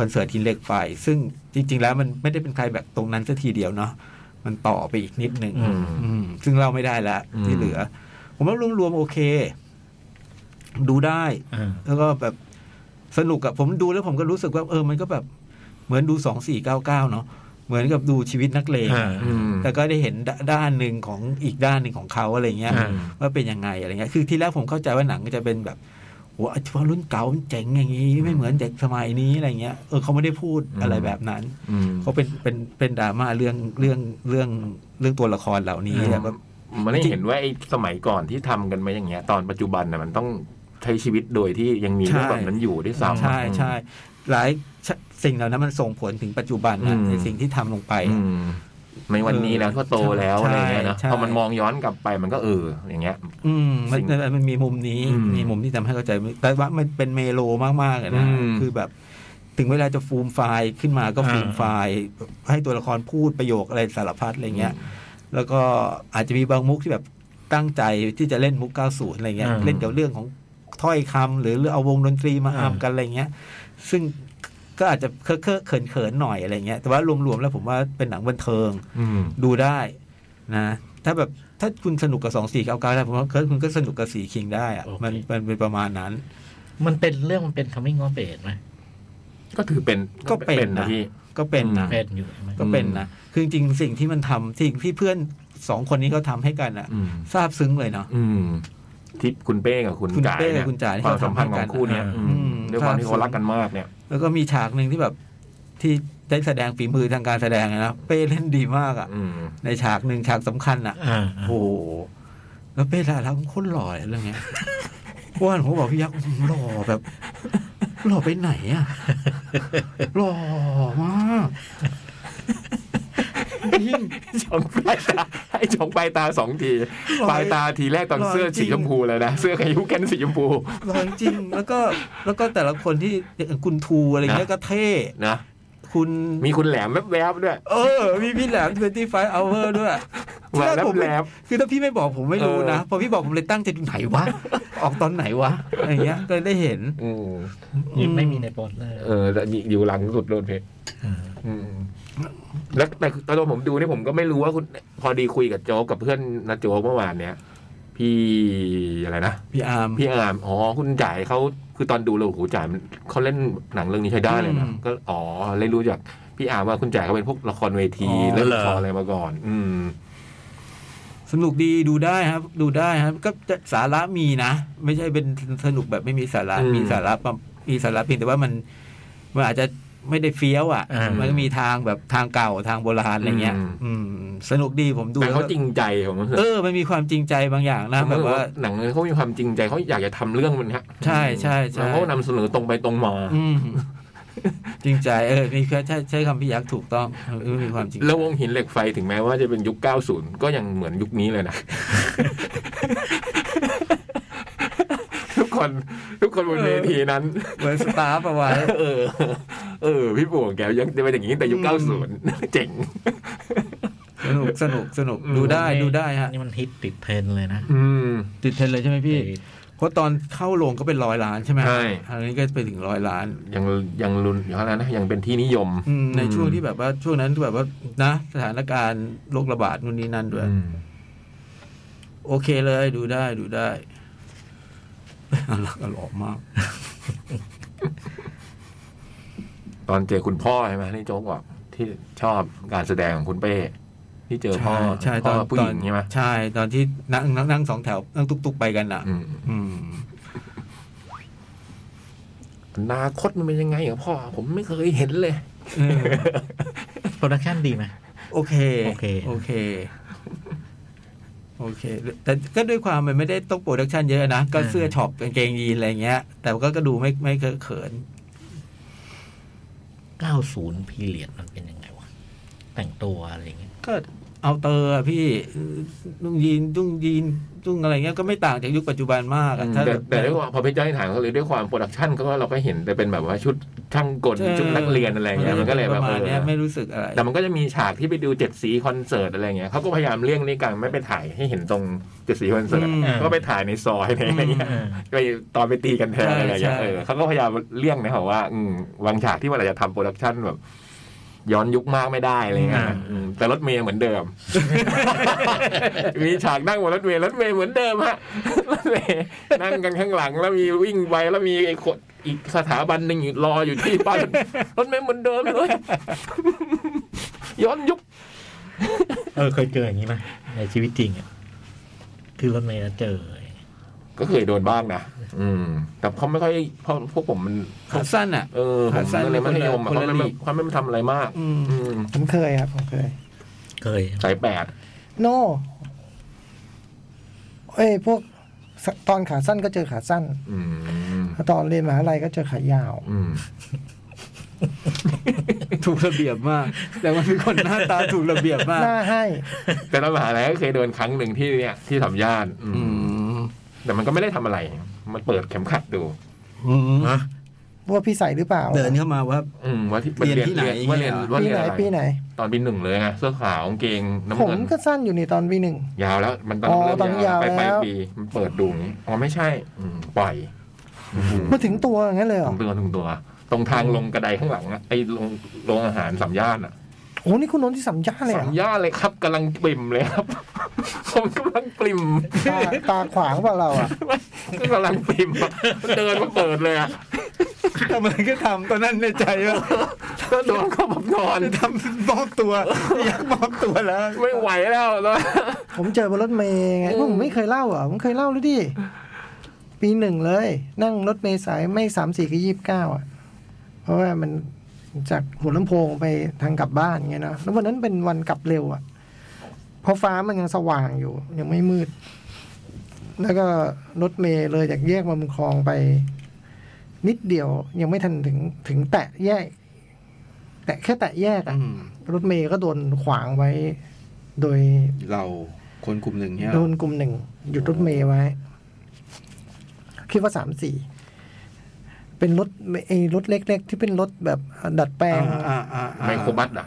คอนเสิร์ตหินเหล็กไฟซึ่งจริง ๆ แล้วมันไม่ได้เป็นไคลแม็กซ์ตรงนั้นซะทีเดียวเนาะมันต่อไปอีกนิดหนึ่ง อืม อืมซึ่งเราไม่ได้ละ อืม ที่เหลือ ผมว่ารวมๆโอเค ดูได้ อ่า แล้วก็แบบสนุกอะผมดูแล้วผมก็รู้สึกว่าเออมันก็แบบเหมือนดูสองสี่เก้าเก้าเนาะเหมือนกับดูชีวิตนักเลง อ่า อืม แต่ก็ได้เห็นด้านหนึ่งของอีกด้านหนึ่งของเขาอะไรเงี้ย อ่า ว่าเป็นยังไงอะไรเงี้ยคือที่แรกผมเข้าใจว่าหนังจะเป็นแบบโหอาชีวะรุ่นเก่ามันเจ๋งอย่างนี้ ไม่เหมือนเด็กสมัยนี้อะไรเงี้ยเออเขาไม่ได้พูด อืม อะไรแบบนั้น อืม เขาเป็นเป็นเป็นดราม่าเรื่องเรื่องเรื่องเรื่องตัวละครเหล่านี้แต่ว่า มันได้เห็นว่าไอ้สมัยก่อนที่ทำกันมาอย่างเงี้ย ตอนปัจจุบันน่ะมันต้องใช้ชีวิตโดยที่ยังมี ใช่ เรื่องแบบนั้นอยู่ด้วยซ้ำ ใช่ใช่หลายชสิ่งเหล่านั้นมันส่งผลถึงปัจจุบันนะ อืม ในสิ่งที่ทำลงไป อืมในวันนี้แล้วก็โตแล้ว ใช่ อะไรเงี้ยนะ ใช่ พอมันมองย้อนกลับไปมันก็เอออย่างเงี้ย อืมมัน สิ่ง มันมันมีมุมนี้ อืม มีมุมที่ทำให้เข้าใจ แต่ว่ามันเป็นเมโลมากๆเลยนะ อืม คือแบบถึงเวลาจะฟูมไฟล์ขึ้นมาก็ อ่า ฟูมไฟล์ให้ตัวละครพูดประโยคอะไรสารพัดอะไรเงี้ย แล้วก็อาจจะมีบางมุกที่แบบตั้งใจที่จะเล่นมุก 90 อะไรเงี้ย อ่า เล่นกับเรื่องของถ้อยคำหรือเอาวงดนตรีมา อ่า อามกันอะไรเงี้ย ซึ่งก็อาจจะเคอะเคอะเขินเขินๆหน่อยอะไรเงี้ยแต่ว่ารวมๆแล้วผมว่าเป็นหนังบันเทิง อืม ดูได้นะ ถ้าแบบถ้าคุณสนุกกับสองสี่เก้าเก้าได้ผมว่าคุณก็สนุกกับสี่คิงได้อะ โอเค มันมันเป็นประมาณนั้น มันเป็นเรื่องมันเป็น coming of age ไหม ก็ถือเป็น ก็เป็นนะ พี่ ก็เป็นนะ เป็นอยู่ใช่ไหม ก็เป็นนะคือจริงๆสิ่งที่มันทำสิ่งที่เพื่อนสองคนนี้เขาทำให้กันอะ อืม ซาบซึ้งเลยเนาะ อืม ที่คุณเป้กับคุณ คุณ จ่าย เป้กับ เนี่ย คุณจ่ายนี่ ความ เขา สัมพันธ์ข ทำให้กั อง น คู่เนี้ย อ่า อืม อืม ด้วยความ ภาพ ที่เขารักกันมากเนี่ย แล้วก็มีฉากหนึ่งที่แบบที่ได้แสดงฝีมือทางการแสดงอะนะเป้เล่นดีมากอ่ะ อืม ในฉากหนึ่งฉากสำคัญอ่ะ อ่า โอ้โหแล้วเป้ดาราโคนหล่อเลยเรื่องเนี้ย เพราะว่าผมบอกพี่ยักษ์อื้อหือหล่อแบบหล่อไปไหนอ่ะหล่อมากจริง ชงปลายต าให้ชงปลายตาสองที ลอย ปลายตาทีแรกตอน ลอย เสื้อสี จริง ชมพูเลยนะเสื้อขยุกแกนสีชมพู หล่อจริงแล้วก็แล้วก็แต่ละคนที่อย่างคุณทูอะไรเงี้ยก็เท่ นะ คุณ มีคุณแหลมแวบๆด้วย เออ มีพี่แหลม25 hour ด้วย แหลม ถ้าผมไม่ แหลม คือถ้าพี่ไม่บอกผมไม่รู้นะ เออ พอพี่บอกผมเลยตั้งใจดูไหนวะ ออกตอนไหนวะ อะไรเงี้ย ก็ได้เห็น อืม ยังไม่มีในบทเลย เออแต่อยู่หลังสุดโดนเพชร อืม อืมแล้วแต่ตอนผมดูเนี่ยผมก็ไม่รู้ว่าคุณพอดีคุยกับโจ๊กกับเพื่อนนะโจ๊กเมื่อวานเนี้ยพี่อะไรนะ พี่อาร์ม พี่อามอ๋อคุณจ่ายเขาคือตอนดูเราโอ้โหจ่ายมันเขาเล่นหนังเรื่องนี้ใช้ได้เลยนะ อืม ก็อ๋อเลยรู้จากพี่อามว่าคุณจ่ายเขาเป็นพวกละครเวที อ๋อ เล่น เหรอ ละครอะไรมาก่อน อืม สนุกดีดูได้ครับ ดูได้ครับ ก็จะสาระมีนะ ไม่ใช่เป็นสนุกแบบไม่มีสาระ อืม มีสาระประมีสาระเพียงแต่ว่ามันมันอาจจะไม่ได้เฟี้ยวอ่ะ อ่ามั มันก็มีทางแบบทางเก่าทางโบราณอะไรเงี้ย อืม อืม สนุกดีผมดู แต่เขา แล้วก็ จริงใจผมรู้สึก เออ มันมีความจริงใจบางอย่างนะ ผม แบบ รู้สึก ว่า หนังเรื่องนี้เขามีความจริงใจเขาอยากจะทำเรื่องมันฮะ ใช่ใช่ใช่ แล้วเขานำเสนอตรงไปตรงมา อืมจริงใจเออมีแค่ใช้ใช้คำพี่ยักษ์ถูกต้องเออมีความจริง แล้ววงหินเหล็กไฟถึงแม้ว่าจะเป็นยุค 90 ก็ยังเหมือนยุคนี้เลยนะ ทุกคนทุกคนบนเวทีนั้น เหมือนสตาร์ฟเอาไว้ เออ เออ พี่ปู่ของแกยังจะเป็นอย่างนี้แต่ยุค 90 เจ๋ง สนุกสนุกสนุกดูได้ดูได้ฮะ นี่มันฮิตติดเทรนด์เลยนะ อืม ติดเทรนด์เลยใช่ไหมพี่ ไอ้ เพราะตอนเข้าโรงก็เป็นร้อยล้านใช่ไหม ใช่ อันนี้ก็ไปถึงร้อยล้าน ยังยังรุนอย่างนั้นนะยังเป็นที่นิยม อืมในช่วงที่แบบว่าช่วงนั้นแบบว่านะ สถานการณ์โรคระบาดนู่นนี่นั่นด้วย อืม โอเคเลยดูได้ดูได้น่ารักอร่อยมาก ตอนเจอคุณพ่อใช่ไหมนี่โจ๊กบอกที่ชอบการแสดงของคุณเป้ ที่เจอพ่อ ใช่ใช่ตพ่อ อน ผู้หญิตงอน ใช่ไหม ใช่ตอนที่นั่งนั่งนั่งสองแถวนั่งตุกๆไปกันอ่ะ อืม อืม อนาคตมันเป็นยังไงกับพ่อ ผมไม่เคยเห็นเลย เออ โปรดักชันดีไหม โอเค โอเค โอเค โอเค แต่ก็ด้วยความมันไม่ได้ต้องโปรดักชันเยอะนะ ก็เสื้อช็อปกางเกงยีนอะไรเงี้ย แต่ก็ก็ดูไม่ไม่เคอะเขิน 90พีเรียดมันเป็นยังไงวะ แต่งตัวอะไรอย่างเงี้ย ก็เอาเตอร์อะพี่นุ่งยีนนุ่งยีนนุ่งอะไรเงี้ยก็ไม่ต่างจากยุคปัจจุบันมากอะถ้า แต่ บบ แต่ด้วยความพอพี่จ้อยถามเขาเลยด้วยความโปรดักชันก็เราก็เห็นแต่เป็นแบบว่าชุดช่างกล เออ ชุดนักเรียนอะไรเงี้ยมันก็เลยแบบ ประมาเอณเนี้ย อ ไม่รู้สึกอะไร แต่มันก็จะมีฉากที่ไปดูเจ็ดสีคอนเสิร์ตอะไรเงี้ยเขาก็พยายามเลี่ยงในการไม่ไปถ่ายให้เห็นตรงเจ็ดสีคอนเสิร์ต อืม ก็ไปถ่ายในซอยในอะไรเงี้ย อืม ไปตอนไปตีกันแทน ใช่ อะไรอย่างเงี้ย ใช่ เออเขาก็พยายามเลี่ยงนะครับว่าอืมวางฉากที่มันอาจจะทำโปรดักชันแบบ ย้อนยุคมากไม่ได้อะไรเงี้ย อืม อืมแต่รถเมย์เหมือนเดิม มีฉากนั่งบนรถเมย์รถเมย์เหมือนเดิมฮะรถเมย์นั่งกันข้างหลังแล้วมีวิ่งไปแล้วมีไอ้คนอีกสถาบันหนึ่งอยู่รออยู่ที่ป้ายรถเมย์เหมือนเดิมเลย ย้อนยุค เออเคยเจออย่างนี้ไหมในชีวิตจริงอ่ะ คือรถเมล์แล้วเจอ ก็เคยโดนบ้างนะอืม แต่เขาไม่ค่อยเพราะพวกผมมัน ขาสั้นอ่ะ เออผม ขาสั้น ก็เลยมัธยมอะ คน เขา ละ ไม่ ลีก เขาไม่ทำอะไรมาก อืม อืม ผมเคยครับผมเคย เคย สายแปด โน่เอ้ยพวกสตอนขาสั้นก็เจอขาสั้น อืม ตอนเรียนมหาลัยก็เจอขายาว อืม ถูกระเบียบมาก แต่มันเป็นคนหน้าตาถูกระเบียบมาก หน้าให้ แต่ตอนมหาลัยก็เคยโดนครั้งหนึ่งที่เนี่ยที่สัมยานอืม อืม แต่มันก็ไม่ได้ทำอะไร มันเปิดเข็มขัดดู อืม ว่าพี่ใส่หรือเปล่า เดินเข้ามาว่า อืมว่าที่ เรียนที่ไหน ว่าเรียนว่า ปี เรียน ไหน อะไร ปีไหน ตอนปีหนึ่งเลยไงเสื้อขาวกางเกงน้ำ ผม เงิน ก็สั้นอยู่นี่ตอนปีหนึ่ง ยาวแล้ว มันตอน อ๋อ เริ่ม ตอนนี้ยาว ไปลาย แล้ว ปีมันเปิดดูอย่างนี้อ๋อไม่ใช่ อืมปล่อย มาถึงตัวอย่างนั้นเลยเหร ตร อง ตัวตรงตัว ตรงทางลงกระไดข้างหลังอะไอ้ลงลงอาหารสัมยานอะ โอ้นี่คุณนนท์ที่สัมยาเลยเห สั ร ญ อ ญาเลยครับกำลังปริ่มเลยครับ ผมกำลังปริ่ม ตาตาขวางเปล่าเราอ่ะ ก็กำลังปริ่มอะเดินมาเปิดเลยอะ ทำอะไรก็ทำตอนนั้นในใจว่า ก็โดนเขาแบบนอน ทำมอบตัว อยากมอบตัวแล้ว ไม่ไหวแล้วแล้ว ผมเจอบนรถเมย์ไงผมไม่เคยเล่าเหรอ่ะผมเคยเล่าหรือดิ ปีหนึ่งเลย นั่งรถเมล์สายไม่สามสี่ก็ยี่สิบเก้าอ่ะ เพราะว่ามันจากหัวลำโพงไปทางกลับบ้านไงเนาะแล้ววันนั้นเป็นวันกลับเร็วอ่ะเพราะฟ้ามันยังสว่างอยู่ ยังไม่มืด แล้วก็รถเมล์เลยจากแยกมามุงคลองไป นิดเดียวยังไม่ทันถึงถึงแตะแยก แตะแค่แตะแยกอะ อืม รถเมย์ก็โดนขวางไว้ โดย เราคนกลุ่มหนึ่งเนี่ย โดนกลุ่มหนึ่งหยุดรถเมย์ไว้ คิดว่าสามสี่เป็นรถไอ้รถเล็กๆ ที่เป็นรถแบบดัดแปลง อ่าอ่าอ่า ไมโครบัสอ่ะ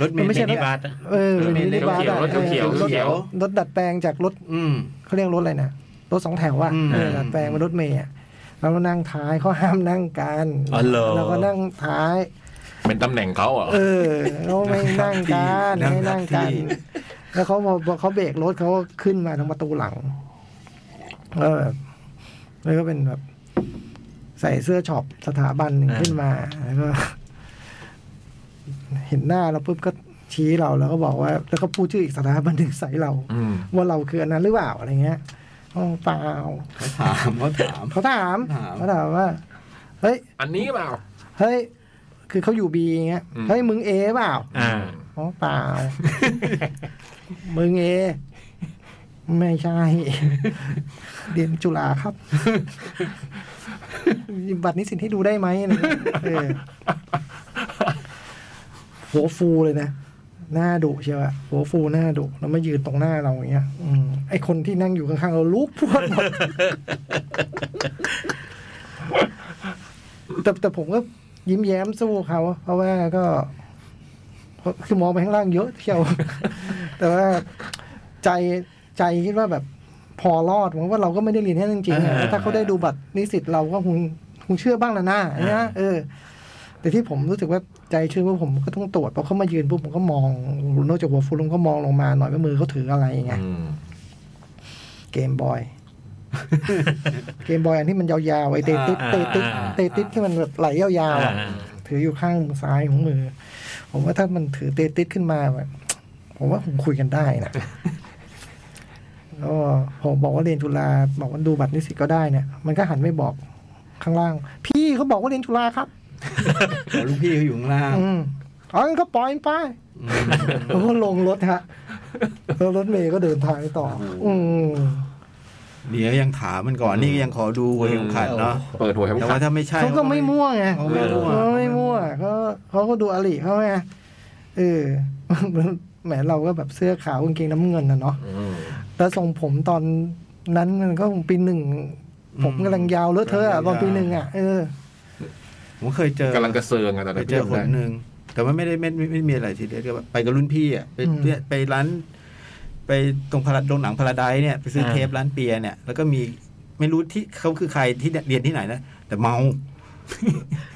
รถเม มัน ล์ ไม่ใช่ มินิบัสอะ เออเป็นมินิบัสอะ รถเขียว ออ รถเขียว รถรถดัดแปลงจากรถ อืม เขาเรียกรถอะไรนะรถสองแถวว่ะ อืม เออดัดแปลงเป็นรถเมย์อะแล้วเรานั่งท้ายเขาห้ามนั่งกัน อ๋อเหรอ เราก็นั่งท้าย เป็นตำแหน่งเขาเหรอ เออเขาไม่นั่งกัน นั่ง ไม่นั่งกั ทับ น ที่ แล้วเขาพอพอเขาเบรกรถเขาก็ขึ้นมาทางประตูหลังแล้วแบบแล้วก็เป็นแบบ ใส่เสื้อช็อปสถาบันหนึ่ง อ่า ขึ้นมา แล้วก็ เห็นหน้าเราปุ๊บก็ชี้เราแล้วก็บอกว่า แล้วก็พูดชื่ออีกสถาบันหนึ่งใส่เรา อืม ว่าเราคืออันนั้นหรือเปล่าอะไรเงี้ยอ๋อเปล่า เขาถามเขาถาม เขาถาม ถาม เขาถามว่า เฮ้ย อันนี้เปล่า เฮ้ย คือเขาอยู่บีอย่างเงี้ย อืม เฮ้ยมึงเอเปล่า อ่า อ๋อเปล่า มึงเอ ไม่ใช่ เรียนจุฬาครับ บัตรนิสิตให้ดูได้ไหมอะไรเงี้ยเออหัวฟูเลยนะ หน้าดุเชียวอะหัวฟูหน้าดุแล้วมายืนตรงหน้าเราอย่างเงี้ย อืมไอคนที่นั่งอยู่ข้างๆเราลุกพรวดหมดแต่แต่ผมก็ยิ้มแย้มสู้เขา เพราะว่าก็ คือมองไปข้างล่างเยอะเที่ยว แต่ว่าใจใจคิดว่าแบบพอรอดเพราะว่าเราก็ไม่ได้เรียนแค่นั้นจริงๆอะ อ่า ถ้าเขาได้ดูบัตรนิสิตเราก็คงคงเชื่อบ้างละหน้านะเออ แต่ที่ผมรู้สึกว่าใจชื่นว่าผมก็ต้องตรวจเพราะเขามายืนปุ๊บผมก็มองนอกจากหัวฟูลงก็มองลงมาหน่อยว่ามือเขาถืออะไรไง อืม เกมบอย เกมบอยอันที่มันยาวๆไอ้เตติดเตติดเตติดที่มันแบบไหลยาวๆอะ ถืออยู่ข้างซ้ายของมือ ผมว่าถ้ามันถือเตติสขึ้นมาแบบผมว่าผมคุยกันได้ นะ แล้วผมบอกว่าเรียนจุฬาบอกว่าดูบัตรนิสิตก็ได้เนี่ย มันก็หันไม่บอกข้างล่าง พี่เขาบอกว่าเรียนจุฬาครับ อ๋อลูกพี่เขาอยู่ข้างล่าง อืมอ๋องั้นก็ปล่อยมันไป อืม แล้วก็ลงรถฮะแล้วรถเมย์ก็เดินทางไปต่อ อืม เดี๋ยวยังถามมันก่อนนี่ยังขอดูหัวเข็มขัดเนาะ เปิดหัวเข็ม แต่ ขั ว่า ด ถ้าไม่ใช่ เขาก็ไม่มั่วไง เขาไม่มั่ว เขาไม่มั่วเขาเขาก็ดูอริเขาไงเออ แหมเราก็แบบเสื้อขาวกางเกงน้ำเงินนะเนาะ อืม แล้วทรงผมตอนนั้นมันก็คงปีหนึ่ง อืม ผมกำลังยาวเลอะเทอะอะตอน ยาว ปีหนึ่งอ่ะเออ ผมเคยเจอ กำลังกระเซิงอะตอน ไป นั้น เจอคนหนึ่งแต่ว่าไม่ได้ไม่ไม่ไม่มีอะไรทีเดียวก็ไปกับรุ่นพี่อ่ะไปไปไปร้าน ไปตรงพาราโรงหนังพาราไดซ์เนี่ยไปซื้อ อ่า เทปร้านเปียร์เนี่ย แล้วก็มีไม่รู้ที่เขาคือใครที่เรียนที่ไหนนะแต่เมา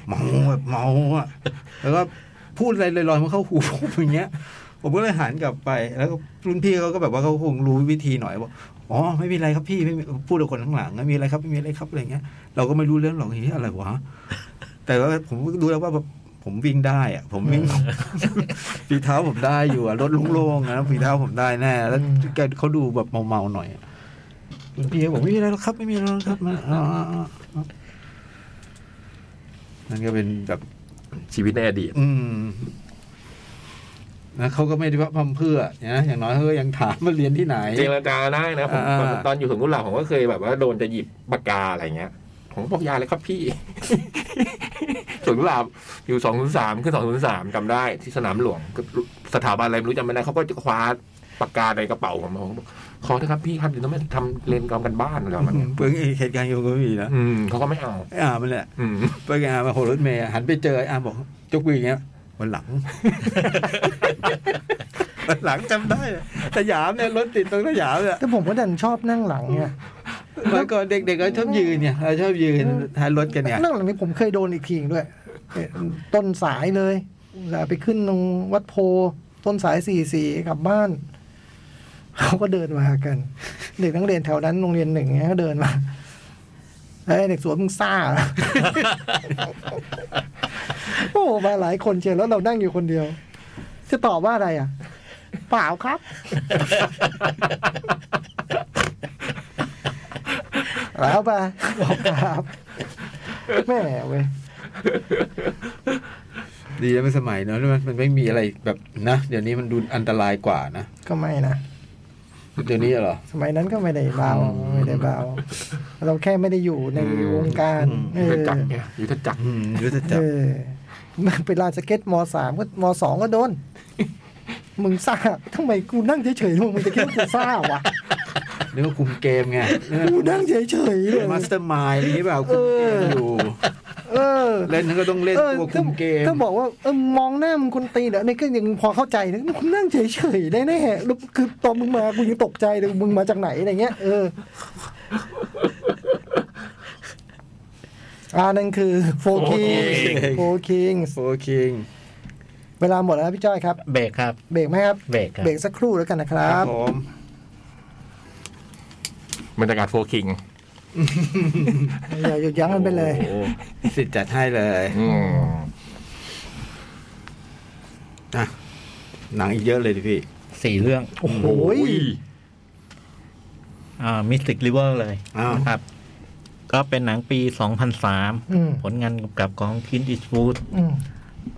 เมาแบบเมาอ่ะแล้วก็พูดอะไรลอยๆมันเข้าหูผมอย่างเงี้ย ผมก็เลยหันกลับไป แล้วก็รุ่นพี่เขาก็แบบว่าเขาคงรู้วิธีหน่อยบอกอ๋อไม่มีอะไรครับพี่ไม่มีพูดกับคนข้างหลังไม่มีอะไรครับไม่มีอะไรครับอะไรเงี้ย เราก็ไม่รู้เรื่องหรอกเฮ้ยอะไรวะ แต่ว่าผมก็รู้แล้วว่าแบบผมวิ่งได้อะผมวิ่ง ฝีเท้าผมได้อยู่อะรถโล่งๆนะฝีเท้าผมได้แน่แล้วแกเขาดูแบบเมาๆหน่อยอะรุ่นพี่ก็บอกไม่มีอะไรหรอกครับ ไม่มีอะไรหรอกครับมาอ่าอ่าอ่านั่นก็เป็นแบบ ชีวิตในอดีต อืมนะเขาก็ไม่ได้ว่าพร่ำเพื่อนะอย่างน้อยเขาก็ยังถามว่าเรียนที่ไหน เจรจาได้นะผม อ่า ตอนตอนอยู่สวนกุหลาบผมก็เคยแบบว่าโดนจะหยิบปากกาอะไรเงี้ย ผมบอกอยาเลยครับพี่ สวนกุหลาบอยู่สองศูนย์สามขึ้นสองศูนย์สามจำได้ที่สนามหลวงก็สถาบันอะไรไม่รู้จำไม่ได้เขาก็จะคว้าปากกาในกระเป๋าผมผมบอกขอเถอะครับพี่ครับเดี๋ยวต้องไปทำเรียนกรรมกันบ้านอะไรประมาณเนี้ย เพิ่งเหตุการณ์โยงก็มีนะ อืมเขาก็ไม่เอา ไอ้อามันแหละ อืม ไปกับอามาโหรถเมย์หันไปเจอไอ้อาบอกจกมืออย่างเงี้ยวันหลัง วันหลังจำได้เลยสยามเนี่ยรถติดตรงสยามเนี่ย แต่ผมก็ดันชอบนั่งหลังไง เมื่อก่อนเด็กๆก็ชอบยืนเนี่ยเราชอบยืนท้ายรถกันเนี่ย นั่งหลังนี้ผมเคยโดนอีกทีหนึ่งด้วยเอ่อต้นสายเลยอุตสายไปขึ้นตรงวัดโพ ต้นสายสี่สี่กลับบ้านเขาก็เดินมากัน เด็กนักเรียนแถวนั้นโรงเรียนหนึ่งเนี้ยก็เดินมาไอ้ยเด็กสวนมึงซ่าเหรอ โอ้มาหลายคนเชียวแล้วเรานั่งอยู่คนเดียว จะตอบว่าอะไรอ่ะ เปล่าครับ เอาไปครับแม่เว้ย ดีแล้วไม่สมัยเนอะมันมันไม่มีอะไรแบบนะ เดี๋ยวนี้มันดูอันตรายกว่านะ ก็ไม่นะ เดี๋ยวนี้เหรอ สมัยนั้นก็ไม่ได้เบาไม่ได้เบา เราแค่ไม่ได้อยู่ในวงการ อืม เอ ยุทธ อ จักรเนี่ยยุทธจักร อืมยุทธจั เอก ร อไปลานสเก็ตมสามก็มสองก็โดน มึงซ่าทำไมกูนั่งเฉยๆมึงมึงจะคิดว่ากูซ่าวะ นึกว่าคุมเกมไง กูนั่งเฉยๆเลย มาสเตอร์มายอะไรอย่างงี้เปล่าคุมเกมอยู่ เออ เล่นนั้นก็ต้องเล่น เออ ตัว ถ้า คุมเกม ถ้าบอกว่าเออมองหน้ามึงคนตีนเดี๋ยวนี่ก็ยังพอเข้าใจนะมึงนั่งเฉยๆได้แน่แล้วคือตอนมึงมากูยังตกใจเลยมึงมาจากไหนอะไรเงี้ยเอออ่านั่นคือโฟคิงโฟคิง โฟคิง เวลาหมดแล้วนะพี่จ้อยครับ เบรกครับ เบรกไหมครับ เบรกครับ เบรกสักครู่แล้วกันนะครั ครับ บผม บรรยากาศโฟคิง อย่าหยุดยั้งกันไปเลย โอ้โหสิทธิ์จัดให้เลย อืม อ่ะหนังอีกเยอะเลยดิพี่ สี่เรื่อง โอ้โห อ่ามิสติกริเวอร์เลย อ้าว นะครับ ก็เป็นหนังปี อืม 2003 ผลงานกำกับของคินอิสวูด อืม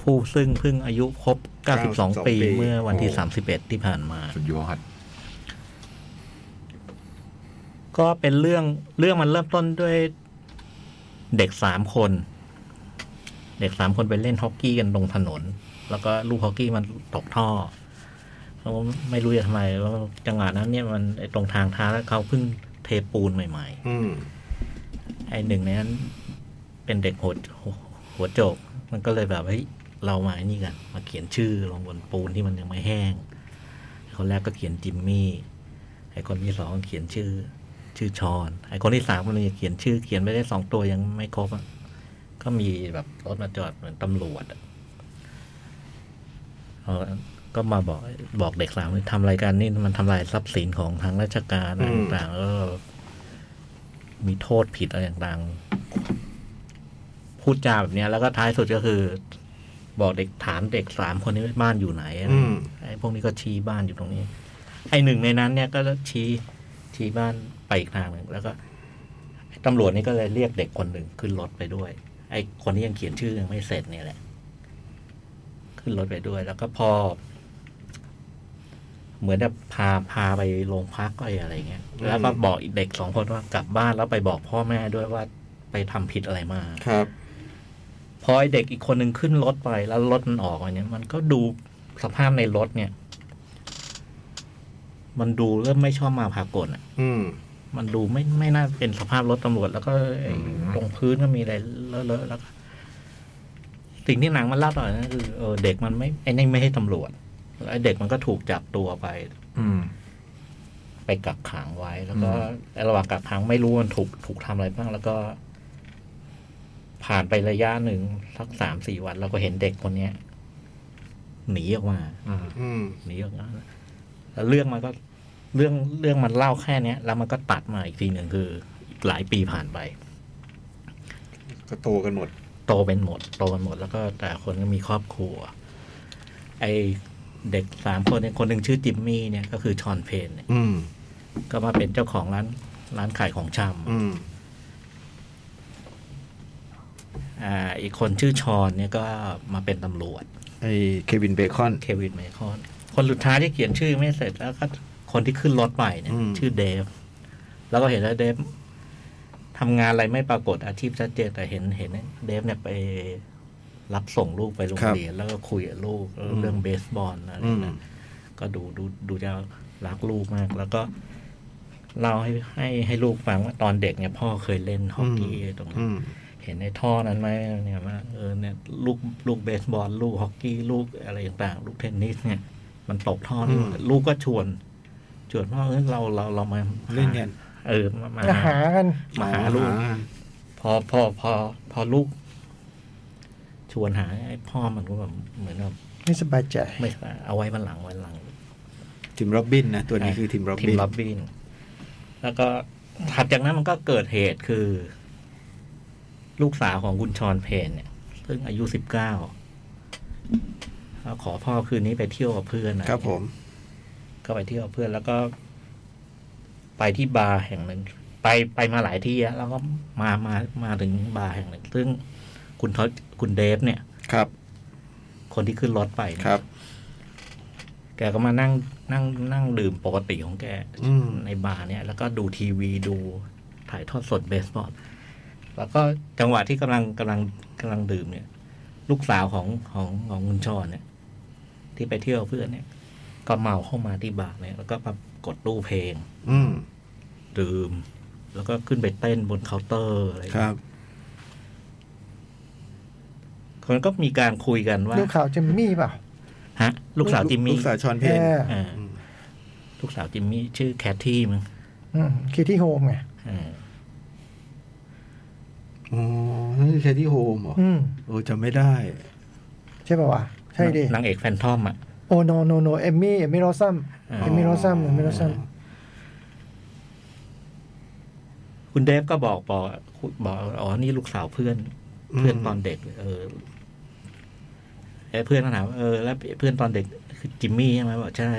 ผู้ซึ่งเพิ่งอายุครบ 92 92 ปีเมื่อวันที่ 31 ที่ผ่านมา สุดยอด ก็เป็นเรื่องเรื่องมันเริ่มต้นด้วยเด็กสามคน เด็กสามคนไปเล่นฮอกกี้กันตรงถนน แล้วก็ลูกฮอกกี้มันตกท่อเขาไม่รู้จะทำไมว่าจังหวะนั้นเนี่ยมันไอ้ตรงทางเท้าแล้วเขาเพิ่งเทปูนใหม่ อืม ๆไอ้หนึ่งในนั้น เป็นเด็กหัวหัวโจก มันก็เลยแบบเฮ้ยเรามาไอ้นี่กัน มาเขียนชื่อลงบนปูนที่มันยังไม่แห้งคนแรกก็เขียนจิมมี่ไอ้คนที่สองเขียนชื่อ ชื่อชอน ไอ้คนที่สามมันเลยเขียนชื่อเขียนไปได้สองตัวยังไม่ครบอะก็มีแบบรถมาจอดเหมือนตำรวจอะเออก็มาบอกบอกเด็กสามว่าทำรายการนี่มันทำลายทรัพย์สินของทางราชการอะไรต่างๆแล้วก็มีโทษผิดอะไรต่างๆ พูดจาแบบเนี้ย แล้วก็ท้ายสุดก็คือ บอกเด็กถามเด็กสามคนนี้ว่าบ้านอยู่ไหนอะไร อืม ไอ้พวกนี้ก็ชี้บ้านอยู่ตรงนี้ ไอ้หนึ่งในนั้นเนี่ยก็ชี้ชี้บ้านไปอีกทางหนึ่งแล้วก็ไอ้ตำรวจนี่ก็เลยเรียกเด็กคนหนึ่งขึ้นรถไปด้วย ไอ้คนที่ยังเขียนชื่อยังไม่เสร็จเนี่ยแหละ ขึ้นรถไปด้วย แล้วก็พอ เหมือนจะพาพาไปโรงพักก็อะไรอย่างเงี้ย แล้วก็บอกอีกเด็กสองคนว่ากลับบ้านแล้วไปบอกพ่อแม่ด้วยว่าไปทำผิดอะไรมา ครับ พอไอ้เด็กอีกคนหนึ่งขึ้นรถไปแล้วรถมันออกไปเนี่ยมันก็ดูสภาพในรถเนี่ย มันดูเริ่มไม่ชอบมาพากลอ่ะ อืม มันดูไม่ไม่น่าเป็นสภาพรถตำรวจ แล้วก็ไอ้ตรงพื้นก็มีอะไรเลอะๆแล้วก็สิ่งที่หนังมันเล่าต่อนั่นคือเออเด็กมันไม่ไอ้นี่ไม่ให้ตำรวจแล้วไอ้เด็กมันก็ถูกจับตัวไป อืม ไปกักขังไว้ แล้วก็ อืม ไอ้ระหว่างกักขังไม่รู้มันถูกถูกทำอะไรบ้าง แล้วก็ ผ่านไประยะหนึ่งสักสามสี่วันเราก็เห็นเด็กคนเนี้ยหนีออกมา อืม อืม หนีออกมาแล้วเรื่องมันก็เรื่องเรื่องมันเล่าแค่เนี้ย แล้วมันก็ตัดมาอีกทีหนึ่งคือหลายปีผ่านไป ก็โตกันหมด โตเป็นหมดโตเป็นหมดแล้วก็แต่ละคนก็มีครอบครัว ไอเด็กสามคนเนี่ยคนหนึ่งชื่อจิมมี่เนี่ยก็คือชอนเพนเนี่ย อืม ก็มาเป็นเจ้าของร้านร้านขายของชำ อืม อ่าอีกคนชื่อชอนเนี่ยก็มาเป็นตำรวจ ไอเควินเบคอน เควินไมคอนคนสุดท้ายที่เขียนชื่อไม่เสร็จแล้วก็คนที่ขึ้นรถไปเนี่ย อืม ชื่อเดฟ แล้วก็เห็นแล้วเดฟทำงานอะไรไม่ปรากฏอาชีพชัดเจนแต่เห็นเห็นเดฟเนี่ยไปรับส่งลูกไปโรงเรียน แล้วก็คุยกับลูกแล้วเรื่องเบสบอลอะไร อืม นะก็ดูดูดูจะรักลูกมาก แล้วก็เล่าให้ให้ให้ลูกฟังว่าตอนเด็กเนี่ยพ่อเคยเล่นฮอกกี้ตรงนั้น อืม เห็นในท่อนั้นไหมเนี่ยว่าเออเนี่ยลูกลูกเบสบอลลูกฮอกกี้ลูกอะไรต่างๆลูกเทนนิสเนี่ย มันตกท่อนี่หมดลูกก็ชวน ชวนพ่อเออเราเราเรามา เล่นกัน เออมามา จะหากัน มาหาลูก อ่า พอพอพอพอลูก ชวนหาไอ้พ่อมันก็แบบเหมือนแบบ ไม่สบายใจ ไม่เอาไว้มันหลังไว้หลัง ทีมโรบบินนะ ตัวนี้คือทีมโรบ ที บิ ม น ล็อบบิน แล้วก็ถัดจากนั้นมันก็เกิดเหตุคือ ลูกสาวของคุณชอนเพนเนี่ย ซึ่งอายุสิบเก้าขอพ่อคืนนี้ไปเที่ยวกับเพื่อนนะครับ ผม ก็ไปเที่ยวกับเพื่อนแล้วก็ ไปที่บาร์แห่งหนึ่ง ไปไปมาหลายที่อะแล้วก็มามามาถึงบาร์แห่งหนึ่งซึ่งคุณทศคุณเดฟเนี่ย ครับ คนที่ขึ้นรถไปเนี่ย ครับ แกก็มานั่งนั่งนั่งดื่มปกติของแก อืม ในบาร์เนี่ย แล้วก็ดูทีวีดูถ่ายทอดสดเบสบอลแล้วก็จังหวะที่กำลังกำลังกำลังดื่มเนี่ย ลูกสาวของของของคุณชอเนี่ย ที่ไปเที่ยวเพื่อนเนี่ย ก็เมาเข้ามาที่บาร์เนี่ย แล้วก็มากดรูปเพลง อืม ดื่ม แล้วก็ขึ้นไปเต้นบนเคาน์เตอร์อะไร ครับ คนก็มีการคุยกันว่า ลูกข่าวเจมมี่เปล่า ฮะ ลูกสาวจิมมี่ ลูกสาวชอนเพ เอน อ อ่าลูกสาวจิมมี่ชื่อแคทที่มั้ง อืมคิดที่โฮมไง อ่า อ๋อนั่นคือแคทที่โฮมเหรอ อืม โอ้จำไม่ได้ ใช่ป่าวะใช่ดิ นางเอกแฟนทอมอ่ะ โอ้โนโนโนเอมมี่เอมมี่โรซัม อ๋อ เอมมี่โรซัมเอมมี่โรซัม คุณเดฟก็บอกบอกบอกอ๋อ นี่ลูกสาวเพื่อน อืม เพื่อนตอนเด็ก เออไอ้เพื่อนก็ถามว่าเออแล้วเพื่อนตอนเด็กคือจิมมี่ใช่ไหมบอกใช่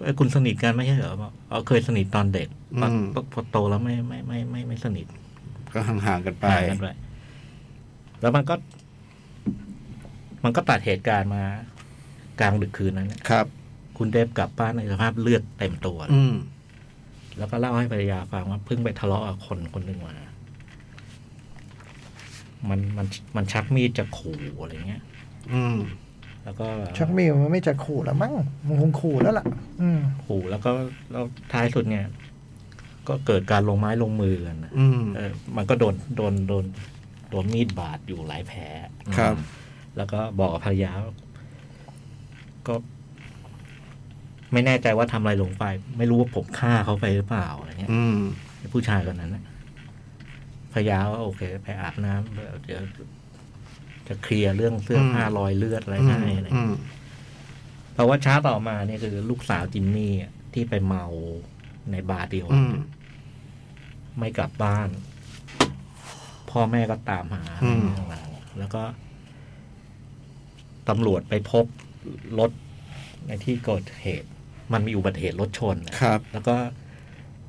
เอ้ยคุณสนิทกันไม่ใช่เหรอบอกอ๋อเคยสนิทตอนเด็กพอ อืม พอพอโตแล้วไม่ไม่ไม่ไม่ไม่สนิท ก็ห่างๆกันไป ห่างกันไปแล้วมันก็ มันก็ตัดเหตุการณ์มา กลางดึกคืนนั้นเนี่ย ครับ คุณเดฟกลับบ้านในสภาพเลือดเต็มตัวเลย อืม แล้วก็เล่าให้ภรรยาฟังว่าเพิ่งไปทะเลาะกับคนคนหนึ่งมา มันมันมันชักมีดจะขู่อะไรเงี้ย อืม แล้วก็ ชักมี่มันไม่จะขู่แล้วมั้งมันคงขู่แล้วล่ะ อืม ขู่แล้วก็แล้วท้ายสุดเนี่ย ก็เกิดการลงไม้ลงมือกันนะ อืม เออมันก็โดนโดนโดนโดนมีดบาดอยู่หลายแผล ครับ แล้วก็บอกกับภรรยาว่าก็ ไม่แน่ใจว่าทำอะไรลงไป ไม่รู้ว่าผมฆ่าเขาไปหรือเปล่าอะไรเงี้ย อืม ไอ้ผู้ชายคนนั้นน่ะพยาว่าโอเค ไปอาบน้ำเดี๋ยวจะเคลียร์เรื่องเสื้อผ้า อืม รอยเลือดอะไร อืม ให้อะไร อืม เพราะว่าเช้าต่อมาเนี่ยคือลูกสาวจิมมี่อ่ะที่ไปเมาในบาร์เดียว อืม ไม่กลับบ้าน พ่อแม่ก็ตามหา อืม แล้วก็ตำรวจไปพบรถในที่เกิดเหตุ มันมีอุบัติเหตุรถชนนะ ครับ แล้วก็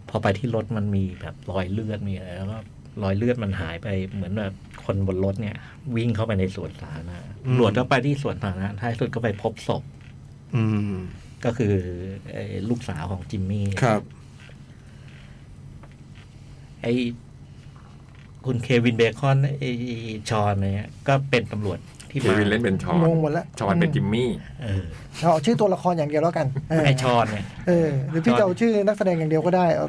พอไปที่รถมันมีแบบรอยเลือดมีอะไรแล้วก็รอยเลือดมันหายไปเหมือนแบบคนบนรถเนี่ย วิ่งเข้าไปในสวนสาธารณะ อืม ตำรวจก็ไปที่สวนสาธารณะท้ายสุดก็ไปพบศพ อืม ก็คือไอ้ลูกสาวของจิมมี่ ครับ ไอ้คุณเควินเบคอนไอ้ชอนเนี่ยก็เป็นตำรวจที่ เค มา วินเล่นเป็นชอน งงหมดแล้ว ชอนเป็นจิมมี่ เออ เอาชื่อตัวละครอย่างเดียวแล้วกันเ ไอ้ชอนเนี่ย เออหรือพี่จะเอาชื่อนักแสดงอย่างเดียวก็ได้เอา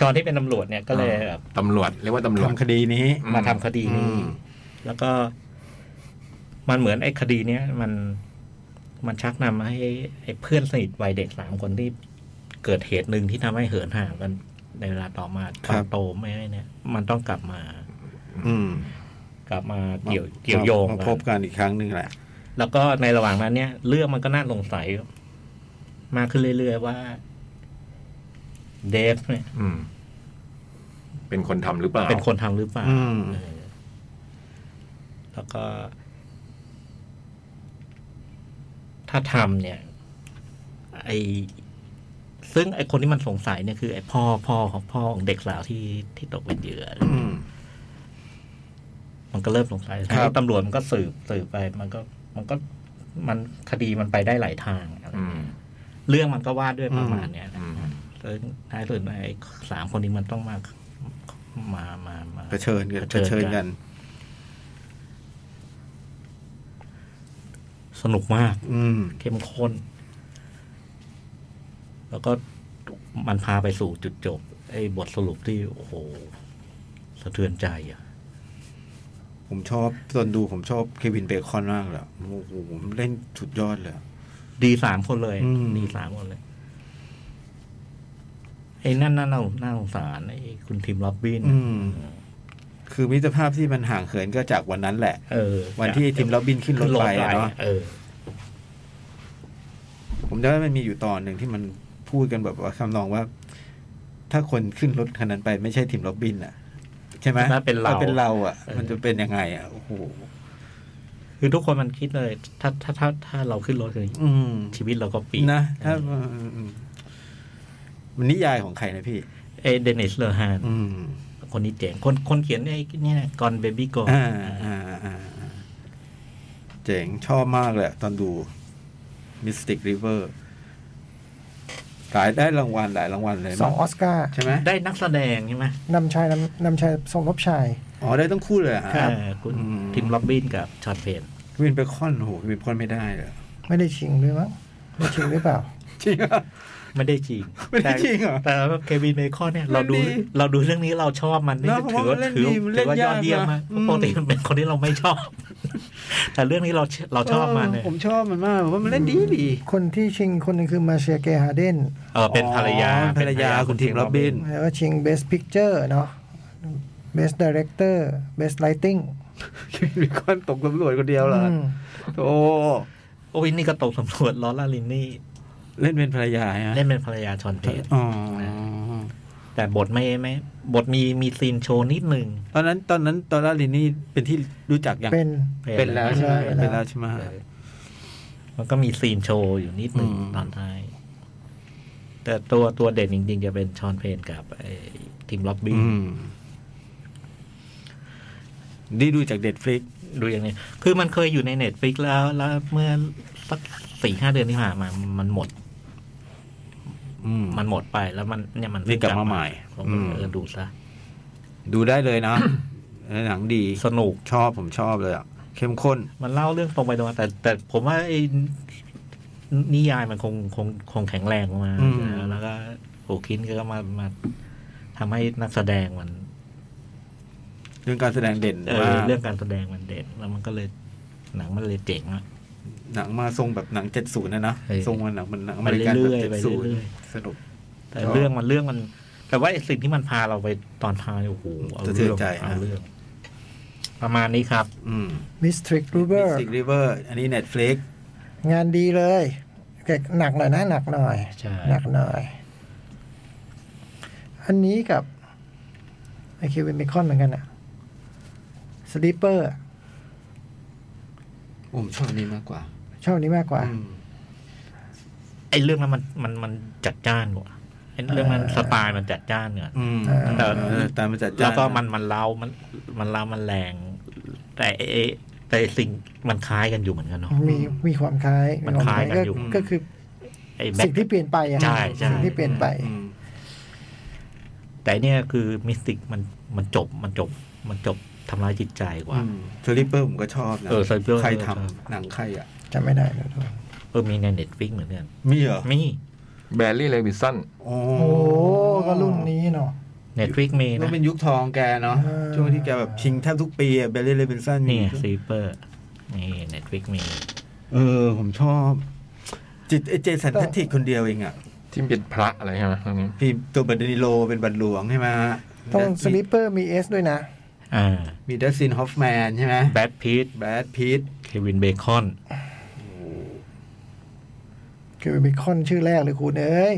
ชอนที่เป็นตำรวจเนี่ยก็เลยแบบ ตำรวจเรียกว่าตำรวจ ทำคดีนี้ มาทำคดีนี้ อืม แล้วก็มันเหมือนไอ้คดีเนี้ยมันมันชักนำให้ไอ้เพื่อนสนิทวัยเด็กสามคนที่เกิดเหตุหนึ่งที่ทำให้เหินห่างกันในเวลาต่อมาต ครั อน บ โตไม่ไม่เนี่ย มันต้องกลับมา อืม กลับมาเกี่ยวเกี่ยวโยง มา กั พบ น กันอีกครั้งหนึ่งแหละ แล้วก็ในระหว่างนั้นเนี่ย เรื่องมันก็น่าสงสัย มากขึ้นเรื่อยๆว่าเดฟเนี่ย อืม เป็นคนทำหรือเปล่า เป็นคนทำหรือเปล่า อืม เออแล้วก็ ถ้าทำเนี่ย ไอซึ่งไอคนที่มันสงสัยเนี่ยคือไอพ่อพ่อของพ่อของเด็กสาวที่ที่ตกเป็นเหยื่อ อืม มันก็เริ่มสงสัย ครับ ตำรวจมันก็สืบสืบไป มันก็ มันก็มันคดีมันไปได้หลายทางอะไร อืม เรื่องมันก็ว่าด้วยประมาณเนี้ย อืม ซึ่งท้ายสุดไอสามคนนี้มันต้องมามามามา เผชิญกัน เผ เผ ชิญกัน ชิญกัน สนุกมาก อืม เข้มข้น แล้วก็มันพาไปสู่จุดจบ ไอ้บทสรุปที่ โอ้โห สะเทือนใจอ่ะ ผมชอบตอนดูผมชอบเควินเบคอนมากเลยอะโอ้โหผมเล่นสุดยอดเลยอะ ดีสามคนเลย อืม ดีสามคนเลย ไอ้นั่นน่าน่าน่าสงสารไอ้คุณทีมล็อบบิน อืม คือมิตรภาพที่มันห่างเหินก็จากวันนั้นแหละ เออ วันที่ทีมล็อบบินขึ้นรถไปอะเนาะ เออ ผมจำได้มันมีอยู่ตอนหนึ่งที่มันพูดกันแบบว่าคำนองว่า ถ้าคนขึ้นรถคันนั้นไปไม่ใช่ทีมล็อบบินอ่ะ ใช่ไหม ถ้าเป็นเรา ถ้าเป็นเราอ่ะ เออ มันจะเป็นยังไงอ่ะโอ้โห คือทุกคนมันคิดเลย ถ้าถ้าถ้าถ้าเราขึ้นรถคือ อืม ชีวิตเราก็เปลี่ยน นะถ้ามันมันนิยายของใครนะพี่ ไ เอเดนิสเลอฮาน อืม คนนี้เจ๋งคนคนเขียนไอ้นี่นะกอนเบบี้กอน อ่าอ่าอ่าอ่าเจ๋งชอบมากแหละ ตอนดู Mystic River หลายได้รางวัลหลายรางวัลเลย สองอ มั้ อสการ์ ใช่ไหม ได้นักแสดงใช่ไหม นำชายนำนำชายสมทบชาย อ๋อ ได้ต้องคู่เลยเหอฮะ เออคุณ อืม ทิมล็อบบินกับชอนเพน วินเบคอนโอ้โหวินเบคอนไม่ได้เลย ไม่ได้ชิงด้วยมั้งไม่ชิงหรือเปล่า จริงเหรอ ไม่ได้จริง ไม่ได้จริงเหรอ แต่แต่ว่าเควินเบคอนเนี่ยเราดู เล่นดี เราดูเรื่องนี้เราชอบมันนี่ เนอะ ถือว่า เพราะว่า ถือ เล่ถืนดีอว่ายอดเยี่ยม เล่นยากนะ มาก อืม ปกติมันเป็นคนที่เราไม่ชอบ แต่เรื่องนี้เราเราชอบมันเนี่ย ผมชอบมันมากเพราะมันเล่นดีดี คนที่ชิงคนหนึงคือมาเชียเกฮาเดน เออเป็นภรรยา อ๋อภรรยาคุณทีมล็อบบิน แล้วก็ชิง Best Picture เนาะ Best Director Best Lighting มีคนตกตำรวจคนเดียวเหรอ อืม โอ้ โอ้ยนี่ก็ตกสำรวจลอล่าลินนี่ เล่นเป็นภรรยาฮะ เล่นเป็นภรรยาชอนเพน อ๋อ แต่บทไม่ไม่บทมีมีซีนโชว์นิดนึง ตอนนั้นตอนนั้นตอนลาลินนี่เป็นที่รู้จักอย่าง เป็น เป็นแล้วใช่ไหมเป็นแล้วใช่ไหม มันก็มีซีนโชว์อยู่นิดหนึ่ง อืม ตอนท้าย แต่ตัวตัวเด่นจริง ๆ จะเป็นชอนเพนกับไอ้ทีมล็อบบี้ อืมนี่ดูจากเด็ดฟลิก ดูอย่างนี้ คือมันเคยอยู่ในเน็ตฟิกแล้ว แล้วเมื่อสักสี่ห้าเดือนที่ผ่านมามันหมด มันหมดไปแล้วมันเนี่ยมัน นี่กลับมาใหม่ ผมก็เลย อืม เออดูซะ ดูได้เลยนะ เออหนังดี สนุก ชอบผมชอบเลยอ่ะ เข้มข้น มันเล่าเรื่องตรงไปตรงมาแต่ แต่ผมว่าไอ้นิยายมันคงคงคงแข็งแรงมา อืม แล้วก็โอคินก็มามาทำให้นักแสดงมัน เรื่องการแสดงเด่น เอ มา อก เรื่องการแสดงมันเด่นแล้วมันก็เลยหนังมันเลยเจ๋งอะ หนังมาทรงแบบหนังเจ็ดศูนย์นะนะ เออ ทรงมันหนังมันหนังอเมริกันแบบ ไปเรื่อยๆ เจ็ด ไป ศูนย์ เรื่อย สนุก แต่ ครับ เรื่องมันเรื่องมัน แต่ว่าไอ้สิ่งที่มันพาเราไปตอนท้ายโอ้โหเอา สะเทื เรื่ อ อน ง ใจ เอา นะ เรื่อง ประมาณนี้ครับ อืม Mystic River สิกริเวอร์อันนี้เน็ตฟลิก งานดีเลยเก็บหนักหน่อยนะหนักหน่อย ใช่ หนักหน่อย อันนี้กับไอคิวเบคอนเหมือนกันอะสลีปเปอร์ ผมชอบอันนี้มากกว่า ชอบอันนี้มากกว่า อืม ไอ้เรื่องนั้นมันมันมันจัดจ้านกว่าไอ้เรื่องนั้นสไตล์มันจัดจ้านเนี่ย อืม แต่ เออตามมาจัดจ้าน แล้วก็มันมันเล่ามันมันเล่ามันแรง แต่ไอ้แต่สิ่งมันคล้ายกันอยู่เหมือนกันเนาะ มีมีความคล้าย มันคล้ายกันอยู่ ก็คือ ไอ้แบ็ สิ่ ค งที่เปลี่ยนไปอะ ใช่ใช่ สิ่งที่เปลี่ยนไป อืม แต่เนี่ยคือมิสติกมันมันจบมันจบ มันจบทำร้ายจิตใจกว่า อืมสลิปเปอร์ผมก็ชอบนะ เออ Slipper ใคร ชอบ ทำหนังใครอ่ะ จะไม่ได้แล้วด้วย เออมีในเน็ตฟิกเหมือนกัน มีเหรอ มี แบรรี่เลวิสัน โอ้ โอ้ก็รุ่นนี้เนาะ เน็ตฟิกมี ก็ นะ เป็นยุคทองแกเนาะ เออ ช่วงที่แกแบบชิงแทบทุกปีอะเบลลี่เลเวนสัน นี่ซีเปอร์ นี่เน็ตฟิกมี เออ ผมชอบ จิตไอเจสันแพทริกคนเดียวเองอ่ะ ที่เป็นพระอะไรใช่ไหมตรงนี้ พี่ตัวบันดนิโลเป็นบันหลวงใช่ไหม ต้องสลิปเปอร์มีเอสด้วยนะ อ่า มีดัซซินฮอฟแมนใช่ไหม แบทพีท แบรดพีท เควินเบคอน คือเบคอนชื่อแรกเลยคุณเอ้ย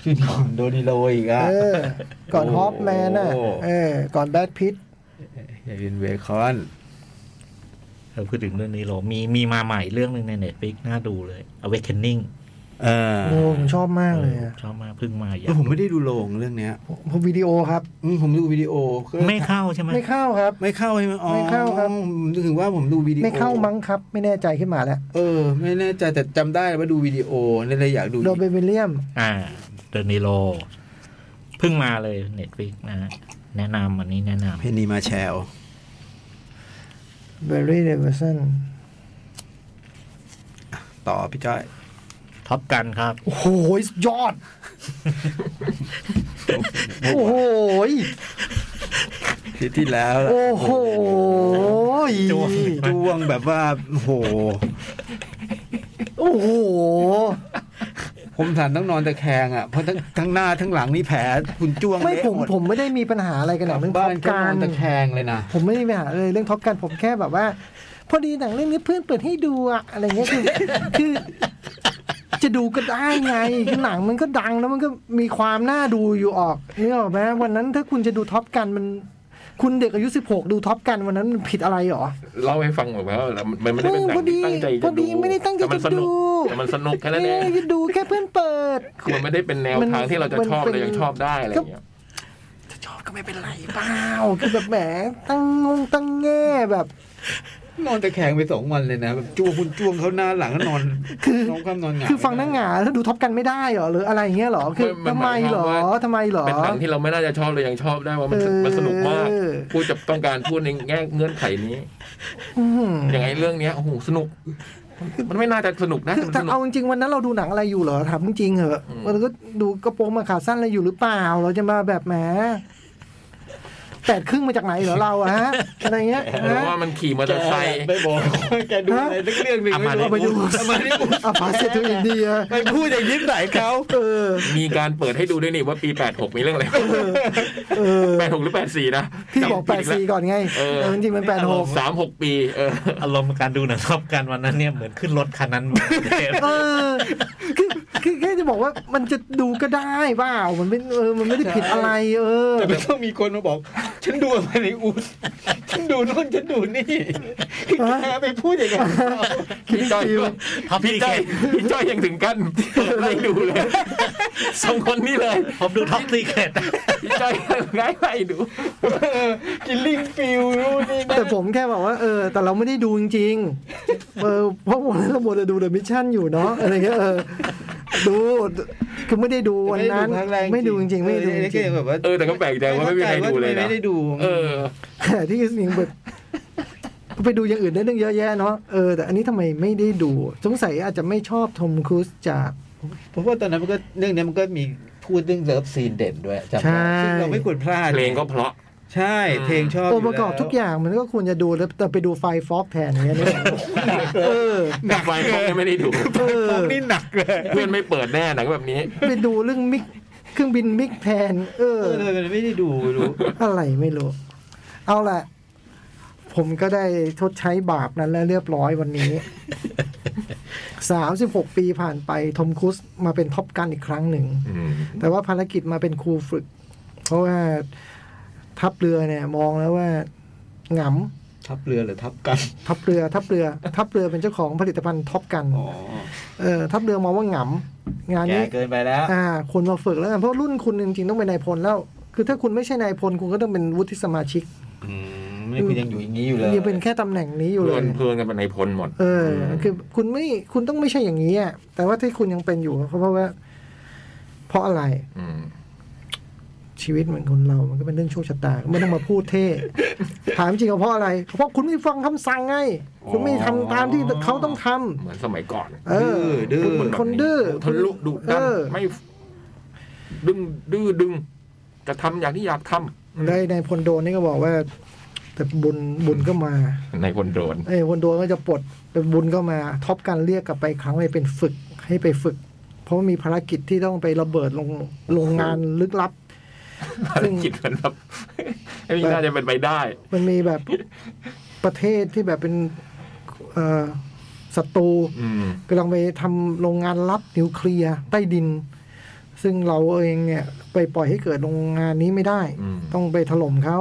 ขึ้นก่อนโดนิโลอีกอะ เออ ก่อน โอ้ ฮอปแมนอ่ะ โอ้ เออ ก่อนแบทพิท อย่าเป็นเบคอน เออพูดถึงเรื่องนี้เรามีมีมาใหม่เรื่องหนึ่งในเน็ตฟิกน่าดูเลย Awakening เออ โอ้ผมชอบมากเลย เออ อะ ชอบมากเพิ่งมาอ แล้ ยาว ก ผมไม่ได้ดูโรงเรื่องเนี้ย ผมวิดีโอครับ อืมผมดูวิดีโอก็ ไม่เข้าใช่ไหม ไม่เข้าครับ ไม่เข้าใช่ไหมอ๋อ ไม่เข้าครับ ผมถึงว่าผมดูวิดีโอ ไม่เข้ามั้งครับ ไม่แน่ใจขึ้นมาแล้ว เออ ไม่แน่ใจแต่จำได้ว่าดูวิดีโอนี่เลยอยากดู โรเบนวิลเลียม อ่าเดนิโลเพิ่งมาเลยเน็ตฟิกนะฮะแนะนำอันนี้แนะน เพนนีมาแชล เบอร์รี่เดวิสัน ต่อพี่จ้อย ำท็อปกันครับ โอ้โหยอด โอ้โห ที่ที่แล้วล่ะ โอ้โห จ้วง จ้วงแบบว่าโอ้โห โอ้โห ผมสันต้องนอนตะแคงอ่ะเพราะทั้งทั้งหน้าทั้งหลังนี่แผลคุณจ้วง ไม่ เละ ผม หด ผมไม่ได้มีปัญหาอะไรกันหนังเรื่องท็ บ้า อน ป ก็ กาน อน ร ตะแคงเลยนะ ผมไม่ได้มีปัญหาเลยเรื่องท็อปการผมแค่แบบว่า พอดีหนังเรื่องนี้เพื่อนเปิดให้ดูอะอะไรเงี้ยคือ คือ จะดูก็ได้ไงคือหนังมันก็ดังแล้วมันก็มีความน่าดูอยู่ออกนี่ออกไหมวันนั้นถ้าคุณจะดูท็อปกันมัน คุณเด็กอายุ 16 ดูท็อปกันวันนั้นมันผิดอะไรหรอ เล่าให้ฟังหน่อยว่ามันไม่ได้เป็นหนั พอง ดี ที่ตั้งใจ พ จะ อดี ดู ไม่ได้ตั้งใจ แต่มันสนุก จะดู แต่มันสนุกแค่นั้นเองเอ๊ะดูแค่เพื่อนเปิด คือมันไม่ได้เป็นแนว มัน ทางที่เราจะชอบ มันเป็ เรา น ยังชอบได้อะไรอย่างเงี้ย จะชอบก็ไม่เป็นไรเปล่าคือแบบแหมตั้งงงตั้งแง่แบบ นอนตะแคงไปสองวันเลยนะแบบจ้วงคุณจ้วงเขาหน้าหลังก็นอนนอนความนอนหงาย คือฟังนั่งหงาแล้วดูท็อปกันไม่ได้เหรอหรืออะไรเงี้ยเหรอคือ มันหทำไม มายความ เหรอ ว่า ทำไมเหรอ เป็นหนังที่เราไม่น่าจะชอบเรายังชอบได้ว่ามัน เออ มันสนุกมากพูดจะต้องการพูดในแง่เงื่อนไขนี้ อืม อย่างไอ้เรื่องเนี้ยโอ้โหสนุก มันไม่น่าจะสนุกนะ คือ มัน แต่ สนุก เอาจริงๆวันนั้นเราดูหนังอะไรอยู่เหรอถามจริงๆเหอะ อืม มันก็ดูกระโปรงมาขาสั้นอะไรอยู่หรือเปล่า เราจะมาแบบแหมแปดครึ่งมาจากไหนเหรอเราอะฮะอะไรเงี้ย เพ ฮะ ราะว่ามันขี่มอเตอร์ไซค์ ไม่บอกแกดูอะไรสักเรื่องหนึ่งไม่รู้ เอามาดู เอามาดู อาภาเซตูอินเดีย ไปพูดอย่างยิ้มใส่เขา เออ มีการเปิดให้ดูด้วยนี่ว่าปี 86 มีเรื่องอะไร เออ 86 หรือ 84 นะ พี่บอกแปดสี่ก่อนไง เออ เออจริงๆมันแปดหก สามหกปี เออ อารมณ์การดูหนังท็อปกันวันนั้นเนี่ยเหมือนขึ้นรถคันนั้นมา เออคือคือแค่จะบอกว่ามันจะดูก็ได้เปล่ามันไม่เออมันไม่ได้ผิดอะไร เออ แต่ไม่ต้องมีคนมาบอก ฉันดูอะไรในอูดฉันดูโน่นฉันดูนี่คือแกไปพูดอย่างนั้น พี่จ้อย ท็อป พี่ พี่แกจ้อยพี่จ้อยยังถึงกั้นเปิดไล่ดูเลยสองคนนี้เลย ผมดูท็อปซีเคท พี่จ้อยง่ายไล่ดู เออกินลิงฟิลนู่นนี่นั่น แต่ผมแค่บอกว่าเออ แต่เราไม่ได้ดูจริงๆเออเพราะวันนั้นเราโมเดดูเดอะมิชชั่นอยู่เนาะอะไรเงี้ยเออดูคือไม่ได้ดูวันนั้น ไม่ดูจริงๆไม่ได้ดูจริง แบบว่า เออแต่ก็แปลกใจว่าไม่มีใครดูเลยนะ ไม่ได้ดู เออ ๆแต่ที่สิ่งแบบไปดูอย่างอื่นได้เรื่องเยอะแยะเนาะเออแต่อันนี้ทำไมไม่ได้ดูสงสัยอาจจะไม่ชอบทอมครูซจาก เพราะว่าตอนนั้นมันก็เรื่องนี้มันก็มีพูดเรื่องเลิฟซีนเด่นด้วยจำ ใช่ ได้ซึ่งเราไม่ควรพลาด เพลงก็เพราะ ใช่เพลงชอบ องค์ประกอบทุกอย่างมันก็ควรจะดูแล้วแต่ไปดูไฟฟอกแทนอย่างเงี้ยนี่เออ หนักไฟพวกนี้ไม่ได้ดู เออ พวกนี้หนักเลย เพื่อนไม่เปิดแน่หนังแบบนี้ ไปดูเรื่องมิกเครื่องบินมิกแพนเอ เอ อ อเลยไม่ได้ดูไม่รู้ อะไรไม่รู้ เอาละผมก็ได้ชดใช้บาปนั้นแล้วเรียบร้อยวันนี้ สามสิบหกปีผ่านไปทอมครูซมาเป็นท็อปกันอีกครั้งหนึ่ง แต่ว่าภารกิจมาเป็นครูฝึก เพราะว่าทัพเรือเนี่ย มองแล้วว่าหง ทับเรือหรือทับกัน ำทัพเรือทัพเรือ ทัพเรือเป็นเจ้าของผลิตภัณฑ์ท็อปกัน อ๋อ เออทัพเรือมองว่าหงำงาน แก่ นี้ เกินไปแล้ว อ่าคุณมาฝึกแล้วกันเพราะรุ่นคุณจริงๆต้องเป็นนายพลแล้ว คือถ้าคุณไม่ใช่นายพลคุณก็ต้องเป็นวุฒิสมาชิก อืมนี่คุณยังอยู่อย่างนี้อยู่เลย ยังเป็นแค่ตำแหน่งนี้อยู่เล เพื่อย นเพื่อนกันเป็นในพลหมด เออ คือคุณไม่คุณต้องไม่ใช่อย่างนี้อ่ะแต่ว่าที่คุณยังเป็นอยู่เพราะว่า เพราะอะไร อืม ชีวิตเหมือนคนเรา มันก็เป็นเรื่องโชคชะตาไม่ต้องมาพูดเท่ ถามจริงเอาเพราะอะไรเพราะคุณไม่ฟังคำสั่งไง คุณไม่ทำตามที่เขาต้องทำ เหมือนสมัยก่อน เออ ดื้อ คุณ คนดื้อ ทะลุดุดัน เออ ไม่ ดึงดื้อดึง จะทำอย่างที่อยากทำ ได้นายพลโดนนี่ก็บอกว่า แต่บุญบุญก็มา ในคนโดน เออคนโดนก็จะปลดเป็นบุญก็มาท็อปกันเรียกกลับไปอีกครั้งเลยเป็นฝึกให้ไปฝึก เพราะว่ามีภารกิจที่ต้องไประเบิดลงโรงงานลึกลับ ภารกิจมันแบบ ไม่น่าจะเป็นไปได้ มันมีแบบประเทศที่แบบเป็นเอ่อศัตรู อืม กำลังไปทำโรงงานลับนิวเคลียร์ใต้ดิน ซึ่งเราเองเนี่ย ไปปล่อยให้เกิดโรงงานนี้ไม่ได้ อืม ต้องไปถล่มเขา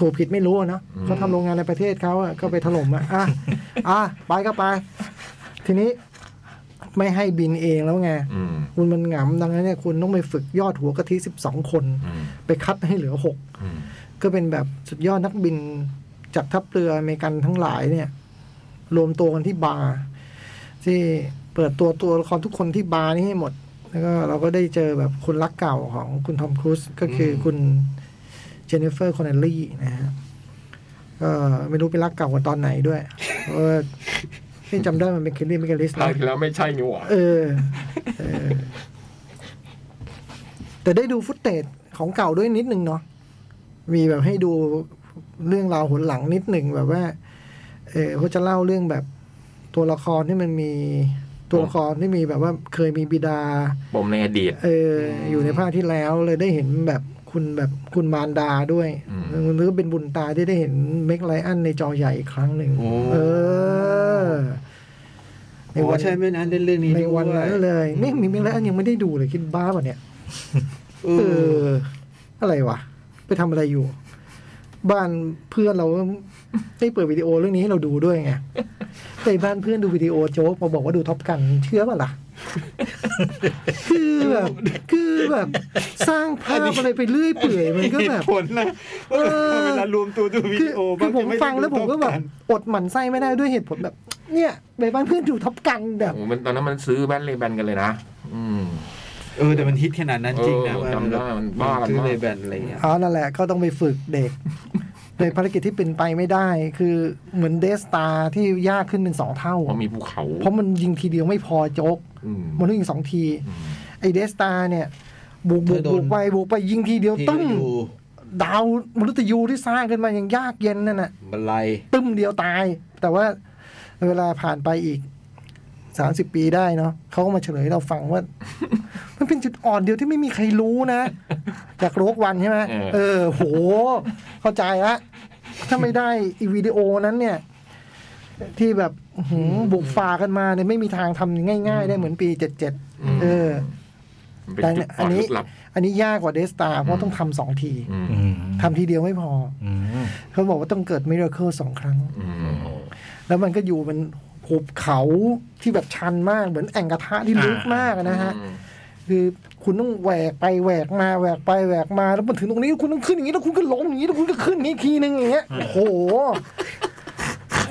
ถูกผิดไม่รู้อะเนอะ อืม เขาทำโรงงานในประเทศเขาอะก็ไปถล่มอะอ่ะอ่ะไปก็ไป ทีนี้ไม่ให้บินเองแล้วไง อืม คุณมันหงำดังนั้นเนี่ยคุณต้องไปฝึกยอดหัวกะทิสิบสองคน อืม ไปคัดให้เหลือหก อืม ก็เป็นแบบสุดยอดนักบินจากทัพเรืออเมริกันทั้งหลายเนี่ย รวมตัวกันที่บาร์ที่เปิดตัวตัวละครทุกคนที่บาร์นี้ให้หมด แล้วก็เราก็ได้เจอแบบคนรักเก่าของคุณทอมครูซก็คืออคุณเจนนิเฟอร์คอนเนลลี่นะฮะก็ไม่รู้ไปรักเก่ากันตอนไหนด้วยเพราะว่าที่จำได้มันเป็นเคลลี่มิเกลิส คราว นะ ที่แล้วไม่ใช่นี่หว่า เออเออ แต่ได้ดูฟุตเตจของเก่าด้วยนิดนึงเนาะมีแบบให้ดูเรื่องราวหนหลังนิดหนึ่งแบบว่า เออเขาจะเล่าเรื่องแบบตัวละครที่มันมีตัวละครที่มีแบบว่าเคยมีบิดา ปมในอดีต เอออยู่ในภาคที่แล้วเลยได้เห็นแบบคุณแบบคุณมารดาด้วย อืม หรือเป็นบุญตาที่ได้เห็นเมกไลอันในจอใหญ่อีกครั้งหนึ่ง โอ้ เออ โอ้ใช่ไหมนะเล่นเรื่องนี้ ในวัน ด้ย นั้นเลยนี่มีเมงแล้วอันยังไม่ได้ดูเลยคิดบ้าป่ะเนี่ย เอ เอ อ อ อะไรวะ ไปทำอะไรอยู่ บ้านเพื่อนเราได้เปิดวิดีโอเรื่องนี้ให้เราดูด้วยไง แต่บ้านเพื่อนดูวิดีโอโจ๊กมาบอกว่าดูท็อปกันเชื่อป่ะล่ะ คือแบบคือแบบ สร้างภาพอะไรไปเรื่อยเปื่อยมันก็ เห แบ ตุ บ ผลนะว่า เออ เวลารวมตัวดูวิ คือ ดีโอ คื บา องทีผม ไได้ ฟังแล้วผมก็แบบ ดู อดหมั่นไส้ไม่ได้ด้วยเหตุผลแบบ เนี่ยไปบ้านเพื่อนดูท็อปกันแบบ โอ้โหมันตอนนั้นมันซื้อบ้านเลแบนกันเลยนะ อืม เออแต่มันฮิตขนาดนั้นจริงนะ เออ ว่า จำได้มันบ้ากันมาก ซื้อเลแบนอะไรอย่างเงี้ย เอานั่นแหละก็ต้องไปฝึกเด็ก ในภารกิจที่เป็นไปไม่ได้ คือเหมือนเดสตาที่ยากขึ้นเป็นสองเท่า เพราะมีภูเขา เพราะมันยิงทีเดียวไม่พอโจ๊ก อืม มันต้องยิงสองที ไอเดสตาเนี่ยบุก เธ บุ อก โดน บุกไปบุกไปยิงทีเดียว ที่ ตึ้ม อยู่ ดาวมนุษย์ยูที่สร้างขึ้นมายังยากเย็นนั่นน่ะ บันไลย ตึ้มเดียวตาย แต่ว่าเวลาผ่านไปอีกสามสิบปีได้เนาะเขาก็มาเฉลยให้เราฟังว่า มันเป็นจุดอ่อนเดียวที่ไม่มีใครรู้นะ จากโรกวันใช่ไหม เออ เออโห เข้าใจละถ้าไม่ได้อีวิดีโอนั้นเนี่ย ที่แบบอื้อหือบุกฝ่ากันมาเนี่ยไม่มีทางทำง่าย ๆ ได้เหมือนปีเจ็ดเจ็ดเออ มันเป็น แต่ จุดอ่ อั อนน นี้ ลึกลับ อันนี้ยากกว่าเดสตาเพราะต้องทำสองที อืม ทำทีเดียวไม่พออเขาบอกว่าต้องเกิดมิราเคิลสองครั้ง อืม แล้วมันก็อยู่มันหุบเขาที่แบบชันมากเหมือนแอ่งกระทะที่ลึกมากอะนะฮะ คือคุณต้องแหวกไปแหวกมาแหวกไปแหวกมาแล้วมันถึงตรงนี้คุณต้องขึ้นอย่างนี้แล้วคุณก็ลงอย่างนี้แล้วคุณก็ขึ้นอย่างนี้อีกทีนึงอย่างเงี้ยโอ้โห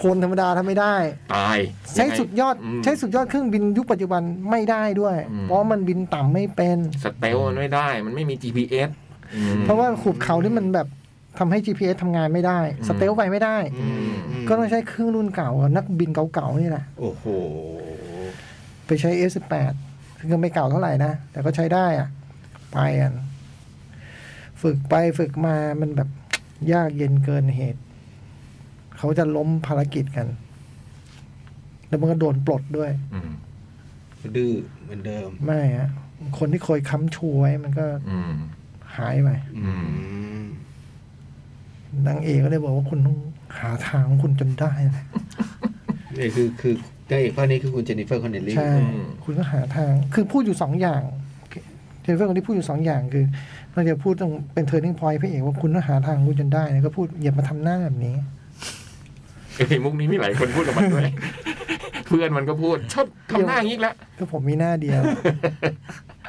คนธรรมดาทำไม่ได้ ตาย ใช้สุดยอด ม ใช้สุดยอดเครื่องบินยุคปัจจุบันไม่ได้ด้วย อืม เพราะมันบินต่ำไม่เป็น สเตลมันไม่ได้ มันไม่มี GPS อืม เพราะว่าหุบเขาที่มันแบบทำให้ GPS ทำงานไม่ได้ สเตลไปไม่ได้ อืม ก็ต้องใช้เครื่องรุ่นเก่านักบินเก่าๆนี่แหละ โอ้โห ไปใช้ F18 ซึ่งก็ไม่เก่าเท่าไหร่นะ แต่ก็ใช้ได้อะไปกันฝึกไปฝึกมามันแบบ ยากเย็นเกินเหตุ เขาจะล้มภารกิจกัน แล้วมันก็โดนปลดด้วย อืม ดื้อเหมือนเดิม ไม่ฮะ คนที่เคยค้ำชูไว้ มันก็ อืม หายไป อืม นางเอกก็เลยบอกว่าคุณต้องหาทางของคุณจนได้แหละ นี่คือคือนางเอกภาคนี้คือคุณเจนนิเฟอร์คอนเนลลี่ ใช่ อืม คุณก็หาทาง คือพูดอยู่สองอย่างเจนนิเฟอร์คนที่พูดอยู่สองอย่างคือเราจะพูดต้องเป็นเทอร์นิ่งพอยต์พระเอกว่าคุณต้องหาทางของคุณจนได้นะก็พูดอย่ามาทำหน้าแบบนี้ เอ้ยมุกนี้มีหลายคนพูดออกมาด้วย เพื่อนมันก็พูด ชอบทำหน้าอย่างนี้อีกแล้ว ก็ผมมีหน้าเดี ยว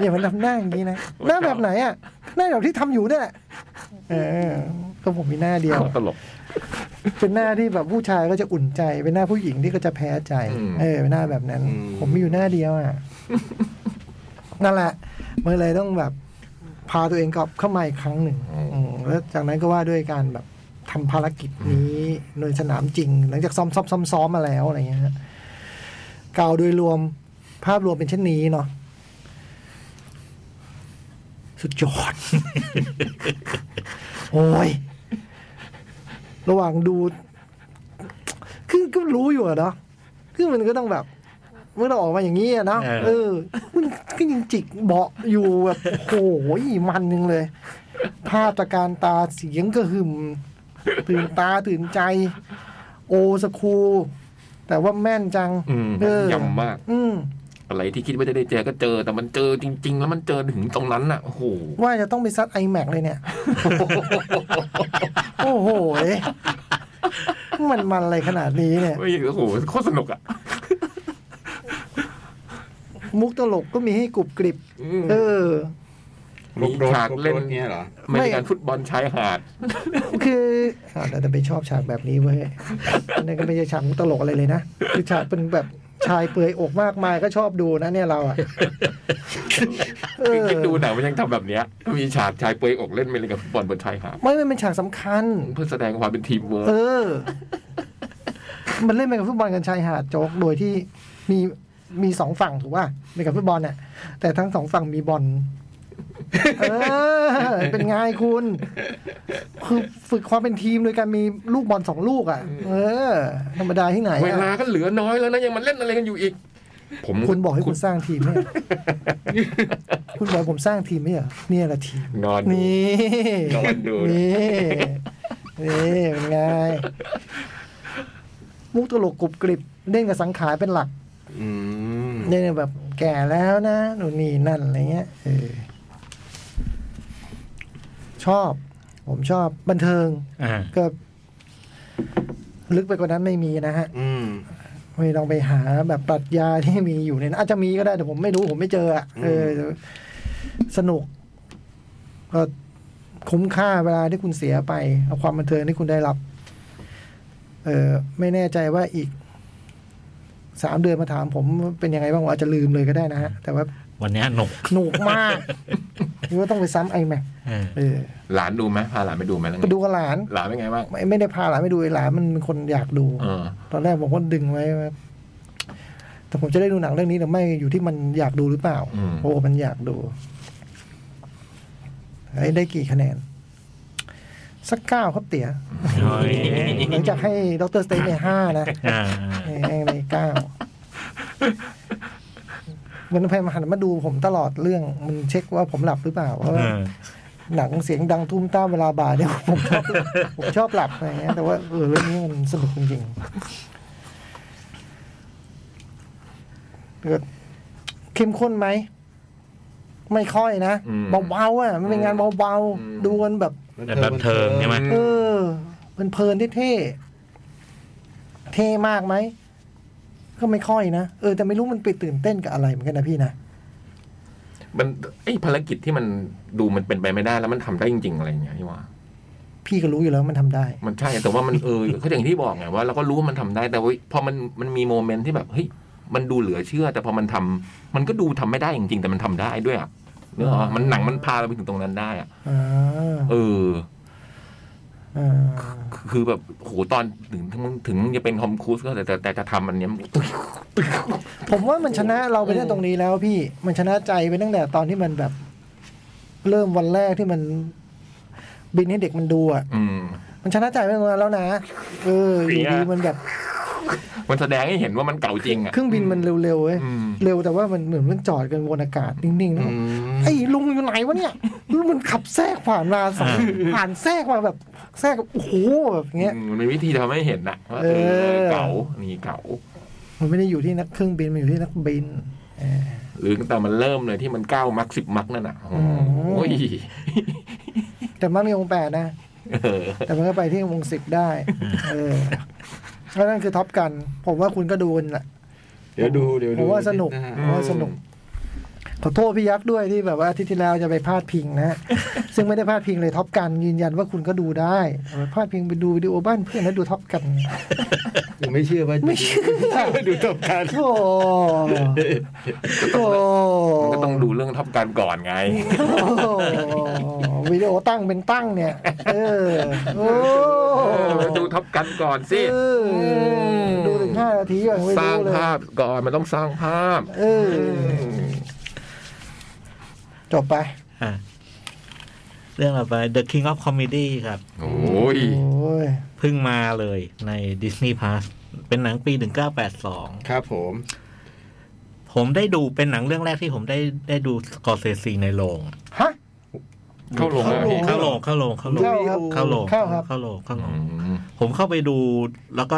อย่ามาทำหน้าอย่างนี้นะ หน้าแบบไหนอ่ะ หน้าแบบที่ทำอยู่เนี่ยแหละเออ ก็ผมมีหน้าเดียว ตลก เป็นหน้าที่แบบผู้ชายก็จะอุ่นใจ เป็นหน้าผู้หญิงที่ก็จะแพ้ใจ อืม เออ เป็นหน้าแบบนั้น อืม ผมมีอยู่หน้าเดียวอ่ะ นั่นแหละเมื่อเลยต้องแบบ พาตัวเองกลับเข้ามาอีกครั้งหนึ่งอืมแล้วจากนั้นก็ว่าด้วยการแบบทำภารกิจนี้ในสนามจริง หลังจากซ้อมซ้อมซ้อมซ้อมมาแล้วอะไรเงี้ยฮะกล่าวโดยรวมภาพรวมเป็นเช่นนี้เนาะสุดยอด โอ้ย ระหว่างดู คือก็รู้อยู่อะเนาะคือมันก็ต้องแบบ เมื่อเราออกมาอย่างนี้อะเนาะ เออ เออมันก็ยังจิกเบาะอยู่แบบโอ้ยมันหนึงเลย ภาพตะการตาเสียงกระหึ่ม ตื่นตาตื่นใจ โอสคูลแต่ว่าแม่นจัง อืม เออย ำมาก อืม อะไรที่คิดว่าจะได้เจอก็เจอ แต่มันเจอจริง ๆ แล้วมันเจอถึงตรงนั้นน่ะ โอ้โห ว่าจะต้องไปซัด iMac เลยเนี่ย โอ้โหเอ๊ะมันมันอะไรขนาดนี้เนี่ย ไม่โอ้โหโคตรสนุกอ่ะ มุกตลกก็มีให้กรุบกริบ อืม เออ มีฉากเล่น เนี้ยเหรอ ไม่ใช่การฟุตบอลชายหาด คืออ้าวแต่ไปชอบฉากแบบนี้เว้ยอันนี่ก็ไม่ใช่ฉากมุกตลกอะไรเลยนะ คือฉากเป็นแบบชายเปลือยอกมากมายก็ชอบดูนะเนี่ยเราอ่ะเอ คือ อ คิดดูหนังมันยังทำแบบเนี้ย มีฉากชายเปลือยอกเล่นเมริกันฟุตบอลบนชายหาด ไม่ไม่เป็นฉากสำคัญ เพื่อแสดงความเป็นทีมเวิร์ เอ ค อ มันเล่นไปกับฟุตบอลกันชายหาดโจ๊กโดยที่มีมีสองฝั่งถูกป่ะไปกับฟุตบอลเนี่ยแต่ทั้งสองฝั่งมีบอลเออ เป็นไงคุณ คือฝึกความเป็นทีมโดยการมีลูกบอลสองลูกอ่ะ เออ ธรรมดาที่ไหน เวลา อะ ก็เหลือน้อยแล้วนะยังมาเล่นอะไรกันอยู่อีก ผม คุณบอกให้คุณสร้างทีมเนี่ยคุณบอกให้ผมสร้างทีมไหมเหรอเนี่ยละทีม นอนดู นี่ นอนดู นี่นี่เป็นไง มุกตลกกรุบกริบเล่นกับสังขารเป็นหลัก อืม เล่นแบบแก่แล้วนะหนูนนี่นั่นอะไรเงี้ยเออชอบ ผมชอบบันเทิง อ่า ก็ลึกไปกว่านั้นไม่มีนะฮะ อืม ไม่ต้องไปหาแบบปรัชญาที่มีอยู่ในนั้นอาจจะมีก็ได้แต่ผมไม่รู้ผมไม่เจออะเออ สนุก ก็คุ้มค่าเวลาที่คุณเสียไป เอาความบันเทิงที่คุณได้รับ เออไม่แน่ใจว่าอีกสามเดือนมาถามผมเป็นยังไงบ้างอาจจะลืมเลยก็ได้นะฮะ แต่ว่า วันเนี้ยหนก หนุกมาก คิดว่าต้องไปซ้ำไอแม็ก อ่า เออ หลานดูไหมพาหลานไปดูไหมแล้วไง ไปดูกับหลาน หลานเป็นไงบ้าง ไม่ไม่ได้พาหลานไปดูไอ้หลานมันเป็นคนอยากดู เออ ตอนแรกผมก็ดึงไว้ว่าแต่ผมจะได้ดูหนังเรื่องนี้หรือไม่อยู่ที่มันอยากดูหรือเปล่า อืม โอ้มันอยากดูเอ้ยได้กี่คะแนน สักเก้าครับเตี๋ย เฮ้ย หลังจากให้ดรสเตนไปห้านะ อ่า เอ้ยได้เก้ามันพยายามหันมาดูผมตลอดเรื่อง มันเช็คว่าผมหลับหรือเปล่าเพราะว่า อ่า หนังเสียงดังทุ่มต้ามเวลาบ่าย เนี่ยผมชอบผมชอบหลับอะไรเงี้ยแต่ว่าเออเรื่องนี้มันสนุกจริงๆก็เข้มข้นไหม ไม่ค่อยนะ อืม เบาๆอ่ะมันเป็นงานเบา อืม ๆดูกันแบบ แต่บันเทิงใช่ไหม เออมันเพลินๆเท่ๆเท่มากไหม ก็ไม่ค่อยนะ เออแต่ไม่รู้มันไปตื่นเต้นกับอะไรเหมือนกันนะพี่นะ มันไอ้ภารกิจที่มันดูมันเป็นไปไม่ได้แล้วมันทำได้จริง ๆ อะไรอย่างเงี้ยที่ว่า พี่ก็รู้อยู่แล้วมันทำได้ มันใช่แต่ว่ามันเออเขาอย่างที่บอกไงว่าเราก็รู้ว่ามันทำได้แต่ว่าพอมันมันมีโมเมนต์ที่แบบเฮ้ยมันดูเหลือเชื่อ แต่พอมันทำมันก็ดูทำไม่ได้จริงๆแต่มันทำได้ด้วยอ่ะเนกอะมันหนังมันพาเราไปถึงตรงนั้นได้อ่ะ อ่า เออ อ่า คือแบบโหตอนถึงถึงถึงมันจะเป็นทอมครูซก็แต่แต่แต่จะทำอันเนี้ยมัน ผมว่ามันชนะเราไปได้ตรงนี้แล้วพี่ มันชนะใจไปตั้งแต่ตอนที่มันแบบ เริ่มวันแรกที่มัน บินให้เด็กมันดูอ่ะ อืม มันชนะใจไปตรงนั้นแล้วนะ เอออยู่ดีมันแบบ มันแสดงให้เห็นว่ามันเก่าจริงอ่ะ เครื่องบินมันเร็วๆเว้ย อืม เร็วแต่ว่ามันเหมือนมันจอดกันบนอากาศนิ่งๆ อื นะ ม ไอ้ลุงอยู่ไหนวะเนี่ยมันขับแทรกผ่านมาสองผ่านแทรกมาแบบแทรกโอ้โหแบบเงี้ย มันมีวิธีทำให้เห็นนะว่าเอ เอ อ อ เก่านี่เก่า มันไม่ได้อยู่ที่นักเครื่องบินมันอยู่ที่นักบิน หรือตั้งแต่มันเริ่มเลยที่มันเก้ามักสิบมักนั่นอ่ะโอ้ย แต่มันมีองค์แปดนะ เออ แต่มันก็ไปที่วงสิบได้เออเพราะนั่นคือท็อปกัน ผมว่าคุณก็ดูกันแหละ เดี๋ยวดูเดี๋ยว ผ ดู มว่าสนุก นะฮะ ผมว่าสนุก ขอโทษพี่ยักษ์ด้วยที่แบบว่าอาทิตย์ที่แล้วจะไปพาดพิงนะ ซึ่งไม่ได้พาดพิงเลยท็อปกันยืนยันว่าคุณก็ดูได้แต่ไปพาดพิงไปดูวิดีโอบ้านเพื่อนแล้วดูท็อปกัน ผมไม่เชื่อว่า ไม่เชื่อ ว่าดูจบการ โธ่โธ่ มันก็ต้องดูเรื่องทับการก่อนไง โอ้โหวิดีโอตั้งเป็นตั้งเนี่ย เออ โอ้ เออดูทับกันก่อนสิ เออดูถึงห้านาทีก่อนไม่ สร้าง รู้เลย ภาพก่อนมันต้องสร้างภาพ เออ จบไป อ่าเรื่องต่อไป The King of Comedy ครับ โอ้ย โอ้ย เพิ่งมาเลยใน Disney Plus เป็นหนังปี 1982 ครับผม ผมได้ดูเป็นหนังเรื่องแรกที่ผมได้ได้ดูสกอร์เซซีในโรง ฮะ เข้าลงแล้วพี่ เข้าโรงเข้าโรงเข้าโรง เข้าครับ เข้าโรง เข้าครับ เข้าโรงเข้าโร อื ง ม ผมเข้าไปดูแล้วก็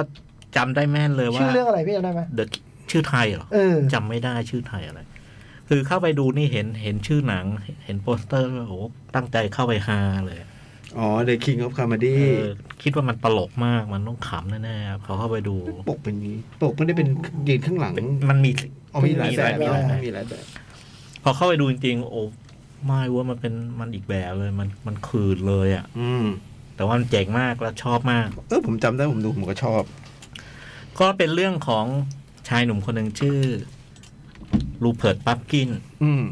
จำได้แม่นเลยว่า ชื่อเรื่องอะไรพี่จำได้ไหม The King- ชื่อไทยเหรอ เออ จำไม่ได้ชื่อไทยอะไร คือเข้าไปดูนี่เห็นเห็นชื่อหนัง เห็นโปสเตอร์แล้วโอ้โหตั้งใจเข้าไปฮาเลย อ๋อ The King of Comedy เออคิดว่ามันตลกมากมันต้องขำแน่ๆพอเข้าไปดู ปกเป็นนี้ปกไม่ได้เป็นยืนข้างหลัง มันมี อ๋อมีหลายแบบ มี มี ห ห ลา ลายแบยแบบ บมีหลายแบบ พอเข้าไปดูจริงๆ โอ้ไม่เว่ามันเป็นมันอีกแบบเลย มันมันขืนเลยอะ่ะ อืม แต่ว่ามันเจ๋งมากแล้วชอบมาก เออผมจำได้ผมดูผมก็ชอบ ก็เป็นเรื่องของชายหนุ่มคนหนึ่งชื่อรูเพิร์ตปั๊บกิน อืม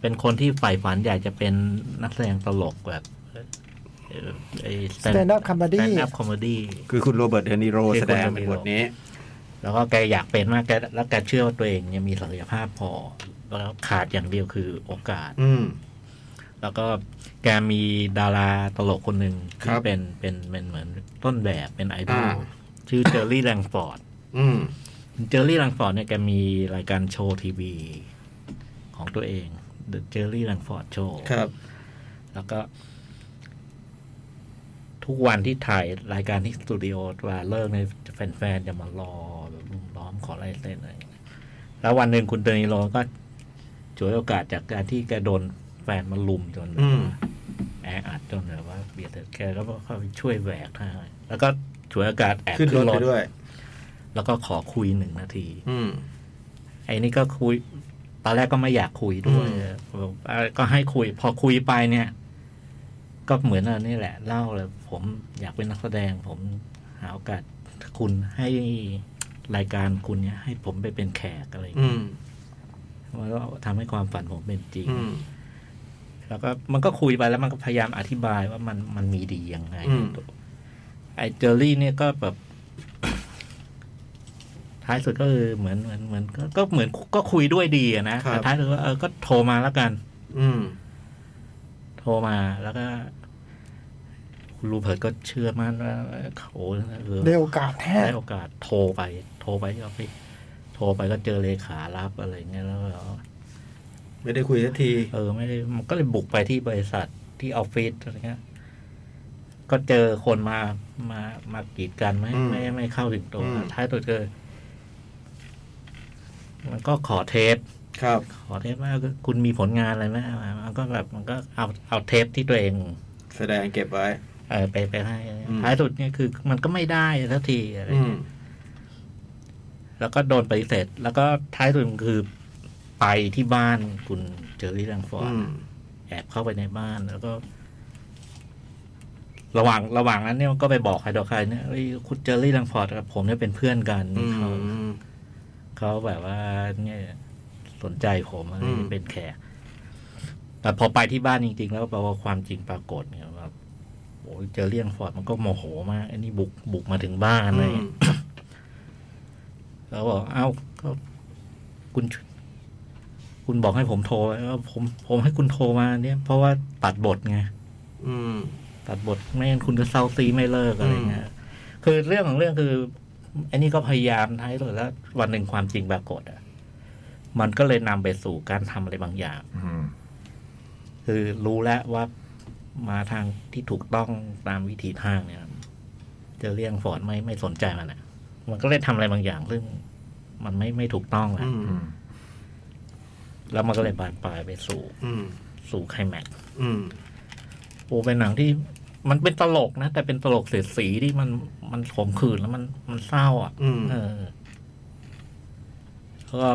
เป็นคนที่ใฝ่ฝันอยากจะเป็นนักแสดงตลกแบบเอ่อไอ้ stand- Stand Up Comedy Stand Up Comedy คือคุณโรเบิร์ตเดนิโร คือคุณ แสดง เดนิ ใน โร บทนี้ แล้วก็แกอยากเป็นมากแกแล้วแกเชื่อว่าตัวเองเนี่ยมีศักยภาพพอ แล้วขาดอย่างเดียวคือโอกาส อืม แล้วก็แกมีดาราตลกคนหนึ่ง ครั ที่ บ เป็นเป็นเป็นเหมือนต้นแบบเป็นไอดอล อ่า ชื่อเจอร์รี่แรงฟอร์ด อืม เจอร์รี่แรงฟอร์ดเนี่ยแกมีรายการโชว์ทีวี ของตัวเอง The Jerry Langford Show ครับ แล้วก็ ทุกวันที่ถ่ายรายการที่สตูดิโอเวลาเลิกเนี่ยแฟนๆ จะมารอแบบลุมล้อมขอลายเซ็นอะไรอย่างเงี้ยแล้ววันหนึ่งคุณเดนิโลก็ฉวยโอกาสจากการที่แกโดนแฟนมาลุมจน อืม ไอ แออัดจนแบบว่าเบียดแต่แกก็เข้าไปช่วยแหวกทางแล้วก็ช่วยอากาศแอบ ขึ้นรถไปด้วย แล้วก็ขอคุยหนึ่งนาที อืม ไอ้นี่ก็คุย ตอนแรกก็ไม่อยากคุยด้วย อืม เออก็ให้คุย พอคุยไปเนี่ย ก็เหมือนอันนี้แหละ เล่าเลยผมอยากเป็นนักแสดง ผมหาโอกาสคุณให้รายการคุณเนี่ย ให้ผมไปเป็นแขกอะไรอย่าง อื เงี้ย ม มันก็ทำให้ความฝันผมเป็นจริง อืม แล้วก็มันก็คุยไปแล้วมันก็พยายามอธิบายว่ามันมันมีดียังไง อืม ไอ้เจอรี่เนี่ยก็แบบ ท้ายสุดก็คือเหมือนเหมือนเหมือนก็ก็เหมือนก็คุยด้วยดีอะนะแต่ท้ายสุดก็เออก็โทรมาแล้วกัน อืม โทรมาแล้วก็คุณรูเพิร์ตก็เชื่อมั่นว่าเขาเออ ได้โอกาสแท้ ได้โอกาสโทรไป โทรไปที่ออฟฟิศโทรไปก็เจอเลขารับอะไรเงี้ยแล้วก็ ไม่ได้คุยสักที เออไม่ได้มันก็เลยบุกไปที่บริษัทที่ออฟฟิศอะไรเงี้ย ก็เจอคนมา มา มากีดกันไม่ อืม ไม่ไม่เข้าถึงตัว อืม ท้ายตัวเจอ มันก็ขอเทป ครับ ขอเทปว่าคุณมีผลงานอะไรไหมมามันก็แบบมันก็เอาเอาเทปที่ตัวเอง แสดงเก็บไว้ เออไปไปให้อะไร อืม ท้ายสุดเนี่ยคือ มันก็ไม่ได้สักทีอะไร อืม แล้วก็โดนปฏิเสธแล้วก็ท้ายสุดมันคือไปที่บ้านคุณเจอรี่แลังฟอร์ด อืม แอบเข้าไปในบ้านแล้วก็ ระหว่างระหว่างนั้นเนี่ยมันก็ไปบอกใครต่อใครเนี่ยเอ้ยคุณเจอรี่ลังฟอร์ดกับผมเนี่ยเป็นเพื่อนกัน อืม เขาเขาแบบว่า เนี่ย สนใจผมอะไร อืม เป็นแขกแต่พอไปที่บ้านจริง ๆ แล้วแปลว่าความจริงปรากฏเนี่ยแบบโอ้ยเจอรี่ลังฟอร์ดมันก็โมโหมากไอ้นี่บุกบุกมาถึงบ้านอะไรอย่างเงี้ย แล้วบอกเอ้าก็คุณ คุณบอกให้ผมโทรไว้ว่าผม ผมให้คุณโทรมาเนี่ย เพราะว่าตัดบทไง อืม ตัดบทไม่งั้นคุณจะเศร้าซีไม่เลิกอะไรเงี้ย คือเรื่องของเรื่องคือไอันนี้ก็พยายามท้ายสุดแล้ว วันหนึ่งความจริงปรากฏอ่ะ มันก็เลยนำไปสู่การทำอะไรบางอย่าง อืม คือรู้แล้วว่ามาทางที่ถูกต้องตามวิธีทางเนี่ยเจะเลี่ยงฟอร์ดไม่ไม่สนใจมันอ่ะ มันก็เลยทำอะไรบางอย่าง ซึ่งมันไม่ไม่ถูกต้องแหละ อืม อืม แล้วมันก็เลยบานปลายไปสู่ อืม สู่ไคลแม็กซ์ อืม โอ้เป็นหนังที่มันเป็นตลกนะ แต่เป็นตลกเสียดสีที่มันมันขมขื่นแล้วมันมันเศร้าอ่ะ อืม เออแล้วก็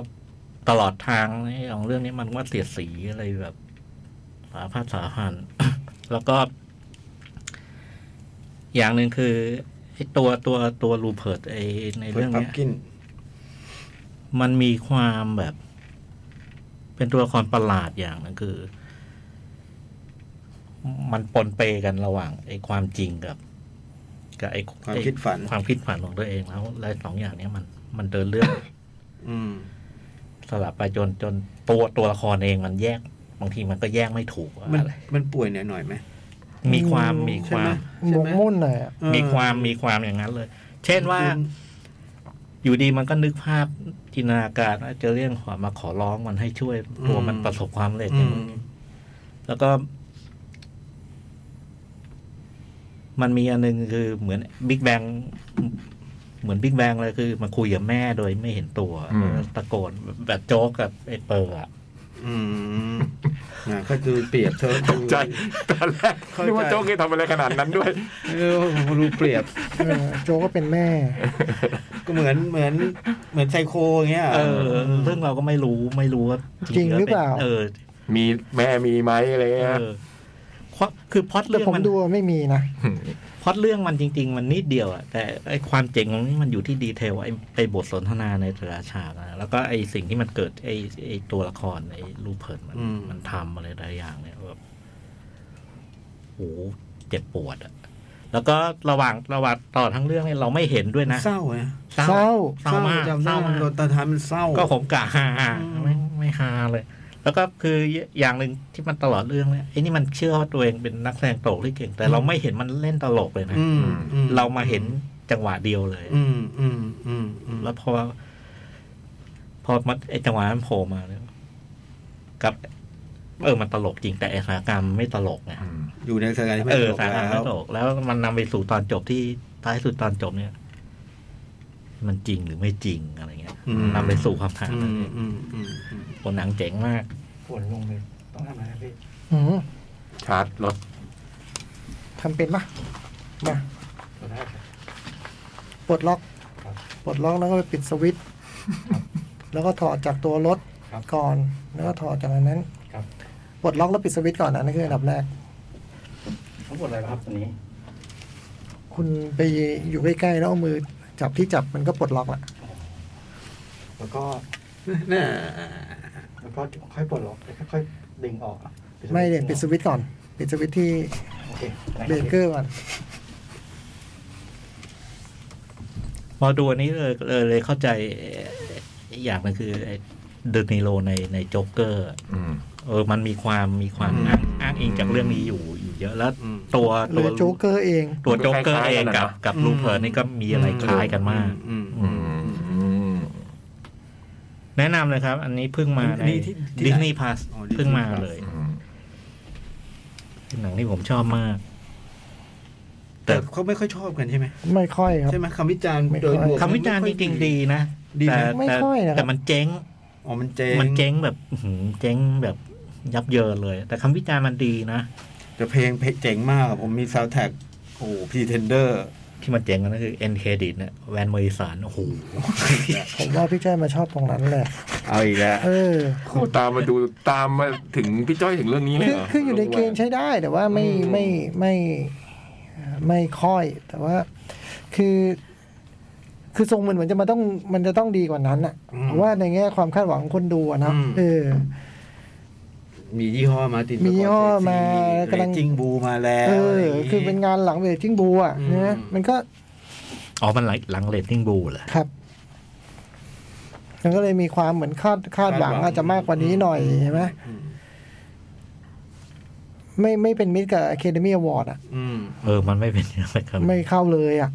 ตลอดทางนี่ของเรื่องนี้มันว่าเสียดสีอะไรแบบสาพัดสาพัน แล้วก็ อย่างหนึ่งคือไอ้ตัวตัวตัวรูเพิร์ตไอใน เพื่อ เรื่อง พับ เนี้ย กิน มันมีความแบบ เป็นตัวละครประหลาดอย่างหนึงคือ มันปนเปกันระหว่างไอ้ความจริงกับ กับไอ้ ความ ไอ้ คิดฝัน ความคิดฝันของตัวเองแล้วและสองอย่างเนี้ยมันมันเดินเรื่อง อืม สลับไปจนจนตัวตัวละครเองมันแยก บางทีมันก็แยกไม่ถูกว่า มัน อะไร มันป่วยหน่อยหน่อยๆไหม มีความมี ใช่ ควา ไหม ม หมกมุ่นหน่อยอะ เออ มีความมีความอย่างนั้นเลย เช่นว่า อืม อยู่ดีมันก็นึกภาพจินตนาการว่าเจอเรื่องขอมาขอร้องมันให้ช่วยตัวมัน อืม ประสบความสำเร็จอ อื ย่าง ม นี้ แล้วก็ มันมีอันหนึงคือเหมือนบิ๊กแบงเหมือนบิ๊กแบงเลยคือมาคุยกับแม่โดยไม่เห็นตัว อืม ตะโกนแบบโจ๊กกับไอ้เปอร์อะ อืมอ่ะก็คือเปรียบเธอ ตกใจตอนแรกนึกว่าโจ๊กเคยทำอะไรขนาดนั้นด้วย เออผมรู้เปรียบ เออโจก็เป็นแม่ ก็เหมือนเหมือนเหมือนไซโคอย่างเงี้ย เออซึ่งเราก็ไม่รู้ไม่รู้ว่า จริง แว หรือเปล่า นเออ มีแม่มีไหมอะไร เอ เงี้ย อควคือพล็อด แต่ เรื่อง ผม มัน ดูไม่มีนะ พล็อดเรื่องมันจริง ๆ มันนิดเดียวอะแต่ไอความเจ๋งของนี่มันอยู่ที่ดีเทลไอไอบทสนทนาในแต่ละฉากนะแล้วก็ไอสิ่งที่มันเกิดไอไอตัวละครไอรูปเผินมัน อืม มันทำอะไรหลายอย่างเนี่ยแบบโอ้โหเจ็บปวดอะแล้วก็ระหว่างระหว่างต่อทั้งเรื่องเนี่ยเราไม่เห็นด้วยนะ เศร้านะ เศร้า เศเศร้าร้ามาก จำ เศ ได้ ร้ามาก โดนตาทานมันเศร้า ก็ผมกะฮา อืม ไม่ไม่ฮาเลย แล้วก็คืออย่างหนึ่งที่มันตลอดเรื่องเนี่ยไอ้นี่มันเชื่อว่าตัวเองเป็นนักแสดงตลกที่เก่ง แต่เราไม่เห็นมันเล่นตลกเลยนะ อืมอื เรามาเห็นจังหวะเดียวเลย อืมอืมอืมอืม แล้วพอ พอมันไอ้จังหวะนั้นโผล่มาเนี่ยกับเออมันตลกจริงแต่ไอ้สถานการณ์มันไม่ตลกไง อยู่ในสถานการณ์ที่ไม่ เออ ตลก สถานการณ์ แล้ ไม่ ว ตลกแล้วมันนำไปสู่ตอนจบที่ท้ายสุดตอนจบเนี่ย มันจริงหรือไม่จริงอะไรเงี้ย อืม นำไปสู่คำถาม อื นั่น ม เอง อืมอืมอืม ผลหนังเจ๋งมาก ฝนลงเลยต้องทำอะไรพี่ อืม ชาร์จรถ ทำเป็นปะมาปลดล็อกปลดล็อกแล้วก็ไปปิดสวิตช์แล้วก็ถอดจากตัวรถ ครับ ก่อน แล้วก็ถอดจากอันนั้น ครับ ปลดล็อกแล้วปิดสวิตช์ก่อนนะนั่นคืออันดับแรก ทั้งหมดอะไรครับตัวนี้ คุณไปอยู่ใกล้ๆแล้วเอามือจับที่จับมันก็ปลดล็อกละ แล้วก็ น่า แล้วก็ค่อยปลดล็อกค่อยๆดึงออก ไม่เดี๋ยวปิดสวิตช์ก่อน ปิดสวิตช์ที่ โอเค เบรกเกอร์ก่อน พอดูอันนี้เออเออเลยเข้าใจอีกอย่างหนึงคือไอ้เดอะนิโลในในโจ๊กเกอร์ อืม เออ มันมีความมีความ อืม อ้างอ้างอิงจากเรื่องนี้อยู่อยู่เยอะแล้วตัว หรื ตัว อโจ๊กเกอร์เอง ตัวโจ๊กเกอร์ คล้ายๆ เอง กันนะ กับกับลูเพิร์นี่ก็มีอะไรคล้ายกันมาก อืม อืม แนะนำเลยครับ อันนี้เพิ่งมา อั ใน นนี้ที่ที่ไหน ดิสนีย์พาส อ๋อ Disney เพิ่งมาเลย อืม เป็นหนังที่ผมชอบมาก แต่เขาไม่ค่อยชอบกันใช่ไหม ไม่ค่อยครับ ใช่ไหมคำวิจารณ์ ไม่ค่อย โดยรวม คำวิจารณ์จริงๆดีนะ ดีไหม แต่ ไม่ แต่ ค่อยนะครับ แต่มันเจ๊ง อ๋อมันเจ๊ง มันเจ๊งแบบอื้อหือเจ๊งแบบยับเยินเลย แต่คำวิจารณ์มันดีนะ แต่เพลงเพลงเจ๋งมากอะผมมีซาวแท็กโอ้พีเทนเดอร์ ที่มันเจ๋งก็คือ end credit นะแวนเมยสารโอ้โห ผมว่าพี่แจ้มาชอบตรงนั้นแหละ เอาอีกแล้ว เออ โอ้ตามมาดูตามมาถึงพี่จ้อยถึงเรื่องนี้เลย คือ เหรอ คืออยู่ในเกณฑ์ใช้ได้แต่ว่าไม่ อืม ไม่ไม่ไม่ค่อย แต่ว่า คือ คือทรงมันเหมือนจะมาต้องมันจะต้องดีกว่านั้นอะ อืม เพราะว่าในแง่ความคาดหวังของคนดูอะเนาะ อืม เออ มียี่ห้อมาติน มียี่ห้อมา สกอร์เซซี กำลัง เรตจิงบูมาแล้ว เอ อะไร อ ย่างงี้ คือเป็นงานหลังเวทจิ้งบูอะ อืม นะมันก็ อ๋อ มันหลังหลังเรตติ้งบูเหรอ ครับมันก็เลยมีความเหมือนคาดคาดหวังอาจจะมากกว่านี้หน่อยใช่ไหม อืม ไม่ไม่เป็นมิตรกับ Academy Award อะ อืม เออ มันไม่เป็นอะไรครับ ไม่เข้าเลยอ่ะ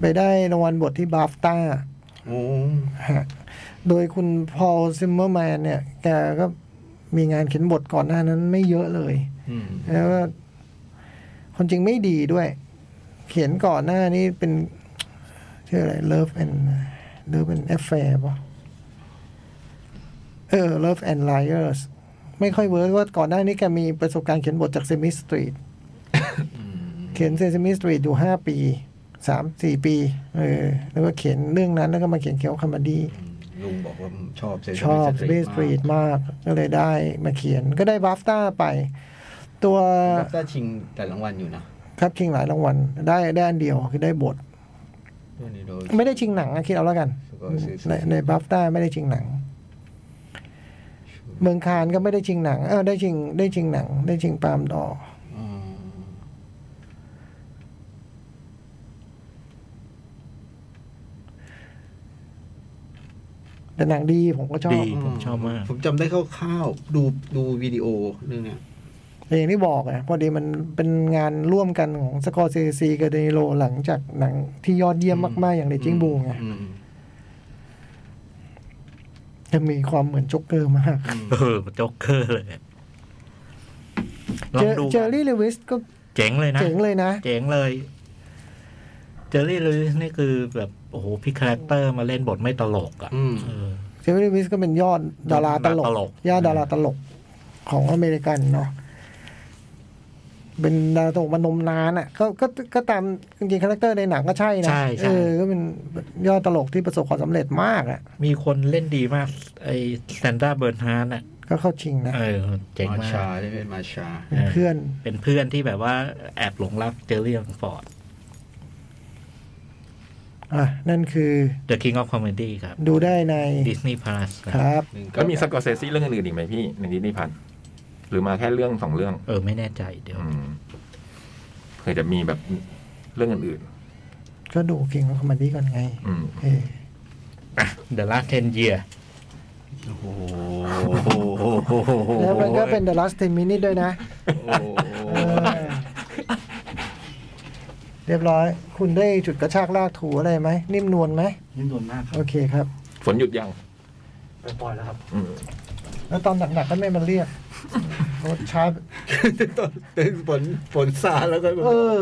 ไปได้รางวัลบทที่บาฟต้า โอ้ โดยคุณพอลซิมเมอร์แมนเนี่ย แกก็มีงานเขียนบทก่อนหน้านั้นไม่เยอะเลย อืม แล้วก็คนจริงไม่ดีด้วย เขียนก่อนหน้านี้เป็นชื่ออะไร Love and Love and Affair ป่ะเออ Love and Liars ไม่ค่อยเวิร์กว่าก่อนหน้านี้แกมีประสบการณ์เขียนบทจาก Semi Street เขียน Semi Street อยู่ห้าปีสามสี่ปี เออ แล้วก็เขียนเรื่องนั้นแล้วก็มาเขียนเกี่ยวกับคอมเมดี้ ลุงบอกว่าชอบเซ ชอบเบสตรีทมากก็เลยได้มาเขียนก็ได้บัฟต้าไป ตัว ถ้าชิงแต่รางวัลอยู่นะครับ ชิงหลายรางวัลได้ได้อันเดียวคือได้บท ตัวนี้โดย ไม่ได้ชิงหนังอะคิดเอาแล้วกัน Scorsese ในในบัฟต้าไม่ได้ชิงหนัง เมืองคานก็ไม่ได้ชิงหนัง เออได้ชิงได้ชิงหนัง ได้ชิงปาล์มดอร์ อืม แต่หนังดีผมก็ชอ ดี บ ผมชอบมาก ผมจำได้คร่าวๆดูดูวิดีโอเรื่องเนี้ย แต่อย่างที่บอกอะพอดีมันเป็นงานร่วมกันของสกอร์เซซีกับเดนิโลหลังจากหนังที่ยอดเยี่ยมมากๆอย่างเดจิงบูไง อืม จะมีความเหมือนโจ็กเกอร์มาก เออโจ๊กเกอร์เลยลอ เจ ง อ ดู เจอร์รี่เลวิสก็ เจ๋งเลยนะ เจ๋งเลยนะ เจ๋งเลย เจอรี่ลุยส์นี่คือแบบ โอ้โหพี่คาแรคเตอร์มาเล่นบทไม่ตลกอ่ะ อืม เออ เจอร์รี่เลวิสก็เป็นยอดดาราตลก ดาราตลก ยอดดาราตลกของอเมริกันเนาะเป็นดาราตลกมานมนานอ่ะก็ก็ก็ตามจริงๆคาแรคเตอร์ในหนังก็ใช่นะ ใช่ใช่ เออก็เป็นยอดตลกที่ประสบความสำเร็จมากอ่ะ มีคนเล่นดีมาก ไอ้แซนด้าเบิร์นฮาร์น่ะ ก็เข้าชิงนะ เออ เจ๋ง มา มา ชาก ได้เป็นมาชา เป็นเพื่อน เป็นเพื่อนที่แบบว่าแอบหลงรักเจอรี่ลังฟอร์ด อ่ะ นั่นคือ The King of Comedy ครับ ดูได้ใน Disney Plus นะคครับ รับ แล้วมีสกอร์เซซี่เรื่องอื่นๆอีกไหมพี่ในดิสนีย์พันหรือมาแค่เรื่องสองเรื่อง เออ ไม่แน่ใจเดี๋ยว อืมเผื่อจะมีแบบเรื่องอื่น ก็ดูเก่งของคอมเมดี้ก่อนไง ๆอืม เออ The Last 10 Year แล้วมันก็เป็น The Last 10 Minutes ด้วยนะ เรียบร้อย คุณได้จุดกระชากลากถูอะไรไหม นิ่มนวลไหม นิ่มนวลมากครั โอบ เคครับ ฝนหยุดยัง ไปปล่อยแล้วครับ อืม แล้วตอนหนักๆก็ไม่มาเรียกรถช้า ตอนฝนฝนซาแล้วก็ เออ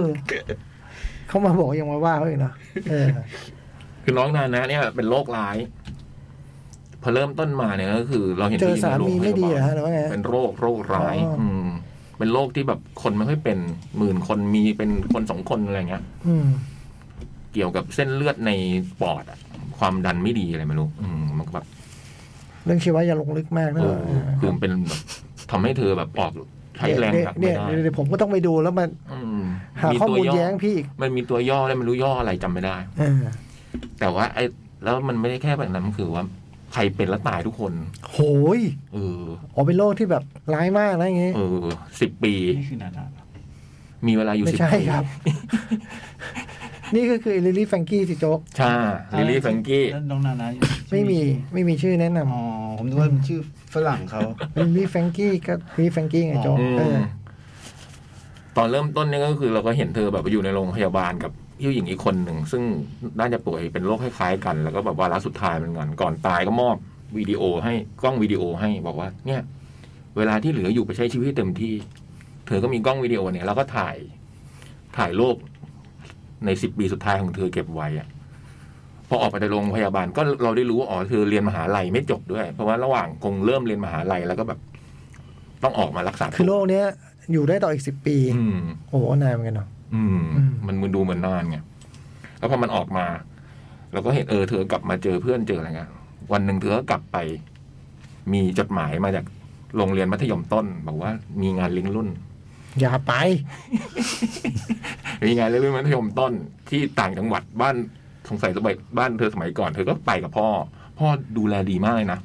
เขามาบอกยังมาว่าเขาอีกเนาะเออ คือน้องนานะเนี่ยเป็นโรคร้าย พอเริ่มต้นมาเนี่ยก็คือ เราเห็น เจอ ที่ยู่ สา ในโรง มีไม่ดีเหรอฮะหรือว่าไง เป็นโรคโรคร้าย อ๋ออื อืม เป็นโรคที่แบบคนไม่ค่อยเป็นหมื่นคนมีเป็นคนสองคนอะไรเงี้ย อืม เกี่ยวกับเส้นเลือดในปอดอะความดันไม่ดีอะไรไม่รู้ อืมมันก็แบบ เรื่องชีวะอย่าลงลึกมากนะ โอ้คือมันเป็นแบบทำให้เธอแบบออกใช้แรง เนี่ย หักไม่ เนี่ได้ยเนี่ยเดี๋ยวผมก็ต้องไปดูแล้วมัน อืม หาข้อ ตัว มูล ย่ แย้งพี่อีก มันมีตัวย่อแล้วไม่รู้ย่ออะไรจำไม่ได้ เออ แต่ว่าไอ้แล้วมันไม่ได้แค่แบบนั้นมันคือว่า ใครเป็นแล้วตายทุกคน โหย เออ อ๋อเป็นโรคที่แบบร้ายมากนะอย่างงี้ เออสิบปี นี่คือนาดาเหรอ มีเวลาอยู่ ไม่ สิบ ใช่ ปี ครับ นี่ก็คือลิลลี่แฟรงกี้สิโจ๊ก ใช่ลิลลี่แฟรงกี้ แล้วน้องนานาอยู่ ไม่มีไม่มีชื่อแนะน อ๋อผมนึกว่ามันชื่อฝรั่งเขา ำลิลลี่แฟรงกี้ก็ลิลลี่แฟรงกี้ไงโจ๊ก อืม เออ ตอนเริ่มต้นเนี่ยก็คือเราก็เห็นเธอแบบอยู่ในโรงพยาบาลกับผู้หญิงอีกคนหนึ่ง ซึ่งน่าจะป่วยเป็นโรคคล้ายๆกัน แล้วก็แบบวาระสุดท้ายเหมือนกันก่อนตายก็มอบวิดีโอให้กล้องวิดีโอให้บอกว่า เนี่ย เวลาที่เหลืออยู่ไปใช้ชีวิตให้เต็มที่ เธอก็มีกล้องวิดีโอเนี่ยแล้วก็ถ่ายถ่ายโรคในสิบปีสุดท้ายของเธอเก็บไว้อะพอออกไปจากโรงพยาบาลก็เราได้รู้ว่าอ๋อเธอเรียนมหาลัยไม่จบด้วย เพราะว่าระหว่างคงเริ่มเรียนมหาลัยแล้วก็แบบ ต้องออกมารักษาตัว คือโรคเนี้ย อยู่ได้ต่ออีกสิบปี อืม โอ้โหนานเหมือนกันเนาะ อืม อืม มันมันดูเหมือนนานไง แล้วพอมันออกมา เราก็เห็นเออเธอกลับมาเจอเพื่อนเจออะไรเงี้ย วันหนึ่งเธอก็กลับไป มีจดหมายมาจากโรงเรียนมัธยมต้น บอกว่ามีงานเลี้ยงรุ่น อย่าไป มีงานเลี้ยงรุ่นมัธยมต้นที่ต่างจังหวัดบ้านสงสัยสมัยบ้านเธอสมัยก่อนเธอก็ไปกับพ่อ พ่อดูแลดีมากเลยนะ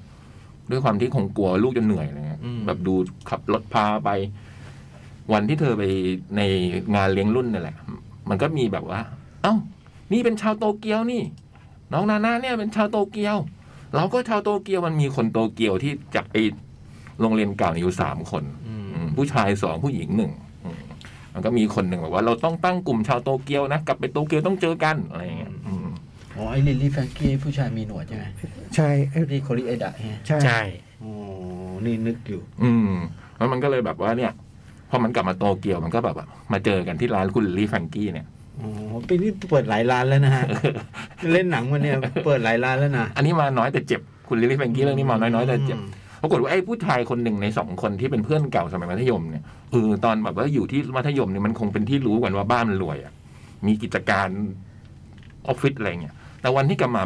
ด้วยความที่คงกลัวลูกจะเหนื่อยอะไรเงี้ย อืม แบบดูขับรถพาไป วันที่เธอไปในงานเลี้ยงรุ่นนั่นแหละ มันก็มีแบบว่า เอ้า นี่เป็นชาวโตเกียวนี่ น้องนานาเนี่ยเป็นชาวโตเกียว เราก็ชาวโตเกียวมันมีคนโตเกียวที่จากไอโรงเรียนเก่าอยู่สามคน อืมผู้ชายสองผู้หญิงหนึ่งอืมมันก็มีคนหนึ่งบอกว่าเราต้องตั้งกลุ่มชาวโตเกียวนะ กลับไปโตเกียวต้องเจอกันอะไรอย่างเงี้ยอืม อ๋อไอ้ลิลลี่แฟรงกี้ผู้ชายมีหนวดใช่ไหม ใช่เอ้ย ที่โคริเอดะเนี่ย ใช่ ใช่ โอ้นี่นึกอยู่ อืมแล้วมันก็เลยแบบว่าเนี่ย พอมันกลับมาโตเกียวมันก็แบบว่ามาเจอกันที่ร้านคุณลิลลี่แฟรงกี้เนี่ย อ๋อปีนี้เปิดหลายร้านแล้วนะ ฮะ เล่นหนังวันเนี้ยเปิดหลายร้านแล้วนะ อันนี้มาน้อยแต่เจ็บคุณลิลลี่แฟรงกี้เรื่องนี้มาน้อยๆแต่เจ็บ ปรากฏว่าไอ้ผู้ชายคนหนึ่งในสองคนที่เป็นเพื่อนเก่าสมัยมัธยมเนี่ยเออตอนแบบว่าอยู่ที่มัธยมเนี่ยมันคงเป็นที่รู้กันว่าบ้านมันรวยอะ่ะ มีกิจการออฟฟิศอะไรเงี้ยแต่วันที่กลับมา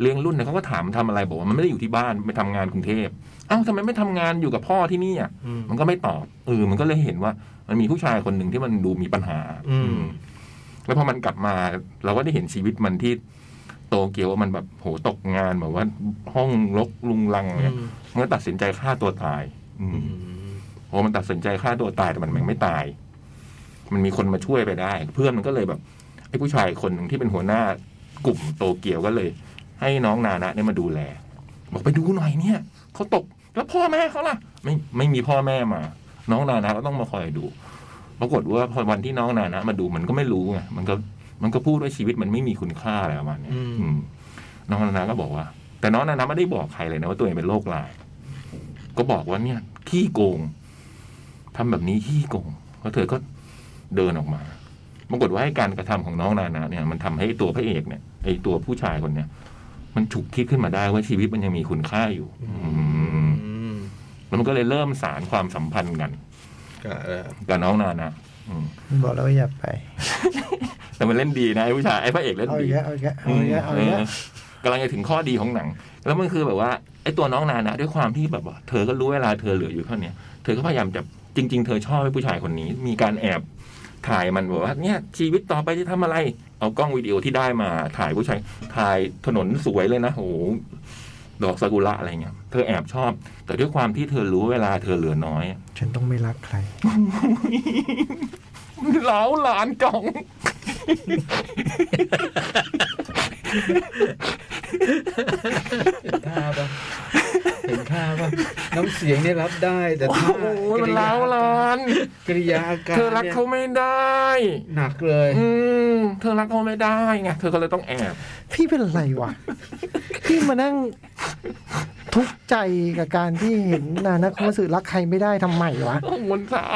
เลี้ยงรุ่นเนี่ยเขาก็ถามทำอะไรบอกว่ามันไม่ได้อยู่ที่บ้านไปทำงานกรุงเทพเอ้าทำไมไม่ทำงานอยู่กับพ่อที่นี่อ่ะ อืม มันก็ไม่ตอบเออมันก็เลยเห็นว่า มันมีผู้ชายคนหนึ่งที่มันดูมีปัญหา อืม แล้วพอมันกลับมา เราก็ได้เห็นชีวิตมันที่โตเกียวว่ามันแบบโหตกงานแบบว่าห้องรกลุงลังอะไรเนี่ย มันก็ตัดสินใจฆ่าตัวตาย อืมพอมันตัดสินใจฆ่าตัวตายแต่มันมันไม่ตาย มันมีคนมาช่วยไปได้ เพื่อนมันก็เลยแบบไอ้ผู้ชายคนหนึ่งที่เป็นหัวหน้ากลุ่มโตเกียวก็เลย ให้น้องนานะเนี่ยมาดูแล บอกไปดูหน่อยเนี่ยเขาตกแล้วพ่อแม่เขาล่ะ ไม่ไม่มีพ่อแม่มา น้องนานะก็ต้องมาคอยดู ปรากฏว่าพอวันที่น้องนานะมาดูมันก็ไม่รู้ไงมันก็มันก็พูดว่าชีวิตมันไม่มีคุณค่าอะไรประมาณเนี้ย อืม อืมน้องนานะก็บอกว่า แต่น้องนานะไม่ได้บอกใครเลยนะว่าตัวเองเป็นโรคร้าย ก็บอกว่าเนี่ยขี้โกงทำแบบนี้ขี้โกงแล้วเธอก็เดินออกมา ปรากฏว่าให้การกระทำของน้องนานะเนี่ย มันทำให้ตัวพระเอกเนี่ยไอตัวผู้ชายคนเนี่ย มันฉุกคิดขึ้นมาได้ว่าชีวิตมันยังมีคุณค่าอยู่ อืม อืม แล้วมันก็เลยเริ่มสารความสัมพันธ์กัน ก็เออ กับน้องนานะอืม บอกแล้วว่าอย่าไป แต่มันเล่นดีนะไอ้ผู้ชายไอ้พระเอกเล่น เอา ดี อีกแล้วเอาอีกแล้วเอาอีกแล้วเอาอีกแล้ว เออกำลังจะถึงข้อดีของหนัง แล้วมันคือแบบว่าไอ้ตัวน้องนานะด้วยความที่แบบว่าเธอก็รู้เวลาเธอเหลืออยู่เท่าเนี้ยเธอก็พยายามจะจริง ๆ เธอชอบให้ผู้ชายคนนี้ มีการแอบถ่ายมันบอกว่าเนี่ยชีวิตต่อไปจะทำอะไร เอากล้องวิดีโอที่ได้มาถ่ายผู้ชายถ่ายถนนสวยเลยนะโอ้โหดอกซากุระอะไรเงี้ยเธอแอบชอบ แต่ด้วยความที่เธอรู้เวลาเธอเหลือน้อยอะ ฉันต้องไม่รักใคร เหลาหลานจ่อง ท่าปะเห็นท่าปะน้ำเสียงเนี่ยรับได้แต่ท่า โอ้ยมันเหลาหลาน กริยาอาการ เธอรักเขาไม่ได้ หนักเลย อืมเธอรักเขาไม่ได้ไง เธอก็เลยต้องแอบ พี่เป็นอะไรวะ พี่มานั่งทุกข์ใจกับการที่เห็นนานะคุมาสื่อรักใครไม่ได้ทำไมวะ มันเศร้า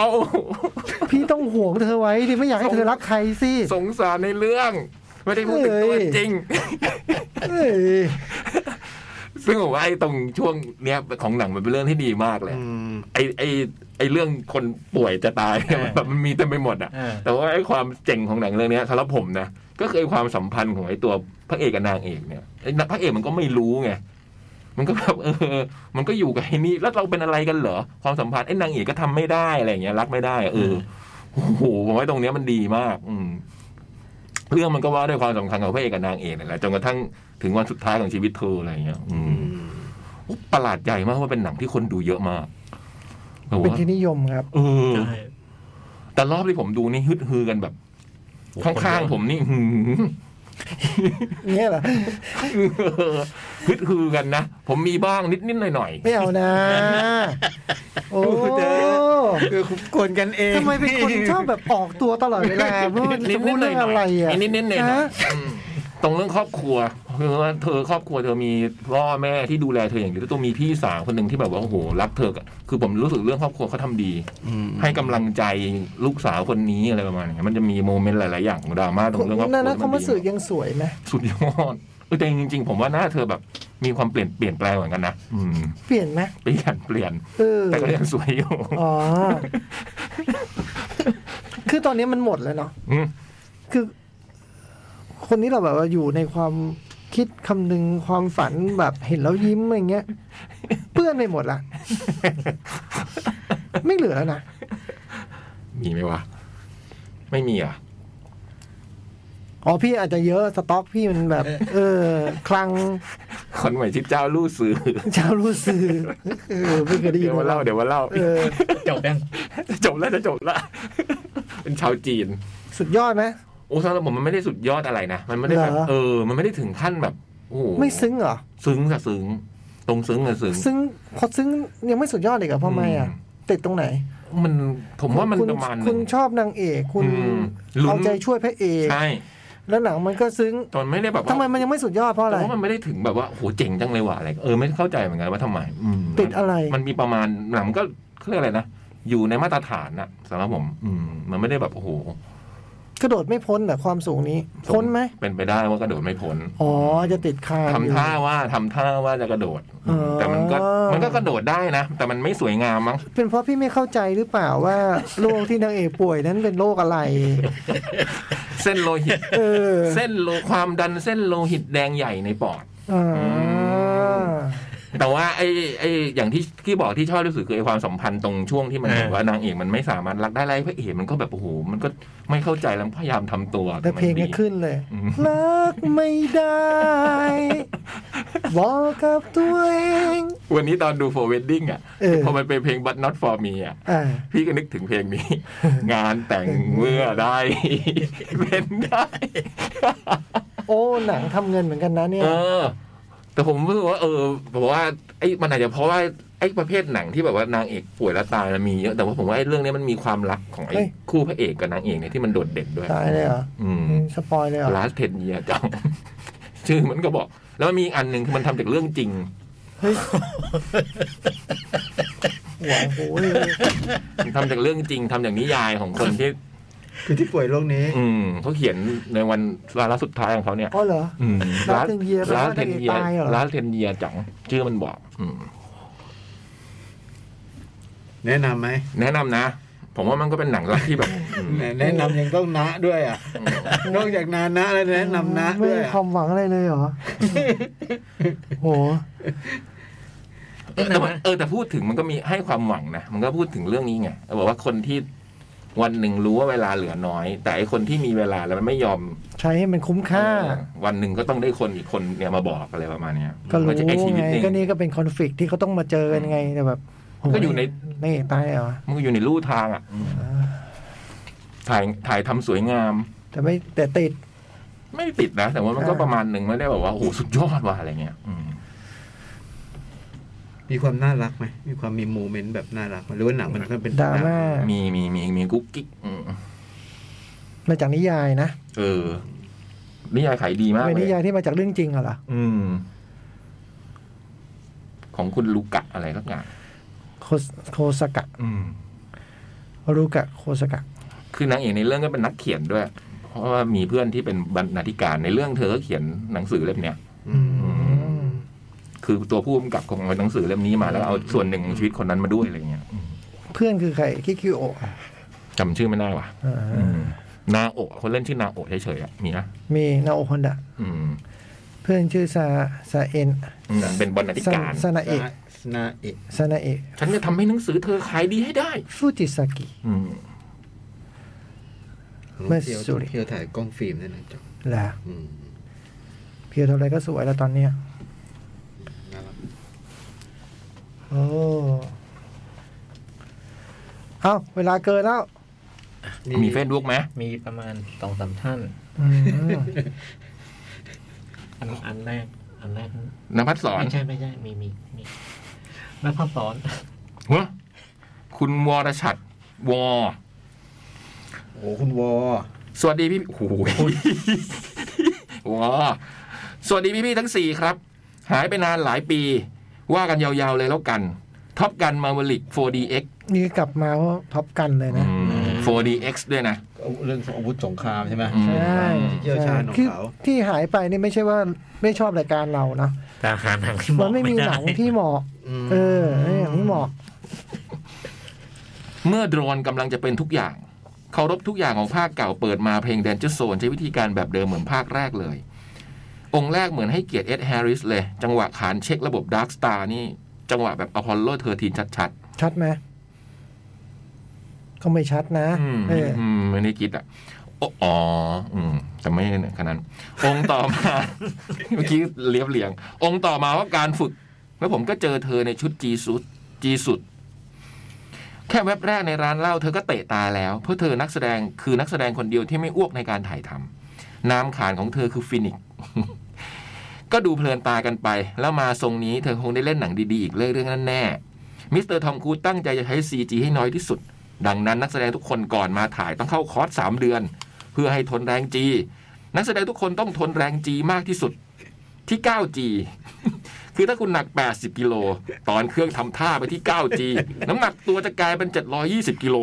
พี่ต้องห่วงเธอไว้ดิไม่อยากให้เธอรักใครสิ สงสารในเรื่อง ไม่ได้พูดถึงตัวจริง เอ้ย ซึ่งผมว่าไอ้ตรงช่วงเนี้ยของหนังมันเป็นเรื่องที่ดีมากเลย อืม ไอ้ไอ้ไอ้เรื่องคนป่วยจะตายเนี่ย เออ แบบมันมีเต็มไปหมดอ่ะ เออ แต่ว่าไอ้ความเจ๋งของหนังเรื่องเนี้ยสำหรับผมนะก็คือไอ้ความสัมพันธ์ของไอ้ตัวพระเอกกับนางเอกเนี่ยไอ้นางพระเอกมันก็ไม่รู้ไงมันก็แบบเอ อ มันก็อยู่กับไอ้นี่แล้วเราเป็นอะไรกันเหรอความสัมพันธ์ไอ้นางเอกก็ทำไม่ได้อะไรอย่างเงี้ยรักไม่ได้เออโอ้โหผมว่าตรงเนี้ยมันดีมาก อืม เรื่องมันก็ว่าด้วยความสำคัญของพระเอกกับนางเอกนี่นแหละจนกระทั่งถึงวันสุดท้ายของชีวิตเธออะไรอย่างเงี้ย อืมโอ้ประหลาดใจมากว่าเป็นหนังที่คนดูเยอะมากแบบ เป็น ว่า ที่นิยมครับ เออ ใช่ แต่รอบที่ผมดูนี่ฮึดฮือกันแบบ ข้างๆผมนี่หืม เนี่ยเหรอ ฮึดฮือกันนะ ผมมีบ้างนิดๆหน่อย ไม่เอา นะ โอ้ เจอ คือคนกันเอง ทำไมเป็นคนชอบแบบออกตัวตลอดเว ลาว่ามัน ๆ จะพูดเรื่องอะไรอ่ะ นิดๆหน่อย ฮะ ๆอืมตรงเรื่องครอบครัวคือว่าเธอครอบครัวเธอมีพ่อแม่ที่ดูแลเธออย่างดีแล้วตัวมีพี่สาวคนหนึ่งที่แบบว่าโอ้โหรักเธอคือผมรู้สึกเรื่องครอบครัวเขาทำดี อืม ให้กำลังใจลูกสาวคนนี้อะไรประมาณนี้มันจะมีโมเมนต์หลายๆอย่างของดราม่าตรงเรื่องครอบครัว นั่นนะ ที่ เขา น มา ดี สื่อยังสวยไหม สุดยอดเออแต่จริงๆ ผมว่าหน้าเธอแบบมีความเปลี่ยนเปลี่ยนแปลงเหมือนกันนะอืม เปลี่ยนไหม เปลี่ยนเปลี่ยน เออ แต่ก็ยังสวย อยู่ อ๋อ คือตอนนี้มันหมดแล้วเนาะ ม คือ คนนี้เราแบบว่าอยู่ในความคิดคำนึงความฝันแบบเห็นแล้วยิ้มอะไรเงี้ย เปื้อนไปหม ดละ ไม่เหลือแล้วนะ มีไหมวะ ไม่มี อ่ะ อ๋อพี่อาจจะเยอะสต็อกพี่มัน แบบ เออ คลัง คนใหม่ชิดเจ้าลู่สื่อ ชาวรู้สื่อเออไม่เคยได้ยิ เดี๋ยนวมาเล่าเดี๋ยวมาเล่า เออ จบยัง จะจบแล้วจะ จบละ เป็นชาวจีน สุดยอดไหม โอ้สำหรับผมมันไม่ได้สุดยอดอะไรนะ มันไม่ได้แบบ เหรอ เออ มันไม่ได้ถึงขั้นแบบโอ้โห ไม่ซึ้งเหรอ ซึ้งสะซึ้งตรงซึ้งอะซึ้ง ซึ้งพอซึ้งยังไม่สุดยอดเลยกับพ่อไม่อ่ะ อืม ติดตรงไหน มันผมว่ามัน คุณ ประมาณห คุ นึ่ ณ ง ชอบนางเอกคุณ อืมลุ้น เอาใจช่วยพระเอก ใช่ แล้วหนังมันก็ซึ้ง ตอนไม่ได้แบบว่า ทำไมมันยังไม่สุดยอดเพราะอะไร แต่ว่ามันไม่ได้ถึงแบบว่าโหเจ๋งจังเลยว่ะอะไรเออไม่เข้าใจเหมือนกันว่าทำไมอืม ติดอะไร มันมีประมาณหนังมันก็เขาเรียกอะไรนะอยู่ในมาตรฐานน่ะสำหรับผม อืม มันไม่ได้แบบโอ้โห กระโดดไม่พ้นเหรอความสูงนี้ พ้นไหม เป็นไปได้ว่ากระโดดไม่พ้น อ๋อจะติดคาน ทำ อยู่ ท่าว่าทำท่าว่าจะกระโดด อ๋อ แต่มันก็มันก็กระโดดได้นะแต่มันไม่สวยงามมั้ง เป็นเพราะพี่ไม่เข้าใจหรือเปล่าว่าโรคที่นางเอกป่วยนั้นเป็นโรคอะไร เส้นโลหิต เออ เส้นโลความดันเส้นโลหิตแดงใหญ่ในปอด อ่า แต่ว่าไอ้ไอ้อย่างที่ที่บอกที่ชอบที่สุดคือไอ้ความสัมพันธ์ตรงช่วงที่มันแบบว่านางเอกมันไม่สามารถรักได้ไรพระเอกมันก็แบบโอ้โหมันก็ไม่เข้าใจแล้วพยายามทำตัว แต่เพลงก็ มันดี ขึ้นเลย อืม รักไม่ได้ บอกกับตัวเอง วันนี้ตอนดู for wedding อ่ะ เออ พอมันเป็นเพลง but not for me อ่ะ อ่า พี่ก็นึกถึงเพลง นี้ งานแต่งเมื่อได้ เป็นได้ โอ้ หนังทำเงินเหมือนกันนะเนี่ย เออ แต่ผมรู้สึกว่า เออผมว่าไอ้มันอาจจะเพราะว่าไอ้ประเภทหนังที่แบบว่านางเอกป่วยแล้วตายมันมีเยอะแต่ว่าผมว่าไอ้เรื่องเนี้ยมันมีความรักของไอ้ เฮ้ย คู่พระเอกกับนางเอกเนี่ยที่มันโดดเด่นด้วย ตายเลยเหรอ อืม อืมสปอยเลยเหรอ last ten year จัง ชื่อมันก็บอก แล้วมันมีอีกอันหนึ่งคือมันทำจากเรื่องจริง เฮ้ยหัวโอ้ย มันทำจากเรื่องจริงทำจากนิยายของคนที่ คือที่ป่วยโรคนี้ อืมเขาเขียนในวันวาระสุดท้ายของเขาเนี่ย อ๋อเหรอ อืม Last 10 year แปลว่า ลาสเทนเยีย นางเอกตายเหรอ ลาสเทนเยียจังชื่อมันบอก อืม แนะนำไหม แนะนำนะ ผมว่ามันก็เป็นหนังรักที่แบบ อืม แหมแนะนำยังต้องนะด้วยอ่ะ นอกจากนานะแล้วแนะนำนะ ไม่ ด้วย มี อะ ความหวังอะไรเลยเหร อ โห เออแต่ว่าเออแต่พูดถึงมันก็มีให้ความหวังนะ มันก็พูดถึงเรื่องนี้ไงบอกว่าคนที่วันหนึ่งรู้ว่าเวลาเหลือน้อย แต่ไอคนที่มีเวลาแล้วมันไม่ยอม ใช้ให้มันคุ้มค่า เออวันหนึ่งก็ต้องได้คนอีกคนเนี่ยมาบอกอะไรประมาณเนี้ย ก็รู้ มันจะไอชีวิต ไง เอง ก็นี่ก็เป็นคอนฟ lict ที่เขาต้องมาเจอกันไงแต่แบบโห ก็อยู่ใน นี่ตายเหรอ มันก็อยู่ในลู่ทางอ่ะถ่ายถ่ายทำสวยงาม แต่ไม่แต่ติด ไม่ติดนะ แต่ว่ามันก็ อ่า ประมาณหนึ่งไม่ได้แบบว่าโอ้โหสุดยอดว่ะอะไรเงี้ยอืม มีความน่ารักไหมมีความมีโมเมนต์แบบน่ารักไหมหรือว่าหนังมันเป็น ดราม่า มีมีมีมีกุ๊กกิ๊กอืม มาจากนิยายนะ เออนิยายขายดีมาก เป็น เล นิ ย ยายที่มาจากเรื่องจริงเหรอ อืม ของคุณลูกะอะไรสักอย่าง โคสโคสกะ อืม รูกะโคสกะ คือนางเอกในเรื่องก็เป็นนักเขียนด้วย เพราะว่ามีเพื่อนที่เป็นบรรณาธิการในเรื่องเธอก็เขียนหนังสือเล่มเนี้ย อืม อืม คือตัวผู้กำกับคงเอาหนังสือเล่มนี้มาแล้วเอาส่วนหนึ่งของชีวิตคนนั้นมาด้วยอะไรเงี้ยอืม เพื่อนคือใครคิคิโอะ จำชื่อไม่ได้ว่ะ อ่ อื าม นาโอะคนเล่นชื่อนาโอะเฉยๆอะมีนะ มีนาโอฮอนดะ อืม เพื่อนชื่อซาซาเอ็น อืมเป็นบรรณาธิ ซา การ ซานาเอะ นาเอะ ซานาเอะ ฉันจะทำให้หนังสือเธอขายดีให้ได้ ฟูจิซากิ อืม ไม่ เพียว สุริ เพียวถ่ายกล้องฟิล์มด้วยนะจอง แหละ อืม เพียวทำอะไรก็สวยแล้วตอนเนี้ย น่ารัก โอ้เอาเวลาเกินแล้ว มีเฟซบุ๊กไหม มีประมาณสองสามท่าน อืม อันอันแรก อันแรก นภัสสอน ไม่ใช่ไม่ใช่ มีมีมีนักพากย์สอน เฮ้ยคุณวรชัดวอ โอ้คุณวอ สวัสดีพี่โอ้โหว้าสวัสดีพี่พี่ๆทั้งสี่ครับ หายไปนานหลายปี ว่ากันยาวๆเลยแล้วกัน ท็อปกันมาเวลิก 4DX นี่กลับมาเพราะท็อปกันเลยนะ อืม 4DX ด้วยนะ เรื่องอาวุธสงครามใช่ไหม อืม ใช่ เชี่ยวชาญของ คือ เขา ที่หายไปนี่ไม่ใช่ว่าไม่ชอบรายการเรานะ แต่หาหนังที่เห มั มาะ นไม่มี ด้ หนังที่เหมาะ เออไม่มีหนังที่เหมาะ เมื่อโดรนกำลังจะเป็นทุกอย่างเคารพทุกอย่างของภาคเก่าเปิดมาเพลงแดนเจอร์โซนใช้วิธีการแบบเดิมเหมือนภาคแรกเลย องค์แรกเหมือนให้เกียรติเอ็ดแฮร์ริสเลย จังหวะขานเช็คระบบดาร์ s สตาร์นี่ จังหวะแบบอพอลโลเทอร์ทีนชัดๆ ชัดไหมก็ไม่ชัดนะ อืม เอออ อืมไม่ได้คิดอ่ะโออ๋ออืมแต่ไม่ได้ขนาดนั้น องค์ต่อมา เมื่อกี้เลียบเลียง องค์ต่อมาว่าการฝึก แล้วผมก็เจอเธอในชุดจีสุดจีสุด แค่แวบแรกในร้านเหล้าเธอก็เตะตาแล้ว เพราะเธอนักแสดงคือนักแสดงคนเดียวที่ไม่อ้วกในการถ่ายทำนามขานของเธอคือฟินิกซ์ ก็ดูเพลินตากันไป แล้วมาทรงนี้เธอคงได้เล่นหนังดีๆอีกเรื่องนั้นแน่มิสเตอร์ทอมครูซตั้งใจจะใช้ CG ให้น้อยที่สุด ดังนั้นนักแสดงทุกคนก่อนมาถ่ายต้องเข้าคอร์สสามเดือน เพื่อให้ทนแรงจี นักแสดงทุกคนต้องทนแรงจีมากที่สุดที่ 9G คือถ้าคุณหนัก 80 กิโลตอนเครื่องทำท่าไปที่ 9G น้ำหนักตัวจะกลายเป็น 720 กิโล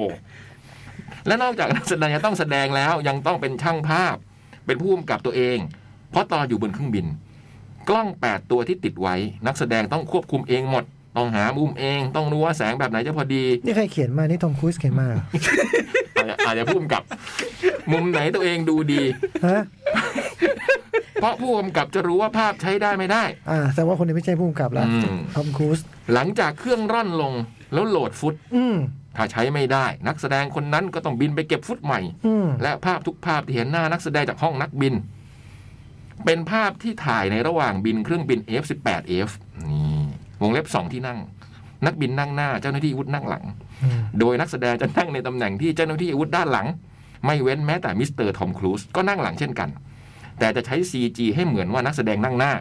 และนอกจากนักแสดงจะต้องแสดงแล้วยังต้องเป็นช่างภาพ เป็นผู้กำกับตัวเอง เพราะตอนอยู่บนเครื่องบิน กล้อง 8 ตัวที่ติดไว้ นักแสดงต้องควบคุมเองหมด ต้องหามุมเอง ต้องรู้ว่าแสงแบบไหนจะพอดี นี่ใครเขียนมา นี่ทอมครูซเขียนมาเหรอ อาจจะอาจจะพุ่มกับ มุมไหนตัวเองดูดี ฮะ เพราะผู้กำกับจะรู้ว่าภาพใช้ได้ไม่ได้ อ่าแสดงว่าคนนี้ไม่ใช่ผู้กำกับละ อืม ทอมครูซ หลังจากเครื่องร่อนลงแล้วโหลดฟุต อืม ถ้าใช้ไม่ได้ นักแสดงคนนั้นก็ต้องบินไปเก็บฟุตใหม่ อืม และภาพทุกภาพที่เห็นหน้านักแสดงจากห้องนักบิน เป็นภาพที่ถ่ายในระหว่างบินเครื่องบิน F18F นี่วงเล็บสองที่นั่ง นักบินนั่งหน้าเจ้าหน้าที่อาวุธนั่งหลัง อืม โดยนักแสดงจะนั่งในตำแหน่งที่เจ้าหน้าที่อาวุธด้านหลัง ไม่เว้นแม้แต่มิสเตอร์ทอมครูซก็นั่งหลังเช่นกัน แต่จะใช้ CG ให้เหมือนว่านักแสดงนั่งหน้า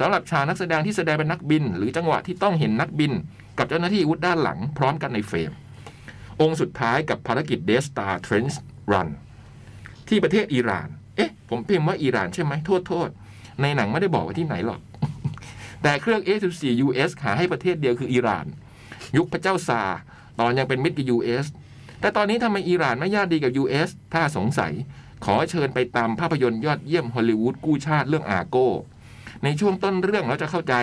สำหรับฉากนักแสดงที่แสดงเป็นนักบิน หรือจังหวะที่ต้องเห็นนักบิน กับเจ้าหน้าที่อาวุธด้านหลัง พร้อมกันในเฟรม องค์สุดท้ายกับภารกิจเดสตาร์เทรนส์รันที่ประเทศอิหร่าน เอ๊ะ ผมพิมพ์ว่าอิหร่านใช่ไหมโทษโทษในหนังไม่ได้บอกว่าที่ไหนหรอก แต่เครื่อง A14 US หาให้ประเทศเดียวคืออิหร่าน ยุคพระเจ้าซาร์ตอนยังเป็นมิตรกับ US แต่ตอนนี้ทำไมอิหร่านไม่ญาติดีกับ US ถ้าสงสัย ขอเชิญไปตามภาพยนตร์ยอดเยี่ยมฮอลลีวูดกู้ชาติเรื่องอาโก้ ในช่วงต้นเรื่องเราจะเข้าใจ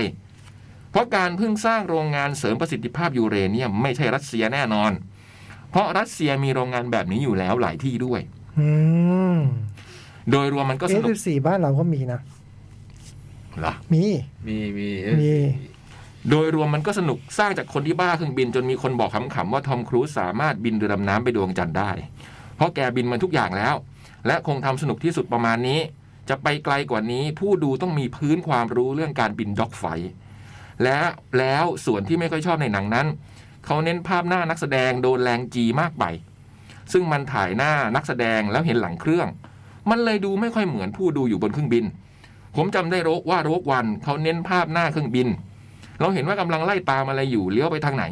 เพราะการเพิ่งสร้างโรงงานเสริมประสิทธิภาพยูเรเนียมไม่ใช่รัสเซียแน่นอน เพราะรัสเซียมีโรงงานแบบนี้อยู่แล้วหลายที่ด้วย อืม โดยรวมมันก็ส เอฟ นุก สี่บ้านเราก็มีนะ เหรอ มี มีมี มี โดยรวมมันก็สนุกสร้างจากคนที่บ้าเครื่องบินจนมีคนบอกขำๆว่าทอมครูซสามารถบินเรือดำน้ำไปดวงจันทร์ได้ เพราะแกบินมันทุกอย่างแล้ว และคงทำสนุกที่สุดประมาณนี้ จะไปไกลกว่านี้ผู้ดูต้องมีพื้นความรู้เรื่องการบินด็อกไฟท์และแล้วส่วนที่ไม่ค่อยชอบในหนังนั้น เขาเน้นภาพหน้านักแสดงโดนแรงจีมากไป ซึ่งมันถ่ายหน้านักแสดงแล้วเห็นหลังเครื่อง มันเลยดูไม่ค่อยเหมือนผู้ดูอยู่บนเครื่องบิน ผมจำได้โรกว่าโรกวันเขาเน้นภาพหน้าเครื่องบิน เราเห็นว่ากำลังไล่ตามอะไรอยู่เลี้ยวไปทางไหน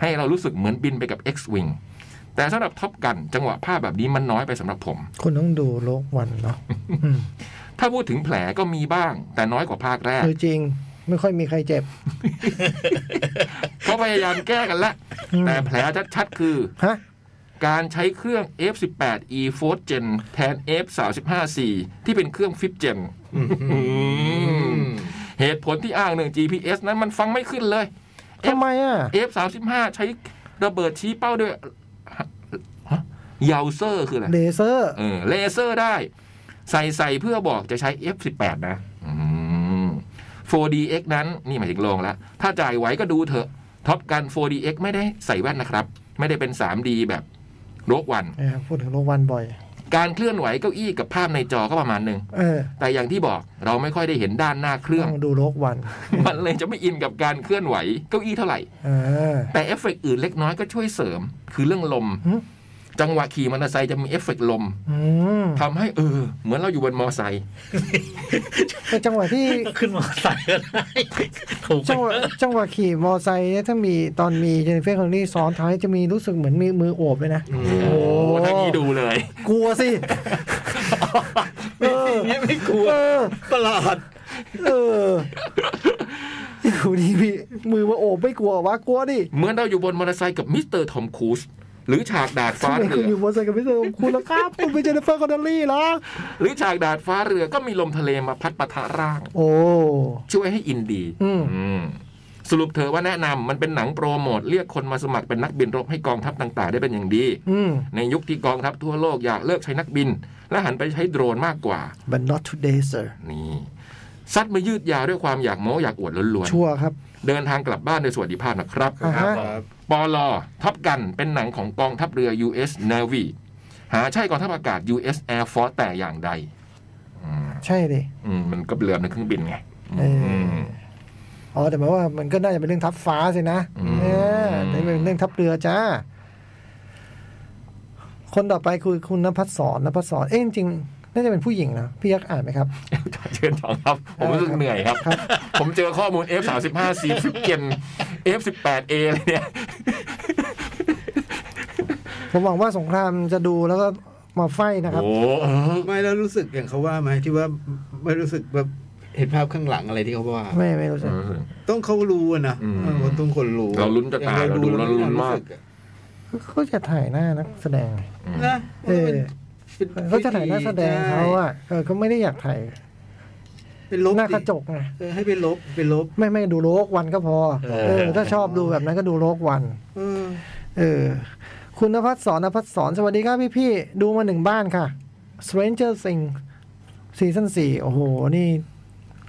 ให้เรารู้สึกเหมือนบินไปกับ X-Wing แต่สำหรับท็อปกันจังหวะภาพแบบนี้มันน้อยไปสำหรับผม คุณต้องดูโลกวันเนาะอืม ถ้าพูดถึงแผลก็มีบ้าง แต่น้อยกว่าภาคแรก เออจริง ไม่ค่อยมีใครเจ็บ เพราะพยายามแก้กันละ อืม แต่แผลชัดๆคือ ฮะ การใช้เครื่อง F18E 4th Gen แทน F35C ที่เป็นเครื่อง 5th Gen อืม อืม เหตุผลที่อ้างเรื่อง GPS นั้นมันฟังไม่ขึ้นเลย ทำไมอ่ะ F35 ใช้ระเบิดชี้เป้าด้วยฮะยาวเซอร์คืออะไร เลเซอร์ เออเลเซอร์ได้ ใส่ใส่เพื่อบอกจะใช้ F18 นะอืม 4DX นั้นนี่หมายถึงโรงแล้ว ถ้าจ่ายไหวก็ดูเถอะท็อปกัน 4DX ไม่ได้ใส่แว่นนะครับ ไม่ได้เป็น 3D แบบโลกวัน เออพูดถึงโรงพยาบาลบ่อย การเคลื่อนไหวเก้าอี้กับภาพในจอก็ประมาณหนึ่ง เออ แต่อย่างที่บอกเราไม่ค่อยได้เห็นด้านหน้าเค รื่อง ต้องดูโรควัน มันเลยจะไม่อินกับการเคลื่อนไหวเก้าอี้เท่าไหร่ เออ แต่เอฟเฟกต์อื่นเล็กน้อยก็ช่วยเสริม คือเรื่องลม หึ จังหวะขี่มอเตอร์ไซค์จะมีเอฟเฟกต์ลม อืม ทำให้เออ เหมือนเราอยู่บนมอไซค์ แต่จังหวะที่ ก็ขึ้นมอใส่ก็ได้ถูกไหม จังหวะจังหวะขี่มอไซค์เนี่ยถ้ามีตอนมีเจนนิเฟอร์คอนนี่ซ้อนท้ายจะมีรู้สึกเหมือนมีมือโอบเลยนะ โอ้โหท่านี้ดูเลย กลัวสิ ไม่สิ่งนี้ไม่กลัว เออ ประหลาด เอออยู่ดีมีมือมาโอบไม่กลัววะกลัวดิ เหมือนเราอยู่บนมอเตอร์ไซค์กับมิสเตอร์ทอมครูซหรือฉากดาด ทำ ฟ้า ไม เรื คุณ อ อยู่มอไซค์กับพี่เซอร์คุณล่ะครับ คุณเป็นเจนนิเฟอร์คอนนี่เหรอ หรือฉากดาดฟ้าเรือก็มีลมทะเลมาพัดปะทะร่าง โอ้ ช่วยให้อินดี อืม อืมสรุปเธอว่าแนะนำมันเป็นหนังโปรโมท เรียกคนมาสมัครเป็นนักบินรบให้กองทัพต่างๆ ได้เป็นอย่างดี อืม ในยุคที่กองทัพทั่วโลกอยากเลิกใช้นักบิน และหันไปใช้โดรนมากกว่า but not today sir นี่ซัดมายืดยาวด้วยความอยากโม้อยากอวดล้วน ชัวร์ครับ ๆเดินทางกลับบ้านโดยสวัสดิภาพนะครับ อ่าฮะ ครับ ปอลอท็อปกันเป็นหนังของกองทัพเรือ U.S. Navy หาใช่กองทัพอากาศ U.S. Air Force แต่อย่างใด ใช่ดิ อืมมันก็เรือในเครื่องบินไง เอออื ม อ๋อแต่หมายว่ามันก็น่าจะเป็นเรื่องทัพฟ้าสินะ อืม เออแต่นี่เป็นเรื่องทัพเรือจ้า คนต่อไปคือคุณนภัสสรนภัสสรเอ้ยจริงๆน่าจะเป็นผู้หญิงนะพี่ยักษ์อ่านไหมครับ เชิญชองครับ ผมรู้สึกเหนื่อยครับ ผมเจอข้อมูล F 3 5 C 10เกน F 1 8 A อะไรเนี่ย ผมหวังว่าสงครามจะดูแล้วก็มาไฟนะครับ โอ้เออ ไม่แล้วรู้สึกอย่างเขาว่าไหมที่ว่าไม่รู้สึกแบบเห็นภาพข้างหลังอะไรที่เขาว่า ไม่ไม่รู้ เอ สึก อ ต้องเขารู้อะนะ อืม เออต้องคนรู้ เราลุ้นจะตาย อง เราดูแล้วลุ้นมาก สึอะ เขาจะถ่ายหน้านักแสดง นะ เอปอ็นป็น เขาจะถ่ายหน้าแสดงเขาอ่ะเออก็ไม่ได้อยากถ่าย เป็นลบ หน้ากระจ ดิ กไง เออให้เป็นลบเป็นลบ ไม่ไม่ดูโลกวันก็พอ เออ เออถ้าชอบดูแบบนั้นก็ดูโลกวัน เออ เออ คุณนภัสสอนนภัสสอนสวัสดีครับพี่พี่ๆดูมาหนึ่งบ้านค่ะ Stranger Things ซีซั่นสี่โอ้โห นี่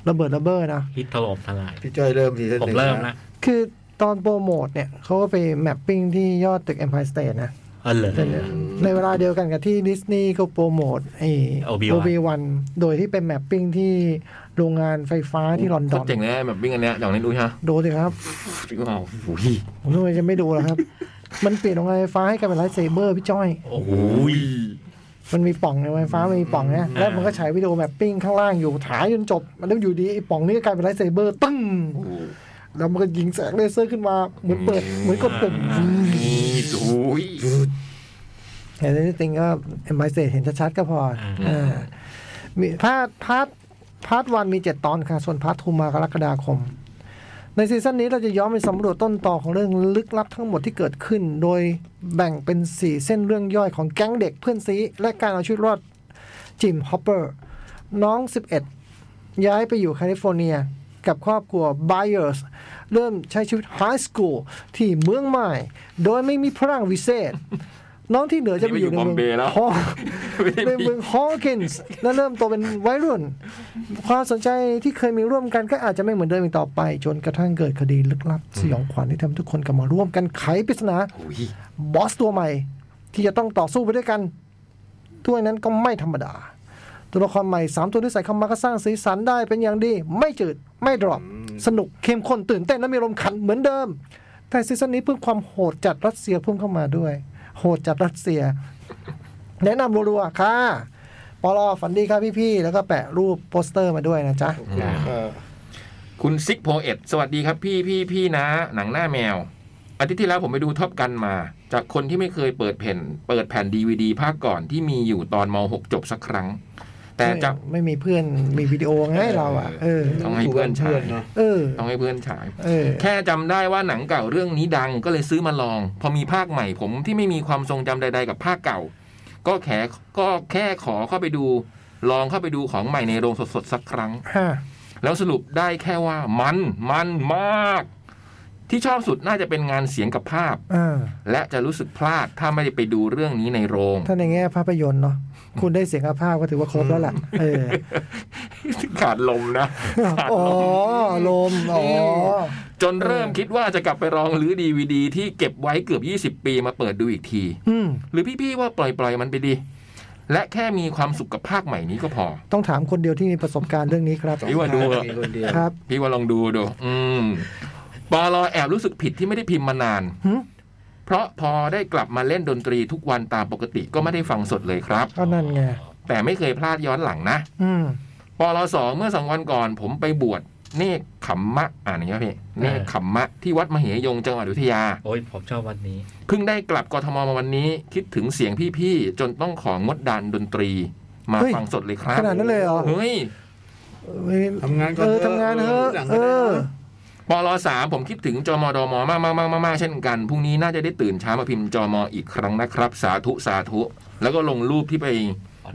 ระเบิดระเบ้อนะ ฮิตถล่มทลาย พี่จอยเริ่มทีซั่น ผม หนึ่ง เริ่มละ คือตอนโปรโมทเนี่ยเขาก็ไปแมปปิ้งที่ยอดตึก Empire State นะ เออเลย ในเวลาเดียวกันกับที่ดิสนีย์ก็โปรโมทไอ้ Obi-Wan วันโดยที่เป็นแมปปิ้งที่โรงงานไฟฟ้าที่ลอนด โค อ ตร น เจ๋งเลยแบบวิ่งอันเนี้ยอย่างนี้ดูใช่ไหม ดูสิครับ อ้าวโอ้ย ผมทำไมจะไม่ดูล่ะ ครับ มันเปลี่ยนโรงงานไฟฟ้าให้กลายเป็นไลท์เซเบอร์พี่จ้อย โอ้โห มันมีปล่องในไฟฟ้ามันมีปล่องนะแล้วมันก็ฉายวิดีโอแมปปิ้งข้างล่างอยู่ถ่ายจนจบ มันแล้วอยู่ดีไอ้ปล่องนี้ก็กลายเป็นไลท์เซเบอร์ตึ้งแล้วมันก็ยิงแสงเลเซอร์ขึ้นมาเหมือนเปิดเหมือนกดปุ่ม นี่โอ้ย แต่ในที่จริงก็เอ็มไบเซเห็นชัดๆก็พออา อ่ามีพาร์ทพาร์ทพาร์ทวันมีเจ็ดตอนค่ะ ส่วนพาร์ททูมากรกฎาคม ในซีซั่นนี้เราจะย้อนไปสำรวจต้นตอของเรื่องลึกลับทั้งหมดที่เกิดขึ้น โดยแบ่งเป็นสี่เส้นเรื่องย่อยของแก๊งเด็กเพื่อนซีและการเอาชีวิตรอด จิมฮอปเปอร์ น้อง 11 ย้ายไปอยู่แคลิฟอร์เนีย กับครอบครัว Byers เริ่มใช้ชีวิตไฮสคูลที่เมืองใหม่ โดยไม่มีพลังวิเศษ น้องที่เหลือจะไปอยู่ในเมืองฮ อ ในเมืองฮอว์กินส์และเริ่มโตเป็นวัยรุ่น ความสนใจที่เคยมีร่วมกันก็อาจจะไม่เหมือนเดิมอีกต่อไป จนกระทั่งเกิดคดีลึกลับ สยองขวัญที่ทำให้ทุกคนกลับมาร่วมกันไขปริศนา โอ้ย บอสตัวใหม่ที่จะต้องต่อสู้ไปด้วยกันตัวนั้นก็ไม่ธรรมดา ตัวละครใหม่ 3 ตัวที่ใส่เข้ามาก็สร้างสีสันได้เป็นอย่างดี ไม่จืด ไม่ดรอปสนุกเข้มข้นตื่นเต้นและมีลมณ์ขันเหมือนเดิม แต่ซีซั่นนี้เพิ่มความโหดจัดรัสเซียเพิ่มเข้ามาด้วย โหดจัดรัสเซีย แนะนำรัวๆค่ะปอลอฝันดีครับพี่ๆแล้วก็แปะรูปโปสเตอร์มาด้วยนะจ๊ะ เออ คุณซิกโพเอ็ดสวัสดีครับพี่พี่พี่นะ หนังหน้าแมว อาทิตย์ที่แล้วผมไปดูท็อปกันมา จากคนที่ไม่เคยเปิดแผ่น เปิดแผ่นดีวดีภาคก่อนที่มีอยู่ตอนม .6 จบสักครั้ง แต่จะ ไม่ไม่มีเพื่อนมีวิดีโอไง่ายเราอ่ะเออ ต้องให้เพื่อนใช้ เนาะ เออ ต้องให้เพื่อนฉาย เออ แค่จำได้ว่าหนังเก่าเรื่องนี้ดังก็เลยซื้อมาลอง พอมีภาคใหม่ผมที่ไม่มีความทรงจำใด ๆ กับภาคเก่า ก็แค่ก็แค่ขอเข้าไปดู ลองเข้าไปดูของใหม่ในโรงสดๆสักครั้ง ห้า แล้วสรุปได้แค่ว่ามันมันมาก ที่ชอบสุดน่าจะเป็นงานเสียงกับภาพ อ่า และจะรู้สึกพลาดถ้าไม่ได้ไปดูเรื่องนี้ในโรง ถ้าในแง่ภาพยนตร์เนาะคุณได้เสียงอาภาพก็ถือว่าครบแล้วล่ะเออ ขาดลม นะ อ๋อลมอ๋อ จนเริ่มคิดว่าจะกลับไปลองรื้อดีวดีที่เก็บไว้เกือบ 20 ปีมาเปิดดูอีกที อืม หรือพี่ ๆ ว่าปล่อย ๆ มันไปดี และแค่มีความสุขกับภาคใหม่นี้ก็พอ ต้องถามคนเดียวที่มีประสบการณ์เรื่องนี้ครับ พี่ว่าดูเหอะ มีคนเดียว ครับ พี่ว่าลองดูดู อืมปอลอแอบรู้สึกผิดที่ไม่ได้พิมพ์มานาน หึ เพราะพอได้กลับมาเล่นดนตรีทุกวันตามปกติก็ไม่ได้ฟังสดเลยครับ ก็นั่นไง แต่ไม่เคยพลาดย้อนหลังนะ อืม ปอลอสองเมื่อสองวันก่อน ผมไปบวชเนกขมมะ อ่านอย่างนี้ยพี่เนกขมมะที่วัดมเหยงจังหวัดอยุธยา โอ้ยผมชอบวันนี้ เพิ่งได้กลับกทมมาวันนี้ คิดถึงเสียงพี่ๆ จนต้องของงดดันดนตรี มา เฮ้ย ฟังสดเลยครับ ขนาดนั้นเลยเหรอ เฮ้ย เอ้ย ทำงานก่อน เออ เถอะ ทำงานเถอะ หลังก็ เอ ได้ อ นะ ปลสามผมคิดถึงจมดมมากๆๆๆๆเช่นกัน พรุ่งนี้น่าจะได้ตื่นเช้ามาพิมพ์จมอีกครั้งนะครับ สาธุสาธุ แล้วก็ลงรูปที่ไป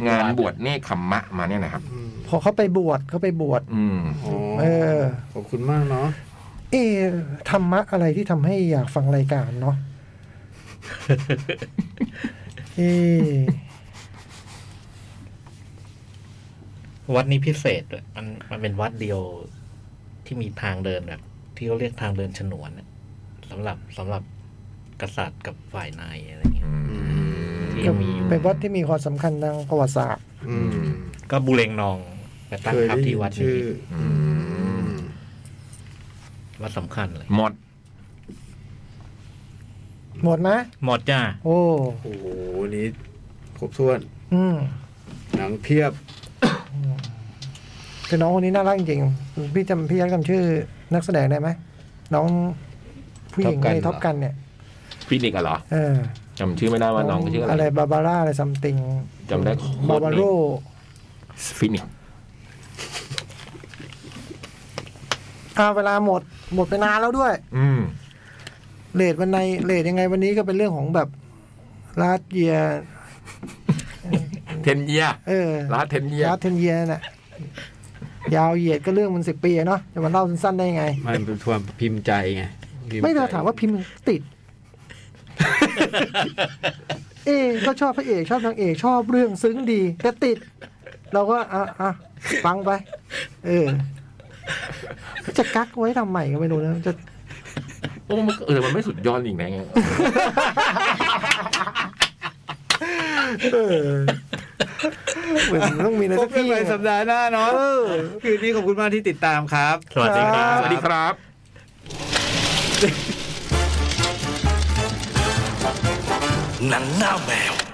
งานบวชเนคขมมะมาเนี่ยนะครับ พอเขาไปบวชเขาไปบวช อืม โอ้ เออ ขอบคุณมากเนาะ เออธรรมะอะไรที่ทำให้อยากฟังรายการเนาะเออ วัดนี้พิเศษด้วยมันมันเป็นวัดเดียวที่มีทางเดินแบบที่เขาเรียกทางเดินฉนวนน่ะสำหรับสำหรับกษัตริย์กับฝ่ายในอะไรอย่างเงี้ยที่ยังมีอยู่ เป็นวัดที่มีความสำคัญทางประวัติศาสตร์ อืม ก็บุเรงนองไปตั้ง เคย ทับ ได้ยิ ที่ น วัด ชื่ นี้ ออืม วัดสำคัญเลย หมด หมดนะ หมดจ้า โอ้ โอ้โหนี่ครบถ้วน อืม หนังเพียบ คือน้องคนนี้น่ารักจริงๆพี่จำพี่ยัดจำชื่อนักแสดงได้ไหมน้องผู้หญิง Top Gun ใน เหรอ ท็อปกันเนี่ย ฟินิกส์อะเหรอ เออ จำชื่อไม่ได้ว่าน้องเขาชื่อ อะ อะไร ไร บาบาร่าอะไรซัมติง จำได้โค บา ตร บา เน โร มฟินิกส์ อ่าเวลาหมดหมดไปนานแล้วด้วย อืม เลทวันในเลทยังไงวันนี้ก็เป็นเรื่องของแบบลาดเยีย เทนเยีย เออ ลาเทนเยีย ลาดเทนเยียน่ะยาวเหยียดก็เรื่องมันสิบปีอะเนาะจะมาเล่าสั้นๆได้ยังไง มันเป็นความพิมพ์ใจไงพิพ์ ไม่ ใจ เราถามว่าพิมพ์ ติด เอะก็ชอบพระเอกชอบนางเอกชอบเรื่องซึ้งดีแต่ติด เราก็อ่ะอ่ะฟังไป เออ จะกักไว้ทำใหม่ก็ไม่รู้นะ จะ โอ้มันเออมันไม่สุดยอดจริงนะเนี่ย เหมือนต้องมีอะไร พ สั บ ก กัน ที่ ใหม่สัปดาห์หน้าเนาะคืนนี้ขอบคุณมากที่ติดตามครับ สวัสดีครับ สวัสดีครับ หนังหน้าแมว